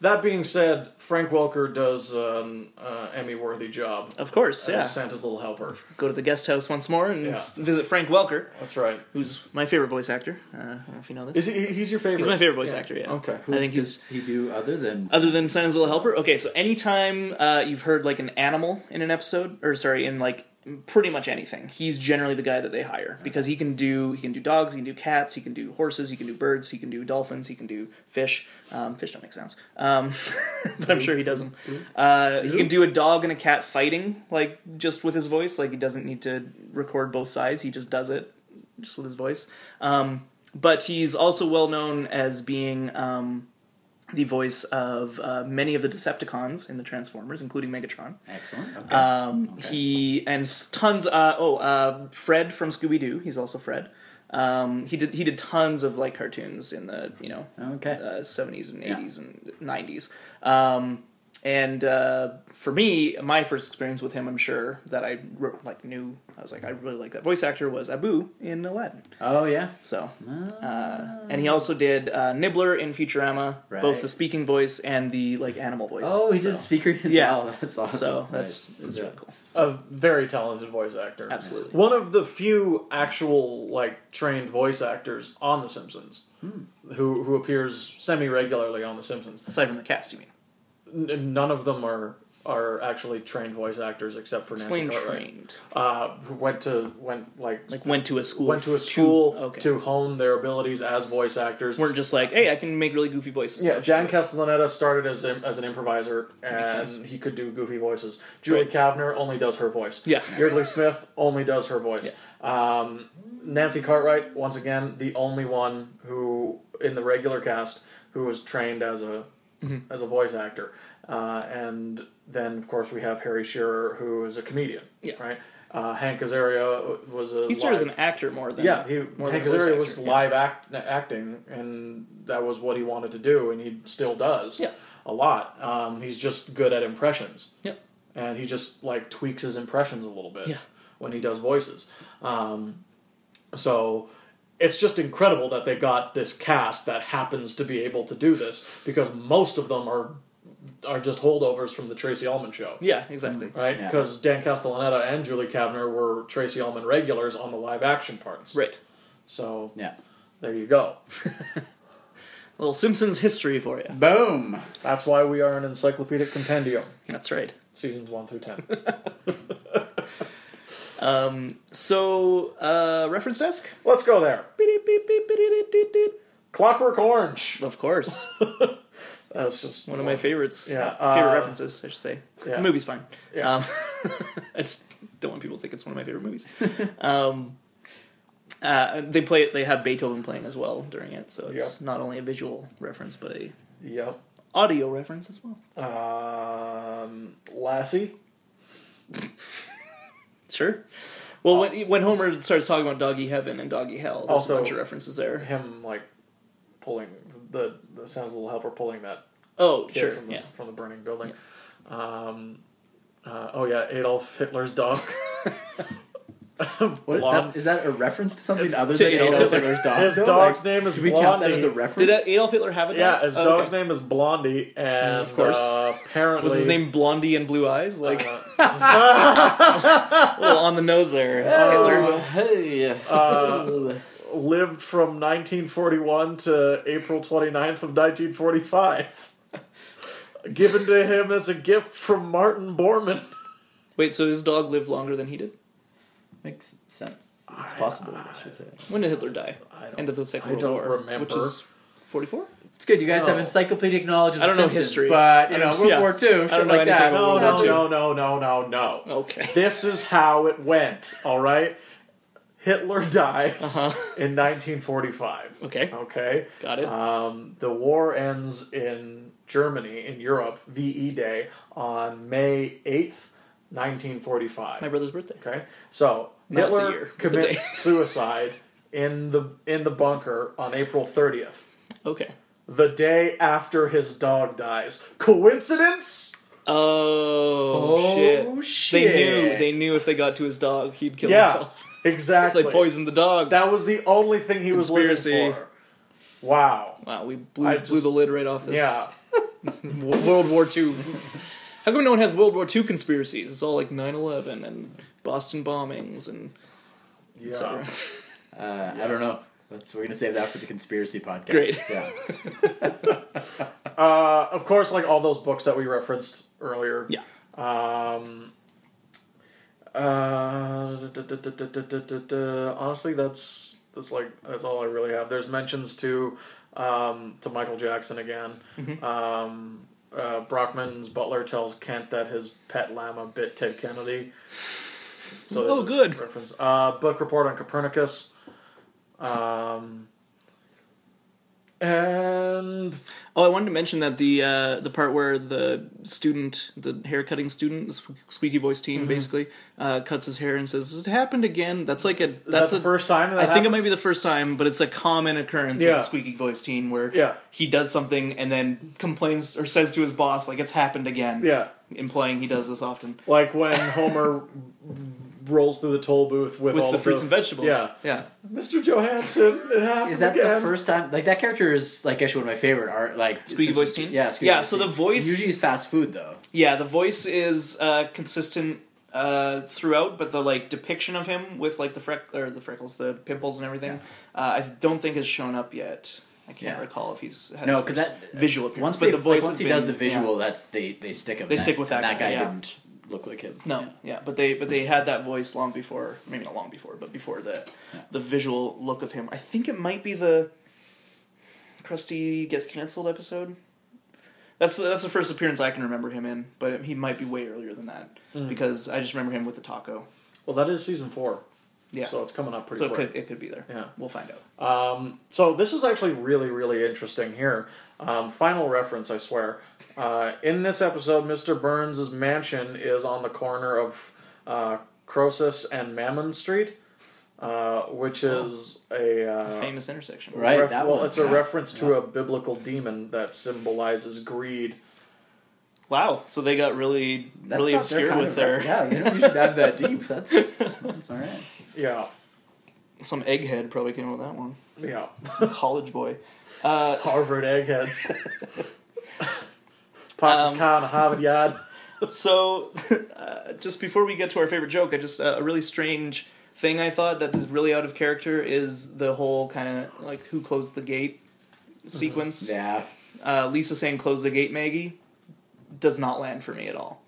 Speaker 2: That being said, Frank Welker does an uh, Emmy-worthy job
Speaker 1: Of course, yeah.
Speaker 2: as Santa's little helper.
Speaker 1: Go to the guest house once more and s-
Speaker 2: Yeah.
Speaker 1: visit Frank Welker,
Speaker 2: That's right.
Speaker 1: who's my favorite voice actor. Uh, I don't know if you know this.
Speaker 2: Is he? He's your favorite.
Speaker 1: He's my favorite voice actor, yeah.
Speaker 2: Okay.
Speaker 1: I think he's
Speaker 3: Does he do other than
Speaker 1: Other than Santa's Little Helper? Okay, so anytime uh, you've heard like an animal in an episode, or sorry, in like pretty much anything, he's generally the guy that they hire because he can do he can do dogs, he can do cats, he can do horses, he can do birds, he can do dolphins, he can do fish. Um, fish don't make sounds, um, but I'm sure he does them. Uh, he can do a dog and a cat fighting like just with his voice. Like he doesn't need to record both sides; he just does it just with his voice. Um, but he's also well known as being. Um, the voice of uh, many of the Decepticons in the Transformers, including Megatron.
Speaker 3: excellent? Okay.
Speaker 1: Um, He and s- tons. Uh, oh, uh, Fred from Scooby Doo. He's also Fred. Um, he did he did tons of like cartoons in the you know uh,
Speaker 3: okay.
Speaker 1: seventies and
Speaker 3: Yeah.
Speaker 1: eighties and nineties. Um, and uh, for me, my first experience with him, I'm sure that I re- like knew I was like I really like that voice actor was Abu in Aladdin.
Speaker 3: oh yeah.
Speaker 1: So, uh,
Speaker 2: Ah.
Speaker 1: and he also did uh, Nibbler in Futurama,
Speaker 3: Right.
Speaker 1: both the speaking voice and the like animal voice.
Speaker 3: Oh, he
Speaker 1: so,
Speaker 3: did speaker as
Speaker 1: Yeah.
Speaker 3: well. That's awesome.
Speaker 1: So that's,
Speaker 3: Right.
Speaker 1: that's
Speaker 3: Yeah.
Speaker 1: really cool.
Speaker 2: A very talented voice actor.
Speaker 1: Absolutely.
Speaker 2: One of the few actual like trained voice actors on The Simpsons,
Speaker 1: Hmm.
Speaker 2: who who appears semi regularly on The Simpsons.
Speaker 1: Aside from the cast, you mean?
Speaker 2: N- none of them are are actually trained voice actors except for Nancy
Speaker 1: Explain
Speaker 2: Cartwright,
Speaker 1: trained.
Speaker 2: uh, who went to went like,
Speaker 1: Like went to a school.
Speaker 2: went to a school to,
Speaker 1: okay.
Speaker 2: hone their abilities as voice actors.
Speaker 1: Weren't just like, hey, I can make really goofy voices.
Speaker 2: Yeah, Jan Castellaneta started as im- as an improviser,
Speaker 1: makes
Speaker 2: and
Speaker 1: sense.
Speaker 2: he could do goofy voices. Julie Kavner only does her voice.
Speaker 1: Yeah.
Speaker 2: Yeardley Smith only does her voice. Um, Nancy Cartwright, once again, the only one who in the regular cast who was trained as a
Speaker 1: Mm-hmm.
Speaker 2: as a voice actor. Uh, and then, of course, we have Harry Shearer, who is a comedian.
Speaker 1: Yeah.
Speaker 2: Right. Uh, Hank Azaria was a
Speaker 1: He started as
Speaker 2: live-
Speaker 1: an actor more than
Speaker 2: yeah, he
Speaker 1: more
Speaker 2: Hank
Speaker 1: than a voice
Speaker 2: Azaria was
Speaker 1: actor.
Speaker 2: live act, acting, and that was what he wanted to do, and he still does.
Speaker 1: Yeah.
Speaker 2: a lot. Um, he's just good at impressions,
Speaker 1: Yeah. Yep.
Speaker 2: and he just like tweaks his impressions a little bit
Speaker 1: Yeah.
Speaker 2: when he does voices. Um, so it's just incredible that they got this cast that happens to be able to do this because most of them are are just holdovers from the Tracy Ullman show.
Speaker 1: Yeah, exactly.
Speaker 2: Right,
Speaker 3: Yeah.
Speaker 2: because Dan Castellaneta and Julie Kavner were Tracy Ullman regulars on the live action parts.
Speaker 1: Right.
Speaker 2: So
Speaker 3: Yeah.
Speaker 2: there you go.
Speaker 1: Well, Simpsons history for you.
Speaker 3: Boom.
Speaker 2: That's why we are an encyclopedic compendium,
Speaker 1: That's right.
Speaker 2: seasons one through ten.
Speaker 1: Um, So, uh, reference desk.
Speaker 2: Let's go there.
Speaker 1: Beep, beep, beep, beep, beep, beep, beep.
Speaker 2: Clockwork Orange.
Speaker 1: Of course.
Speaker 2: That's just
Speaker 1: One of my favorites.
Speaker 2: Yeah,
Speaker 1: Uh, favorite
Speaker 2: uh,
Speaker 1: references, I should say.
Speaker 2: yeah.
Speaker 1: The movie's fine.
Speaker 2: Yeah.
Speaker 1: Um, I just don't want people to think it's one of my favorite movies. um, uh, they play. They have Beethoven playing as well during it, so it's not only a visual reference but a
Speaker 2: Yep.
Speaker 1: audio reference as well.
Speaker 2: Um, Lassie.
Speaker 1: Sure. Well, when when Homer starts talking about doggy heaven and doggy hell, there's
Speaker 2: Uh, Also-
Speaker 1: a bunch of references there.
Speaker 2: Him like pulling the the sounds little helper pulling that
Speaker 1: Oh,
Speaker 2: kid
Speaker 1: sure.
Speaker 2: from the
Speaker 1: Yeah.
Speaker 2: from the burning building. Um, uh, oh yeah, Adolf Hitler's dog.
Speaker 3: What,
Speaker 2: Blonde.
Speaker 3: that's, is that a reference to something other
Speaker 1: to
Speaker 3: than
Speaker 1: Adolf
Speaker 3: Adolf
Speaker 1: Hitler.
Speaker 3: Hitler's dog?
Speaker 2: His
Speaker 3: though?
Speaker 2: dog's name is
Speaker 3: should we count that
Speaker 2: Blondie.
Speaker 3: as a reference?
Speaker 1: Did uh, Adolf Hitler have a dog?
Speaker 2: yeah, his
Speaker 1: Oh,
Speaker 2: dog's
Speaker 1: okay. Mm,
Speaker 2: name is Blondie, and
Speaker 1: Of course.
Speaker 2: uh, apparently
Speaker 1: was his name Blondie and Blue Eyes. Like
Speaker 2: uh,
Speaker 1: a little on the nose there. Hitler.
Speaker 3: Oh, hey.
Speaker 2: Uh, lived from 1941 to April 29th of 1945. Given to him as a gift from Martin Borman.
Speaker 1: Wait, so his dog lived longer than he did?
Speaker 3: Makes sense. It's
Speaker 1: uh,
Speaker 3: possible. I should say.
Speaker 1: When did Hitler die?
Speaker 2: I don't-
Speaker 1: End of the Second
Speaker 2: I
Speaker 1: World
Speaker 2: don't
Speaker 1: War,
Speaker 2: remember.
Speaker 1: which is forty-four.
Speaker 3: It's good. You guys have
Speaker 2: No.
Speaker 3: encyclopedic knowledge of
Speaker 1: Oh. I
Speaker 3: the
Speaker 1: don't know
Speaker 3: Simpsons,
Speaker 1: history.
Speaker 3: but you
Speaker 1: I
Speaker 3: know,
Speaker 1: don't-
Speaker 3: World
Speaker 1: yeah.
Speaker 3: War II,
Speaker 1: I don't
Speaker 3: shit
Speaker 1: know
Speaker 3: like that.
Speaker 1: anything about
Speaker 2: No,
Speaker 1: World
Speaker 2: no,
Speaker 1: War II.
Speaker 2: no, no, no, no, no.
Speaker 1: Okay.
Speaker 2: This is how it went, alright? Hitler dies in 1945.
Speaker 1: Okay.
Speaker 2: Okay?
Speaker 1: Uh-huh. Got it.
Speaker 2: Um, the war ends in Germany, in Europe, VE Day, on May 8th, 1945.
Speaker 1: My brother's birthday.
Speaker 2: Okay, so
Speaker 1: Not the
Speaker 2: Hitler
Speaker 1: year, but the
Speaker 2: commits
Speaker 1: day.
Speaker 2: suicide in the in the bunker on April thirtieth,
Speaker 1: Okay.
Speaker 2: the day after his dog dies. Coincidence?
Speaker 1: Oh,
Speaker 3: Oh,
Speaker 1: shit.
Speaker 3: shit.
Speaker 1: They knew. They knew if they got to his dog, he'd kill
Speaker 2: yeah,
Speaker 1: himself. So
Speaker 2: exactly.
Speaker 1: they poisoned the dog.
Speaker 2: that was the only thing he was living
Speaker 1: Conspiracy.
Speaker 2: for. Wow.
Speaker 1: wow, we blew,
Speaker 2: I
Speaker 1: blew
Speaker 2: just-
Speaker 1: the lid right off this.
Speaker 2: Yeah.
Speaker 1: World War II. How come no one has World War II conspiracies? It's all like 9/11 and Boston bombings and etc.
Speaker 2: Yeah.
Speaker 3: Uh, I don't know. That's, we're gonna save that for the conspiracy podcast.
Speaker 1: Great.
Speaker 3: Yeah.
Speaker 2: Uh, of course, like all those books that we referenced earlier.
Speaker 1: Yeah.
Speaker 2: Um, uh, da- da- da- da- da- da- da- da- honestly, that's that's like that's all I really have. There's mentions to um, to Michael Jackson again.
Speaker 1: Mm-hmm.
Speaker 2: Um, uh, Brockman's butler tells Kent that his pet llama bit Ted Kennedy. So there's
Speaker 1: Oh,
Speaker 2: a
Speaker 1: good.
Speaker 2: reference. Uh, book report on Copernicus. Um, and
Speaker 1: Oh, I wanted to mention that the uh, the part where the student, the hair cutting student, the sque- squeaky voice teen,
Speaker 2: Mm-hmm.
Speaker 1: basically uh, cuts his hair and says, "It happened again." That's like a
Speaker 2: Is
Speaker 1: that's
Speaker 2: that
Speaker 1: a
Speaker 2: the first time. That
Speaker 1: I think it
Speaker 2: happens?
Speaker 1: might be the first time, but it's a common occurrence
Speaker 2: Yeah.
Speaker 1: with the squeaky voice teen where
Speaker 2: Yeah.
Speaker 1: he does something and then complains or says to his boss like it's happened again,
Speaker 2: Yeah,
Speaker 1: implying he does this often
Speaker 2: like when Homer rolls through the toll booth with,
Speaker 1: with
Speaker 2: all
Speaker 1: the fruits and vegetables.
Speaker 2: Yeah,
Speaker 1: yeah.
Speaker 2: Mr. Johansson, it happened
Speaker 3: Is that
Speaker 2: again.
Speaker 3: the first time? Like that character is like actually one of my favorite art. Like
Speaker 1: Squeaky
Speaker 3: since-
Speaker 1: voice teen?
Speaker 3: Yeah. Squeaky
Speaker 1: Yeah,
Speaker 3: voice
Speaker 1: so
Speaker 3: teen.
Speaker 1: the voice-
Speaker 3: usually is fast food though.
Speaker 1: Yeah, the voice is uh, consistent uh, throughout, but the like depiction of him with like the freck or the freckles, the pimples, and everything, uh, I don't think has shown up yet. I can't
Speaker 3: Yeah.
Speaker 1: recall if he's had
Speaker 3: No,
Speaker 1: his
Speaker 3: 'cause
Speaker 1: first
Speaker 3: that-
Speaker 1: visual appearance.
Speaker 3: Once,
Speaker 1: but
Speaker 3: they,
Speaker 1: the voice
Speaker 3: like,
Speaker 1: has
Speaker 3: once he
Speaker 1: been-
Speaker 3: does the
Speaker 1: yeah.
Speaker 3: visual, that's they they stick him.
Speaker 1: They stick with that
Speaker 3: and that
Speaker 1: guy,
Speaker 3: guy.
Speaker 1: yeah.
Speaker 3: didn't look like him.
Speaker 1: No, yeah, but they but they had that voice long before, maybe not long before, but before the the visual look of him. I think it might be the Krusty gets canceled episode. That's that's the first appearance I can remember him in, but he might be way earlier than that
Speaker 2: Mm.
Speaker 1: because I just remember him with the taco.
Speaker 2: Well, that is season four.
Speaker 1: Yeah,
Speaker 2: so it's coming up pretty
Speaker 1: so it
Speaker 2: quick.
Speaker 1: could it could be there.
Speaker 2: Yeah.
Speaker 1: we'll find out.
Speaker 2: Um, so this is actually really, really interesting here. Um, final reference, I swear. Uh, in this episode, Mr. Burns' mansion is on the corner of uh, Croesus and Mammon Street, uh, which is a uh,
Speaker 1: Oh. Famous intersection,
Speaker 3: Right,
Speaker 2: ref-
Speaker 3: that
Speaker 2: well,
Speaker 3: one,
Speaker 2: it's a
Speaker 3: yeah.
Speaker 2: reference to a biblical demon that symbolizes greed.
Speaker 1: Wow, so they got really
Speaker 3: That's
Speaker 1: really
Speaker 3: not their
Speaker 1: obscure
Speaker 3: kind
Speaker 1: with
Speaker 3: of-
Speaker 1: their
Speaker 3: Yeah, they don't usually dive that deep. That's that's all right.
Speaker 2: Yeah,
Speaker 1: some egghead probably came up with that one.
Speaker 2: yeah.
Speaker 1: Some college boy. Uh,
Speaker 2: Harvard eggheads. Pakistan,
Speaker 3: Um,
Speaker 2: Harvard Yard.
Speaker 1: So, uh, just before we get to our favorite joke, I just uh, a really strange thing I thought that is really out of character is the whole kind of like who closed the gate sequence.
Speaker 3: Mm-hmm. Yeah.
Speaker 1: Uh, Lisa saying "close the gate, Maggie," does not land for me at all.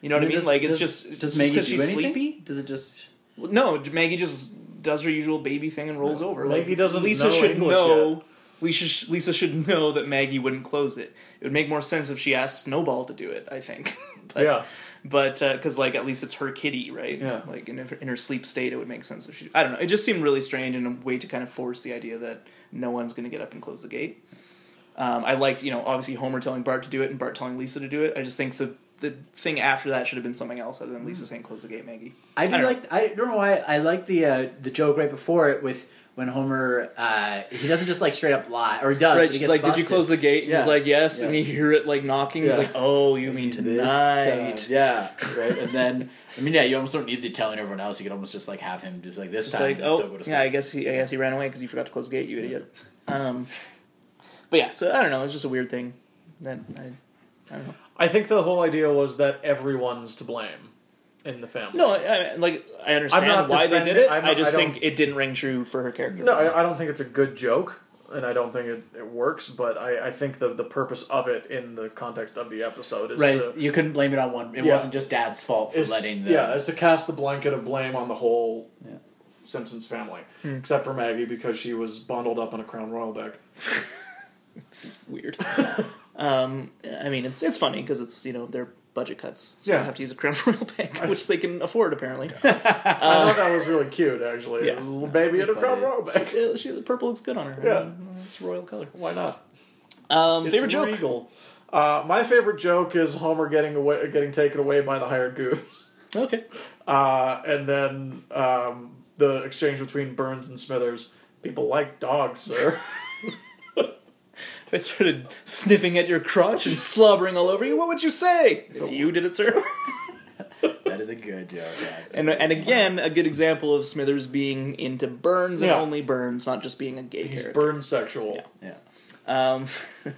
Speaker 1: You know what I mean?
Speaker 3: Does-
Speaker 1: like it's
Speaker 3: does-
Speaker 1: just
Speaker 3: does
Speaker 1: just
Speaker 3: Maggie
Speaker 1: 'cause
Speaker 3: do
Speaker 1: she's
Speaker 3: anything?
Speaker 1: sleepy.
Speaker 3: Does it just?
Speaker 1: Well, No, Maggie just does her usual baby thing and rolls over.
Speaker 2: Maggie doesn't
Speaker 1: Lisa
Speaker 2: know
Speaker 1: should
Speaker 2: English
Speaker 1: know.
Speaker 2: yet.
Speaker 1: Lisa, sh- Lisa should know that Maggie wouldn't close it. It would make more sense if she asked Snowball to do it. I think. But-
Speaker 2: Yeah.
Speaker 1: but because like at least it's her kitty, right?
Speaker 2: Yeah.
Speaker 1: Like in, her- in her sleep state, it would make sense if she. I don't know. It just seemed really strange and a way to kind of force the idea that no one's going to get up and close the gate. Um, I liked, you know, obviously Homer telling Bart to do it and Bart telling Lisa to do it. I just think the the thing after that should have been something else other than Lisa saying "close the gate, Maggie."
Speaker 3: I do
Speaker 1: don't know.
Speaker 3: like. I don't know why. I like the uh, the joke right before it with when Homer uh, he doesn't just like straight up lie or he does.
Speaker 1: Right,
Speaker 3: but he
Speaker 1: she's
Speaker 3: gets
Speaker 1: like, "Did
Speaker 3: busted.
Speaker 1: you close the gate?"
Speaker 3: Yeah.
Speaker 1: He's like, "Yes," and you
Speaker 3: Yes.
Speaker 1: hear it like knocking. He's
Speaker 3: Yeah.
Speaker 1: like, "Oh, you mean
Speaker 3: This
Speaker 1: tonight?"
Speaker 3: time. Yeah, right. And then I mean, yeah, you almost don't need to telling everyone else. You could almost just like have him just like this
Speaker 1: Just
Speaker 3: time
Speaker 1: like,
Speaker 3: and still
Speaker 1: oh,
Speaker 3: go to sleep.
Speaker 1: yeah, I guess he, I guess he ran away because he forgot to close the gate. You idiot. Um, but yeah, so I don't know. It's just a weird thing that I, I don't know.
Speaker 2: I think the whole idea was that everyone's to blame in the family.
Speaker 1: No, I, I, like I understand
Speaker 2: not
Speaker 1: why they
Speaker 2: defending-
Speaker 1: did it.
Speaker 2: I'm
Speaker 1: I
Speaker 2: not-
Speaker 1: just
Speaker 2: I don't-
Speaker 1: think it didn't ring true for her character.
Speaker 2: No, I, I don't think it's a good joke, and I don't think it, it works. But I, I think the the purpose of it in the context of the episode is
Speaker 3: Right,
Speaker 2: to,
Speaker 3: you couldn't blame it on one. It
Speaker 2: Yeah.
Speaker 3: wasn't just Dad's fault for
Speaker 2: is-
Speaker 3: letting the.
Speaker 2: yeah, is to cast the blanket of blame on the whole
Speaker 3: Yeah.
Speaker 2: Simpsons family,
Speaker 1: Hmm.
Speaker 2: except for Maggie because she was bundled up in a Crown Royal bag.
Speaker 1: This is weird. um, I mean, it's it's funny because it's you know their budget cuts, so
Speaker 2: Yeah.
Speaker 1: they have to use a Crown Royal bag, which they can afford apparently.
Speaker 3: Uh.
Speaker 2: I thought that was really cute, actually.
Speaker 1: yeah.
Speaker 2: It was a little baby in a Crown Royal bag.
Speaker 1: Yeah, she, the purple looks good on her.
Speaker 2: Yeah.
Speaker 1: it's royal color.
Speaker 2: Why not?
Speaker 1: Um,
Speaker 2: It's
Speaker 1: favorite joke.
Speaker 2: regal. Uh, my favorite joke is Homer getting away, getting taken away by the hired goons.
Speaker 1: Okay.
Speaker 2: Uh, and then um, the exchange between Burns and Smithers. People like dogs, sir.
Speaker 1: If I started sniffing at your crotch and slobbering all over you, what would you say? If you did it, sir.
Speaker 3: that is a good joke. Yeah, it's-
Speaker 1: And and again, a good example of Smithers being into Burns and
Speaker 2: Yeah.
Speaker 1: only Burns, not just being a gay
Speaker 2: He's
Speaker 1: character.
Speaker 2: Burns sexual.
Speaker 3: yeah.
Speaker 1: um,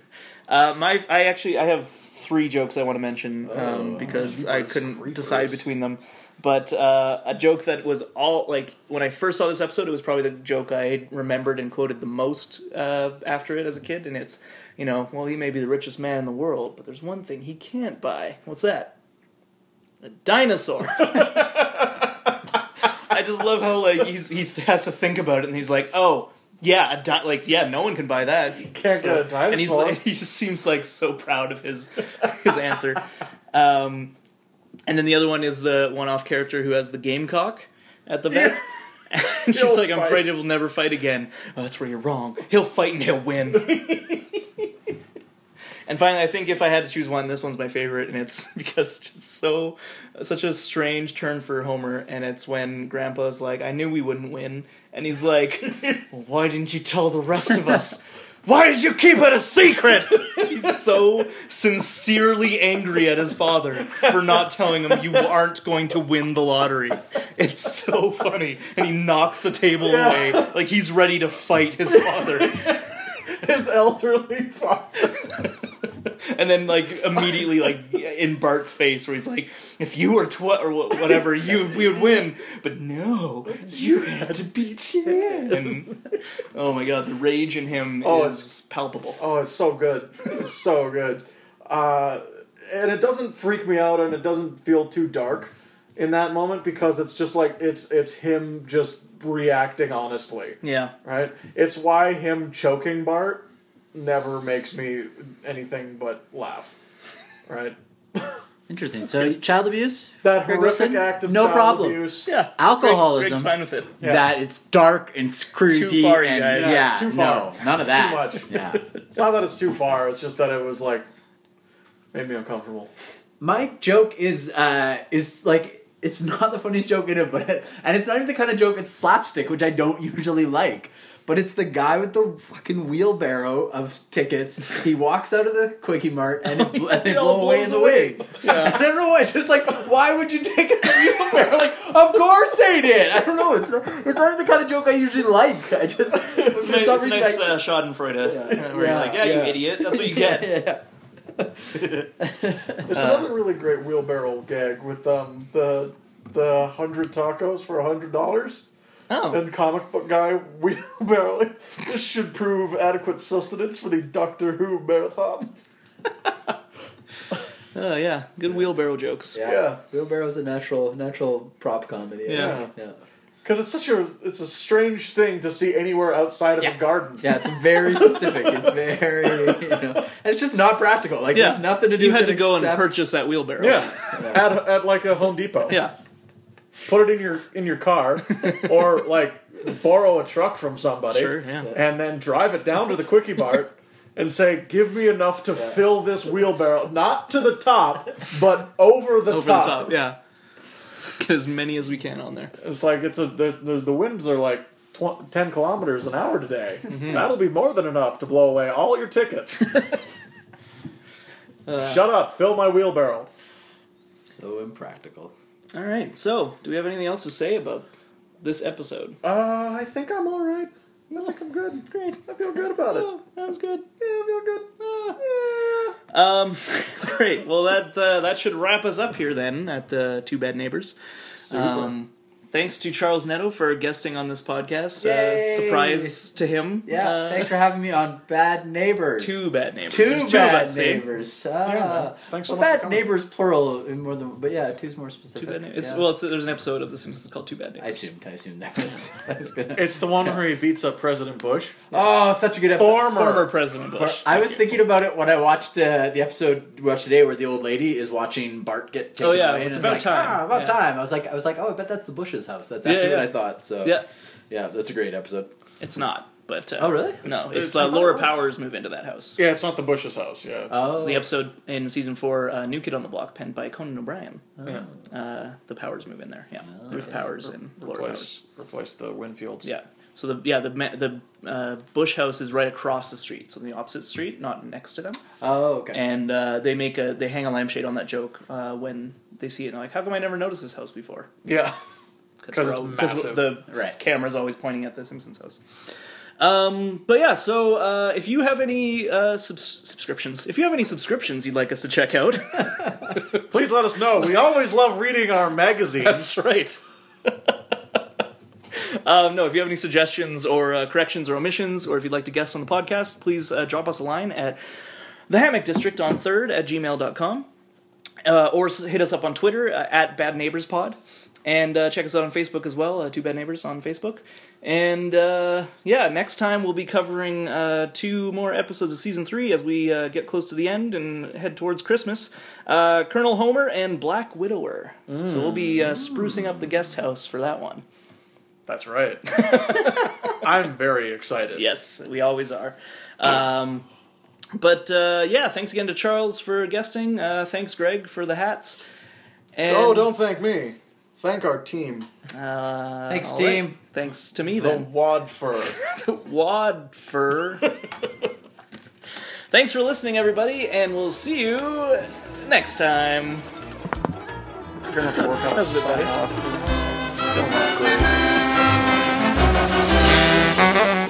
Speaker 1: Uh, my, I actually, I have three jokes I want to mention um, because I
Speaker 2: jeepers
Speaker 1: couldn't
Speaker 2: creepers.
Speaker 1: decide between them. But uh, a joke that was all like when I first saw this episode, it was probably the joke I remembered and quoted the most uh, after it as a kid, and it's, you know, well, he may be the richest man in the world, but there's one thing he can't buy. What's that? A dinosaur. I just love how like he's he has to think about it, and he's like, oh. Yeah, a di- like yeah, no one can buy that. You
Speaker 2: can't get a
Speaker 1: And he's
Speaker 2: dinosaur.
Speaker 1: like, he just seems like so proud of his his answer. Um, and then the other one is the one-off character who has the gamecock at the vet. And she's
Speaker 2: He'll
Speaker 1: like, "I'm
Speaker 2: fight."
Speaker 1: afraid he'll never fight again." Oh, that's where you're wrong. He'll fight and he'll win. and finally, I think if I had to choose one, this one's my favorite, and it's because it's just so such a strange turn for Homer, and it's when Grandpa's like, "I knew we wouldn't win," and he's like, well, "Why didn't you tell the rest of us?" Why did you keep it a secret? He's so sincerely angry at his father for not telling him you aren't going to win the lottery. It's so funny. And he knocks the table
Speaker 2: Yeah.
Speaker 1: away like he's ready to fight his father.
Speaker 2: His elderly father.
Speaker 1: And then like immediately like in Bart's face where he's like, if you were tw- or wha- whatever, you we would win. But no, you had to beat him. Oh my god, the rage in him
Speaker 2: Oh, it's-
Speaker 1: is palpable.
Speaker 2: Oh, it's so good. It's so good. Uh, and it doesn't freak me out, and it doesn't feel too dark in that moment because it's just like it's it's him just reacting honestly.
Speaker 1: Yeah.
Speaker 2: right? It's why him choking Bart never makes me anything but laugh, right?
Speaker 3: Interesting. So child abuse,
Speaker 2: That
Speaker 3: Greg
Speaker 2: horrific
Speaker 3: Wilson?
Speaker 2: act of
Speaker 3: no
Speaker 2: child
Speaker 3: problem.
Speaker 2: abuse.
Speaker 1: Yeah. Greg-
Speaker 3: Alcoholism.
Speaker 1: Greg's fine with it.
Speaker 2: Yeah.
Speaker 3: That it's dark and it's creepy.
Speaker 1: far, you
Speaker 3: and,
Speaker 1: guys.
Speaker 2: Yeah,
Speaker 3: Yeah,
Speaker 2: it's too
Speaker 3: no,
Speaker 2: far.
Speaker 3: none of
Speaker 2: It's
Speaker 3: that.
Speaker 2: too much.
Speaker 3: Yeah.
Speaker 2: It's not that it's too far. It's just that it was like made me uncomfortable.
Speaker 3: My joke is uh is like it's not the funniest joke in it, but and it's not even the kind of joke it's slapstick, which I don't usually like. But it's the guy with the fucking wheelbarrow of tickets. He walks out of the quickie mart and, it bl- and they
Speaker 1: It all
Speaker 3: blow away in
Speaker 1: blows
Speaker 3: the
Speaker 1: away.
Speaker 3: wind. I don't know why. It's just like, why would you take a wheelbarrow? Like, of course they did. I don't know. It's not, it's not even the kind of joke I usually like. I just for
Speaker 1: It's,
Speaker 3: some
Speaker 1: nice, it's
Speaker 3: reason
Speaker 1: nice
Speaker 3: I,
Speaker 1: uh, Schadenfreude.
Speaker 3: Yeah.
Speaker 1: Where
Speaker 3: Yeah,
Speaker 1: you're like, yeah,
Speaker 3: yeah.
Speaker 1: you idiot. That's what you get.
Speaker 3: yeah.
Speaker 2: There's
Speaker 1: Uh,
Speaker 2: another really great wheelbarrow gag with um the the hundred tacos for a hundred dollars.
Speaker 1: Oh.
Speaker 2: And comic book guy wheelbarrow. This should prove adequate sustenance for the Doctor Who marathon.
Speaker 1: Oh, yeah. Good wheelbarrow jokes.
Speaker 2: Yeah.
Speaker 3: Wheelbarrow's a natural natural prop comedy.
Speaker 1: Yeah.
Speaker 3: yeah.
Speaker 2: Because it's such a it's a strange thing to see anywhere outside of
Speaker 1: Yeah.
Speaker 2: a garden.
Speaker 3: Yeah, it's very specific. It's very, you know, and it's just not practical. Like,
Speaker 1: Yeah.
Speaker 3: there's nothing to do.
Speaker 1: You had
Speaker 3: with
Speaker 1: to
Speaker 3: it
Speaker 1: go and
Speaker 3: except-
Speaker 1: purchase that wheelbarrow.
Speaker 2: Yeah. At, at like a Home Depot.
Speaker 1: Yeah.
Speaker 2: Put it in your in your car, or like borrow a truck from somebody,
Speaker 1: Sure, yeah.
Speaker 2: and then drive it down to the quickie mart and say, "Give me enough to fill this wheelbarrow, not to the top, but over the
Speaker 1: Over
Speaker 2: top."
Speaker 1: the top. Yeah. Get as many as we can on there.
Speaker 2: It's like it's a the, the, the winds are like. Tw- 10 kilometers an hour today. That'll be more than enough to blow away all your tickets. Shut up, fill my wheelbarrow.
Speaker 3: So impractical.
Speaker 1: All right. So, do we have anything else to say about this episode?
Speaker 2: Uh, I think I'm all right. I think I'm good. Great. I feel good about it.
Speaker 1: Oh, that was good. Ah.
Speaker 2: Yeah, I feel good. Yeah.
Speaker 1: Um, great. Well, that uh, that should wrap us up here then at the Two Bad Neighbors. Um, thanks to Charles Netto for guesting on this podcast.
Speaker 3: Yay.
Speaker 1: Uh, surprise to him.
Speaker 3: Yeah,
Speaker 1: Uh,
Speaker 3: thanks for having me on Bad Neighbors.
Speaker 1: Two bad neighbors.
Speaker 3: two
Speaker 1: There's
Speaker 3: bad
Speaker 1: of us, see?
Speaker 3: neighbors. Ah.
Speaker 2: man. Thanks so much for
Speaker 3: well, Bad
Speaker 2: coming.
Speaker 3: neighbors plural, in more than but yeah, two's more
Speaker 1: Two
Speaker 3: specific.
Speaker 1: bad neighbors.
Speaker 3: Yeah.
Speaker 1: Well, it's, there's an episode of The Simpsons called Two Bad
Speaker 3: I
Speaker 1: Neighbors.
Speaker 3: assumed. I assumed that was. I was gonna-
Speaker 2: It's the one where he beats up President Bush.
Speaker 3: oh, such a good episode.
Speaker 2: Former.
Speaker 1: Former President Bush.
Speaker 3: I was thinking about it when I watched uh, the episode we watched today, where the old lady is watching Bart get taken
Speaker 1: Oh, yeah,
Speaker 3: away. and
Speaker 1: it's
Speaker 3: I
Speaker 1: about
Speaker 3: was like,
Speaker 1: time.
Speaker 3: Ah, about
Speaker 1: Yeah.
Speaker 3: time. I was like, I was like, oh, I bet that's the Bush's house. That's
Speaker 1: Yeah,
Speaker 3: actually
Speaker 1: yeah.
Speaker 3: what I thought. So
Speaker 1: Yeah,
Speaker 3: yeah, that's a great episode.
Speaker 1: it's not. But uh,
Speaker 3: Oh, really?
Speaker 1: No, it's,
Speaker 2: It's-
Speaker 1: uh,
Speaker 2: it's-
Speaker 1: Laura Powers move into that house.
Speaker 2: Yeah, it's not the Bush's house. Yeah. It's,
Speaker 3: Oh.
Speaker 1: It's the episode in season four, uh, New Kid on the Block, penned by Conan O'Brien.
Speaker 3: Oh.
Speaker 2: yeah.
Speaker 1: Uh, the Powers move in there. Yeah, Ruth Powers and Laura Powers.
Speaker 2: Replace, replace the Winfields.
Speaker 1: Yeah. So the yeah the ma- the uh, Bush house is right across the street, so on the opposite street, not next to them.
Speaker 3: Oh, okay.
Speaker 1: And uh, they make a they hang a lampshade on that joke uh, when they see it. And they're like, how come I never noticed this house before?
Speaker 2: Yeah. 'Cause
Speaker 1: we're
Speaker 2: it's
Speaker 1: all-
Speaker 2: massive.
Speaker 1: the
Speaker 3: Right.
Speaker 1: camera's always pointing at the Simpsons house. Um, but yeah, so uh, if you have any uh, subs- subscriptions, if you have any subscriptions you'd like us to check out,
Speaker 2: Please let us know. We always love reading our magazines.
Speaker 1: that's right. um, no, if you have any suggestions or uh, corrections or omissions, or if you'd like to guest on the podcast, please uh, drop us a line at the hammock district on third at gmail.com uh, or s- hit us up on Twitter uh, at Bad Neighbors Pod. And uh, check us out on Facebook as well, uh, Two Bad Neighbors on Facebook. And uh, yeah, next time we'll be covering uh, two more episodes of season three as we uh, get close to the end and head towards Christmas. Uh, Colonel Homer and Black Widower. So we'll be uh, sprucing up the guest house for that one.
Speaker 2: That's right. I'm very excited.
Speaker 1: Yes, we always are. Um, but uh, yeah, thanks again to Charles for guesting. Uh, thanks, Greg, for the hats. And,
Speaker 4: Oh, don't thank me. Thank our team.
Speaker 1: Uh,
Speaker 3: Thanks,
Speaker 1: all right.
Speaker 3: team.
Speaker 1: Thanks to me
Speaker 2: The
Speaker 1: then.
Speaker 2: wad fur.
Speaker 1: Wad fur. Thanks for listening, everybody, and we'll see you next time.
Speaker 2: We're gonna have to work out a
Speaker 1: How's it,
Speaker 2: sign
Speaker 1: buddy?
Speaker 2: off. It's Still not great.